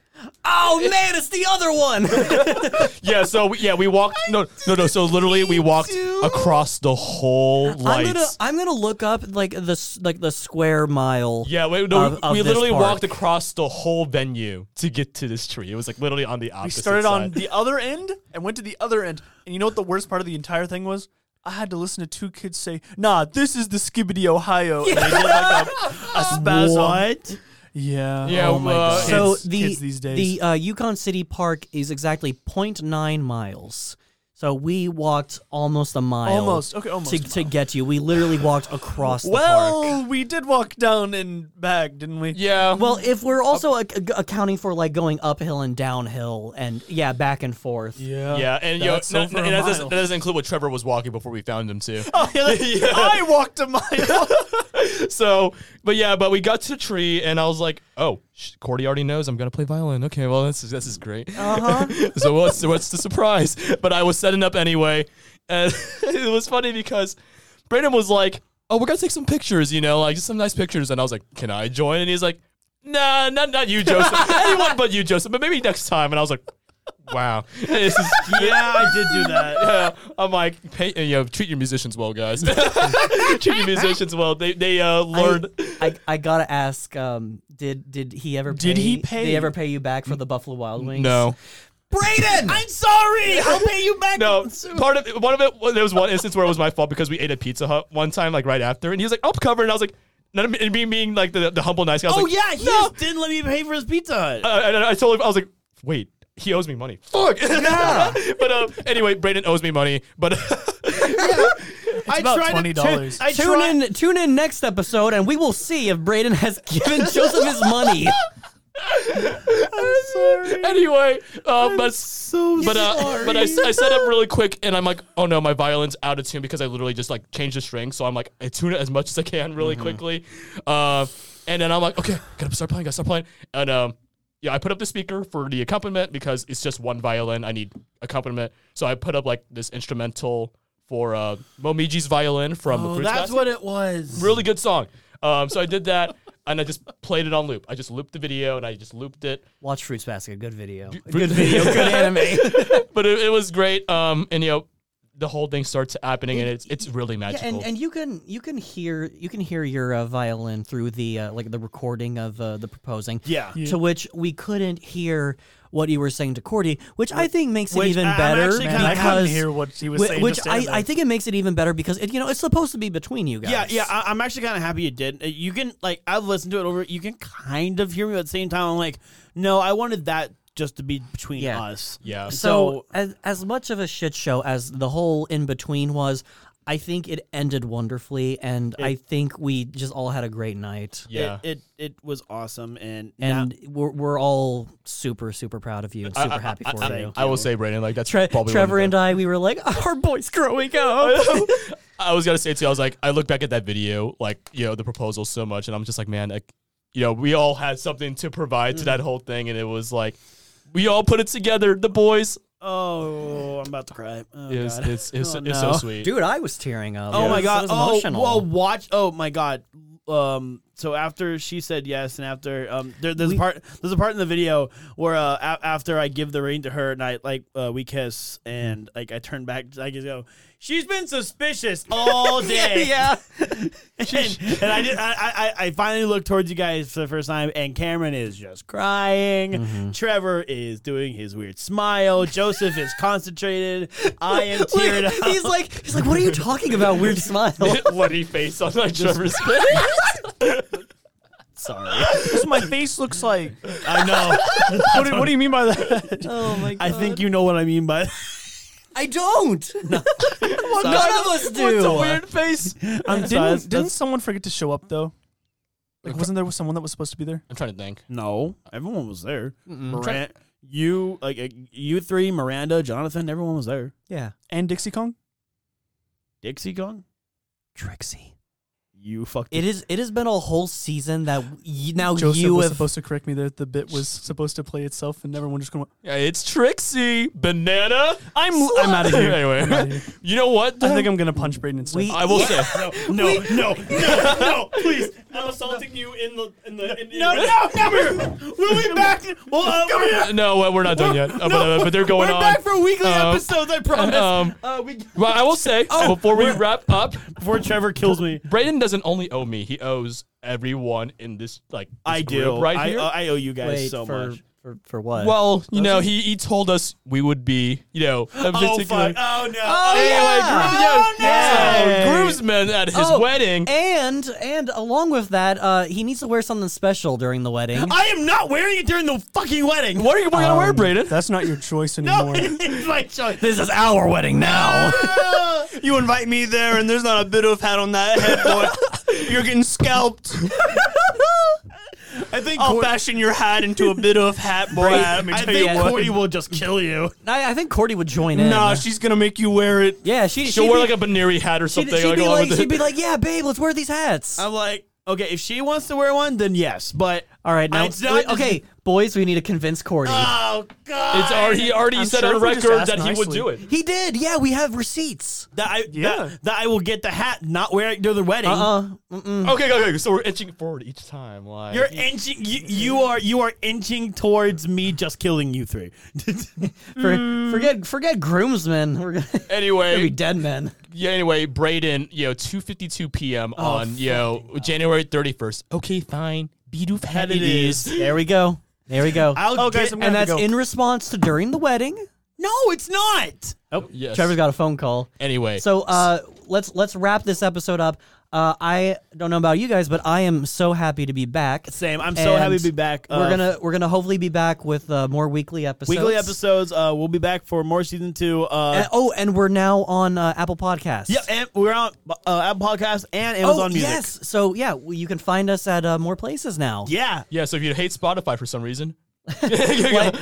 Speaker 3: Oh man, it's the other one.
Speaker 2: Yeah, so we, yeah, we walked. No, no, no. So literally, we walked across the whole
Speaker 3: I'm
Speaker 2: lights.
Speaker 3: gonna I'm gonna look up like the s- like the square mile.
Speaker 2: yeah, we, no,
Speaker 3: of- of
Speaker 2: we
Speaker 3: this
Speaker 2: literally
Speaker 3: park.
Speaker 2: walked across the whole venue to get to this tree. It was like literally on the opposite.
Speaker 4: We started on
Speaker 2: side.
Speaker 4: the other end and went to the other end. And you know what the worst part of the entire thing was? I had to listen to two kids say, nah, this is the Skibbity Ohio. And I did like
Speaker 2: (laughs)
Speaker 4: a, a spasm.
Speaker 1: What?
Speaker 4: Yeah.
Speaker 2: Yeah,
Speaker 4: Oh my
Speaker 2: well,
Speaker 4: God.
Speaker 3: So
Speaker 4: Kids-
Speaker 3: the
Speaker 4: kids these days.
Speaker 3: the uh, Yukon City Park is exactly 0.9 miles. So we walked almost a mile.
Speaker 4: Almost. Okay, almost
Speaker 3: To,
Speaker 4: a
Speaker 3: to get you, we literally walked across the park.
Speaker 4: well, we did walk down and back, didn't we?
Speaker 2: yeah.
Speaker 3: Well, if we're also ac- ac- accounting for like going uphill and downhill and yeah, back and forth.
Speaker 4: Yeah.
Speaker 2: yeah, and yo,
Speaker 4: That's
Speaker 2: no,
Speaker 4: over
Speaker 2: no,
Speaker 4: a
Speaker 2: and that
Speaker 4: mile.
Speaker 2: doesn't, that doesn't include what Trevor was walking before we found him
Speaker 4: (laughs)
Speaker 2: too.
Speaker 4: I walked
Speaker 1: (laughs)
Speaker 4: a mile.
Speaker 2: so, but yeah, but we got to the tree, and I was like, "Oh, sh- Cordy already knows I'm gonna play violin. Okay, well, this is this is great. Uh-huh. (laughs) so what's what's the surprise? But I was setting up anyway, and (laughs) it was funny because Brandon was like, "Oh, we're gonna take some pictures, you know, like just some nice pictures," and I was like, "Can I join?" And he's like, "Nah, not not you, Joseph. Anyone but you, Joseph. But maybe next time." And I was like, "Wow, this is."
Speaker 1: Yeah, I did do that.
Speaker 2: Uh, I'm like, pay, you know, treat your musicians well, guys. (laughs) treat your musicians well. They they uh, learned.
Speaker 3: I, I, I gotta ask, um, did did he ever pay,
Speaker 4: Did he pay?
Speaker 3: they ever pay you back for the Buffalo Wild Wings?
Speaker 2: No,
Speaker 1: Braden, I'm sorry. I'll pay you back.
Speaker 2: no. Part of it, one of it, well, there was one instance where it was my fault because we ate at Pizza Hut one time, like right after, and he was like, "I'll cover," and I was like, "None of me and me being like the, the humble nice guy." I was
Speaker 1: Oh
Speaker 2: like,
Speaker 1: yeah, he
Speaker 2: no.
Speaker 1: just didn't let me pay for his pizza. Hut.
Speaker 2: Uh, and I told him, I was like, "Wait." He owes me money. Fuck. Nah. (laughs) but um, anyway, Brayden owes me money. But (laughs)
Speaker 1: I
Speaker 4: about
Speaker 1: tried to-
Speaker 4: $20.
Speaker 1: I
Speaker 3: Tune
Speaker 1: tried-
Speaker 3: in tune in next episode and we will see if Braden has (laughs) given Joseph his money.
Speaker 2: anyway, um, but
Speaker 1: So
Speaker 2: But uh,
Speaker 1: sorry.
Speaker 2: but I, s- I set up really quick, and I'm like, oh no, my violin's out of tune because I literally just like changed the string. So I'm like, I tune it as much as I can really quickly, uh, and then I'm like, okay, gotta start playing, gotta start playing, and um, yeah, I put up the speaker for the accompaniment because it's just one violin. I need accompaniment, so I put up like this instrumental for uh, Momiji's violin from the
Speaker 1: Oh,
Speaker 2: Fruits
Speaker 1: that's
Speaker 2: Basket.
Speaker 1: what it was.
Speaker 2: Really good song. Um, so I did that, and I just played it on loop. I just looped the video, and I just looped it.
Speaker 3: (laughs) Watch Fruits Basket, good video. Good video, good anime.
Speaker 2: but it, it was great. Um, and you know, the whole thing starts happening, and it's it's really
Speaker 3: Yeah,
Speaker 2: magical.
Speaker 3: and, and you can you can hear you can hear your uh, violin through the uh, like the recording of uh, the proposing.
Speaker 1: Yeah.
Speaker 3: To which we couldn't hear what you were saying to Cordy, which I think makes it
Speaker 1: Which
Speaker 3: even
Speaker 1: I'm
Speaker 3: better
Speaker 1: actually kinda-
Speaker 4: I couldn't
Speaker 3: because
Speaker 4: hear what he was
Speaker 3: whi-
Speaker 4: saying.
Speaker 3: which
Speaker 4: just
Speaker 3: I,
Speaker 4: standing there.
Speaker 3: I think it makes it even better because it you know it's supposed to be between you guys.
Speaker 1: Yeah, yeah. I, I'm actually kind of happy you did. Uh, You can like I've listened to it over. You can kind of hear me, but at the same time, I'm like, no, I wanted that just to be between
Speaker 3: Yeah.
Speaker 1: us.
Speaker 2: yeah,
Speaker 3: so as as much of a shit show as the whole in between was, I think it ended wonderfully, and I think we just all had a great night.
Speaker 2: yeah.
Speaker 1: It, it it was awesome, and
Speaker 3: And
Speaker 1: now-
Speaker 3: we're, we're all super, super proud of you and super happy for
Speaker 1: I-
Speaker 3: you.
Speaker 2: I will say, Brandon, like that's
Speaker 3: Tre-
Speaker 2: probably
Speaker 3: Trevor
Speaker 2: one
Speaker 3: and
Speaker 4: uh,
Speaker 2: of
Speaker 3: I, we were like, (laughs) our boy's growing up.
Speaker 2: the- I was gonna say too. I was like, I look back at that video, like you know, the proposal so much, and I'm just like, man, like, you know, we all had something to provide to that whole thing, and it was like, we all put it together. The boys,
Speaker 1: oh, I'm about to cry. Oh,
Speaker 2: it was,
Speaker 1: God.
Speaker 2: it's it's,
Speaker 1: Oh,
Speaker 2: it's
Speaker 1: no.
Speaker 2: so sweet.
Speaker 3: Dude, I was tearing up.
Speaker 1: Oh
Speaker 3: It
Speaker 1: my
Speaker 3: was-
Speaker 1: god!
Speaker 3: It was
Speaker 1: oh,
Speaker 3: emotional.
Speaker 1: well, watch. Oh my god. Um. So after she said yes, and after um, there, there's a part. There's a part in the video where uh, a- after I give the ring to her and I like uh, we kiss
Speaker 3: Mm-hmm.
Speaker 1: and like I turn back, I just go. She's been suspicious all day.
Speaker 3: (laughs) (laughs) yeah.
Speaker 1: and, and I, did, I, I- I I finally looked towards you guys for the first time, and Cameron is just crying. Trevor is doing his weird smile. Joseph is concentrated. I am teared up.
Speaker 3: he's like, he's like, what are you talking about? (laughs) Weird smile.
Speaker 2: Bloody face on like Trevor's face.
Speaker 1: Sorry.
Speaker 4: That's what my face
Speaker 1: (laughs)
Speaker 4: looks like.
Speaker 1: I know.
Speaker 4: what, do, what do you mean by that?
Speaker 3: oh my god.
Speaker 1: I think you know what I mean by
Speaker 3: I don't. No. (laughs) None of us do.
Speaker 2: face?
Speaker 1: (laughs) I'm sorry,
Speaker 4: didn't, didn't
Speaker 1: that's-
Speaker 4: someone forget to show up though? Like, wasn't there someone that was supposed to be there?
Speaker 2: I'm trying to think.
Speaker 1: (laughs) No, everyone was there. Miran- you like uh, you three, Miranda, Jonathan, everyone was there.
Speaker 3: Yeah.
Speaker 4: And Dixie Kong?
Speaker 1: Dixie gone.
Speaker 3: Trixie.
Speaker 1: You fucked.
Speaker 3: It is. It has been a whole season that y- now
Speaker 4: Joseph
Speaker 3: you
Speaker 4: was
Speaker 3: have.
Speaker 4: supposed to correct me that the bit was supposed to play itself, and everyone just going,
Speaker 2: Yeah, it's Trixie Banana. I'm
Speaker 4: I'm outta here.
Speaker 2: anyway,
Speaker 4: I'm outta here.
Speaker 2: (laughs) you know what?
Speaker 4: "I think I'm gonna punch Braden instead."
Speaker 3: We-
Speaker 2: I will say.
Speaker 1: (laughs) no, no, no, no, (laughs) please.
Speaker 4: I'm assaulting you in the in the in,
Speaker 1: No, no, come here. We'll be back. Well, uh, come here.
Speaker 2: No, well, we're not done yet. Uh, but, uh, but they're going
Speaker 1: We're
Speaker 2: on.
Speaker 1: back for weekly
Speaker 2: Um,
Speaker 1: episodes. I promise.
Speaker 2: um,
Speaker 1: uh, we, Oh,
Speaker 2: well, I
Speaker 1: (laughs)
Speaker 2: will say before we wrap up,
Speaker 1: before Trevor kills me,
Speaker 2: Braden doesn't only owe me; he owes everyone in this like this
Speaker 1: I
Speaker 2: group
Speaker 1: do.
Speaker 2: right
Speaker 1: I, uh,
Speaker 2: here.
Speaker 1: I owe you guys
Speaker 3: Wait
Speaker 1: so
Speaker 3: for,
Speaker 1: much.
Speaker 3: for for what?
Speaker 2: well, you know, he, he told us we would be, you know, a
Speaker 1: Oh
Speaker 2: particular-
Speaker 1: fuck! Oh no!
Speaker 2: Anyway, groom- yeah,
Speaker 1: no!
Speaker 2: so, groomsmen at his
Speaker 3: Oh,
Speaker 2: wedding.
Speaker 3: and and along with that, uh, he needs to wear something special during the wedding.
Speaker 2: (gasps)
Speaker 1: I am not wearing it during the fucking wedding.
Speaker 2: what are you going to wear, Braden?
Speaker 4: Um, That's not your (laughs) choice
Speaker 1: No,
Speaker 4: anymore.
Speaker 1: it's my choice.
Speaker 3: This is our wedding now.
Speaker 4: (laughs) you invite me there, and there's not a bit of hat on that head, boy. You're getting scalped.
Speaker 1: I think
Speaker 4: I'll
Speaker 1: Cor-
Speaker 4: fashion your hat into a bit of hat, boy. Let me
Speaker 1: I
Speaker 4: tell you
Speaker 1: think
Speaker 4: what.
Speaker 1: Cordy will just kill you.
Speaker 3: I, I think Cordy would join in.
Speaker 4: Nah, she's gonna make you wear it.
Speaker 3: yeah, she.
Speaker 2: She'll
Speaker 3: she'd
Speaker 2: wear
Speaker 3: be,
Speaker 2: like a Baneri hat or
Speaker 3: She'd,
Speaker 2: something.
Speaker 3: she'd
Speaker 2: like,
Speaker 4: oh,
Speaker 3: be
Speaker 2: along
Speaker 3: like,
Speaker 2: with
Speaker 3: she'd
Speaker 2: it.
Speaker 3: be like, yeah, babe, let's wear these hats.
Speaker 2: Um,
Speaker 1: I'm like, okay, if she wants to wear one, then yes. But
Speaker 3: All right, now,
Speaker 1: It's not-
Speaker 2: (laughs)
Speaker 3: okay, boys, we need to convince Cordy.
Speaker 2: Ah.
Speaker 1: oh god,
Speaker 2: It's already, he already
Speaker 4: I'm
Speaker 2: said
Speaker 4: sure
Speaker 2: on
Speaker 4: if we just
Speaker 2: record
Speaker 4: ask
Speaker 2: that he would
Speaker 4: nicely.
Speaker 2: do it.
Speaker 3: he did. Yeah, we have receipts.
Speaker 1: that I
Speaker 4: Yeah.
Speaker 1: that, that I will get the hat, not wear it during the wedding.
Speaker 3: Uh, mm-mm.
Speaker 2: Okay, okay, okay. So we're inching forward each time. Like,
Speaker 1: You're inching.
Speaker 3: (laughs)
Speaker 1: You, you are you are inching towards me just killing you
Speaker 3: (laughs)
Speaker 1: three.
Speaker 3: For,
Speaker 2: Mm.
Speaker 3: forget, forget groomsmen. We're gonna, (laughs) we're gonna be
Speaker 2: anyway,
Speaker 3: dead men.
Speaker 2: yeah. Anyway, Braden, you know, two fifty two p.m. on you know January thirty first. Okay, fine. Be doof hat it is.
Speaker 3: There we go. There we (laughs) go.
Speaker 1: I'll
Speaker 4: Oh,
Speaker 1: get,
Speaker 4: guys, I'm
Speaker 3: and
Speaker 4: gonna have
Speaker 3: that's
Speaker 4: to go.
Speaker 3: in response to during the wedding.
Speaker 1: no, it's not.
Speaker 3: Oh,
Speaker 2: Yes.
Speaker 3: Trevor's got a phone call.
Speaker 2: Anyway,
Speaker 3: So uh, let's let's wrap this episode up. Uh, I don't know about you guys, but I am so happy to be back.
Speaker 1: Same. I'm so
Speaker 3: And
Speaker 1: happy to be back. Uh,
Speaker 3: We're gonna we're gonna hopefully be back with uh, more weekly episodes.
Speaker 1: weekly episodes. Uh, we'll be back for more season two. Uh,
Speaker 3: And- oh, and we're now on uh, Apple Podcasts.
Speaker 1: yeah, and we're on uh, Apple Podcasts and
Speaker 3: Oh,
Speaker 1: Amazon Music.
Speaker 3: yes. So yeah, well, you can find us at uh, more places now.
Speaker 1: Yeah.
Speaker 2: yeah. So if you hate Spotify for some reason, (laughs)
Speaker 1: Go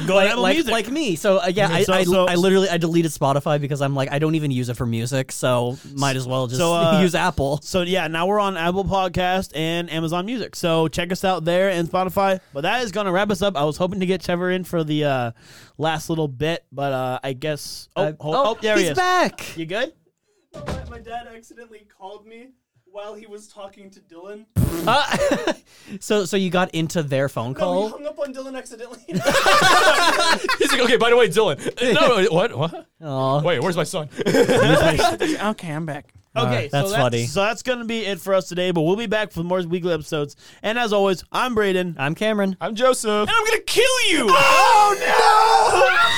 Speaker 3: Like,
Speaker 1: Apple
Speaker 3: like,
Speaker 1: Music.
Speaker 3: like me, so uh, yeah, I,
Speaker 1: So-
Speaker 3: I,
Speaker 1: so-
Speaker 3: I literally I deleted Spotify because I'm like I don't even use it for music, so might as well just (laughs)
Speaker 1: So, uh,
Speaker 3: use Apple.
Speaker 1: So yeah, now we're on Apple Podcast and Amazon Music. So check us out there and Spotify. But that is gonna wrap us up. I was hoping to get Trevor in for the uh, last little bit, but uh, I guess. Oh,
Speaker 3: Uh,
Speaker 1: hold, oh, there
Speaker 3: he's
Speaker 1: he is.
Speaker 3: back.
Speaker 1: You good?
Speaker 4: (laughs) My dad accidentally called me while he was talking to Dylan.
Speaker 3: Uh, (laughs) so so you got into their phone call.
Speaker 4: hung up on Dylan (laughs) accidentally.
Speaker 2: he's like, okay. By the way, Dylan. (laughs) No, what? What?
Speaker 3: Aw.
Speaker 2: Wait, where's my son?
Speaker 4: okay, I'm back.
Speaker 1: Okay,
Speaker 3: right, that's
Speaker 1: so
Speaker 3: funny.
Speaker 1: So that's gonna be it for us today. But we'll be back for more weekly episodes. And as always, I'm Braden.
Speaker 3: I'm Cameron.
Speaker 2: I'm Joseph.
Speaker 4: I'm gonna kill you. (laughs)
Speaker 1: Oh no!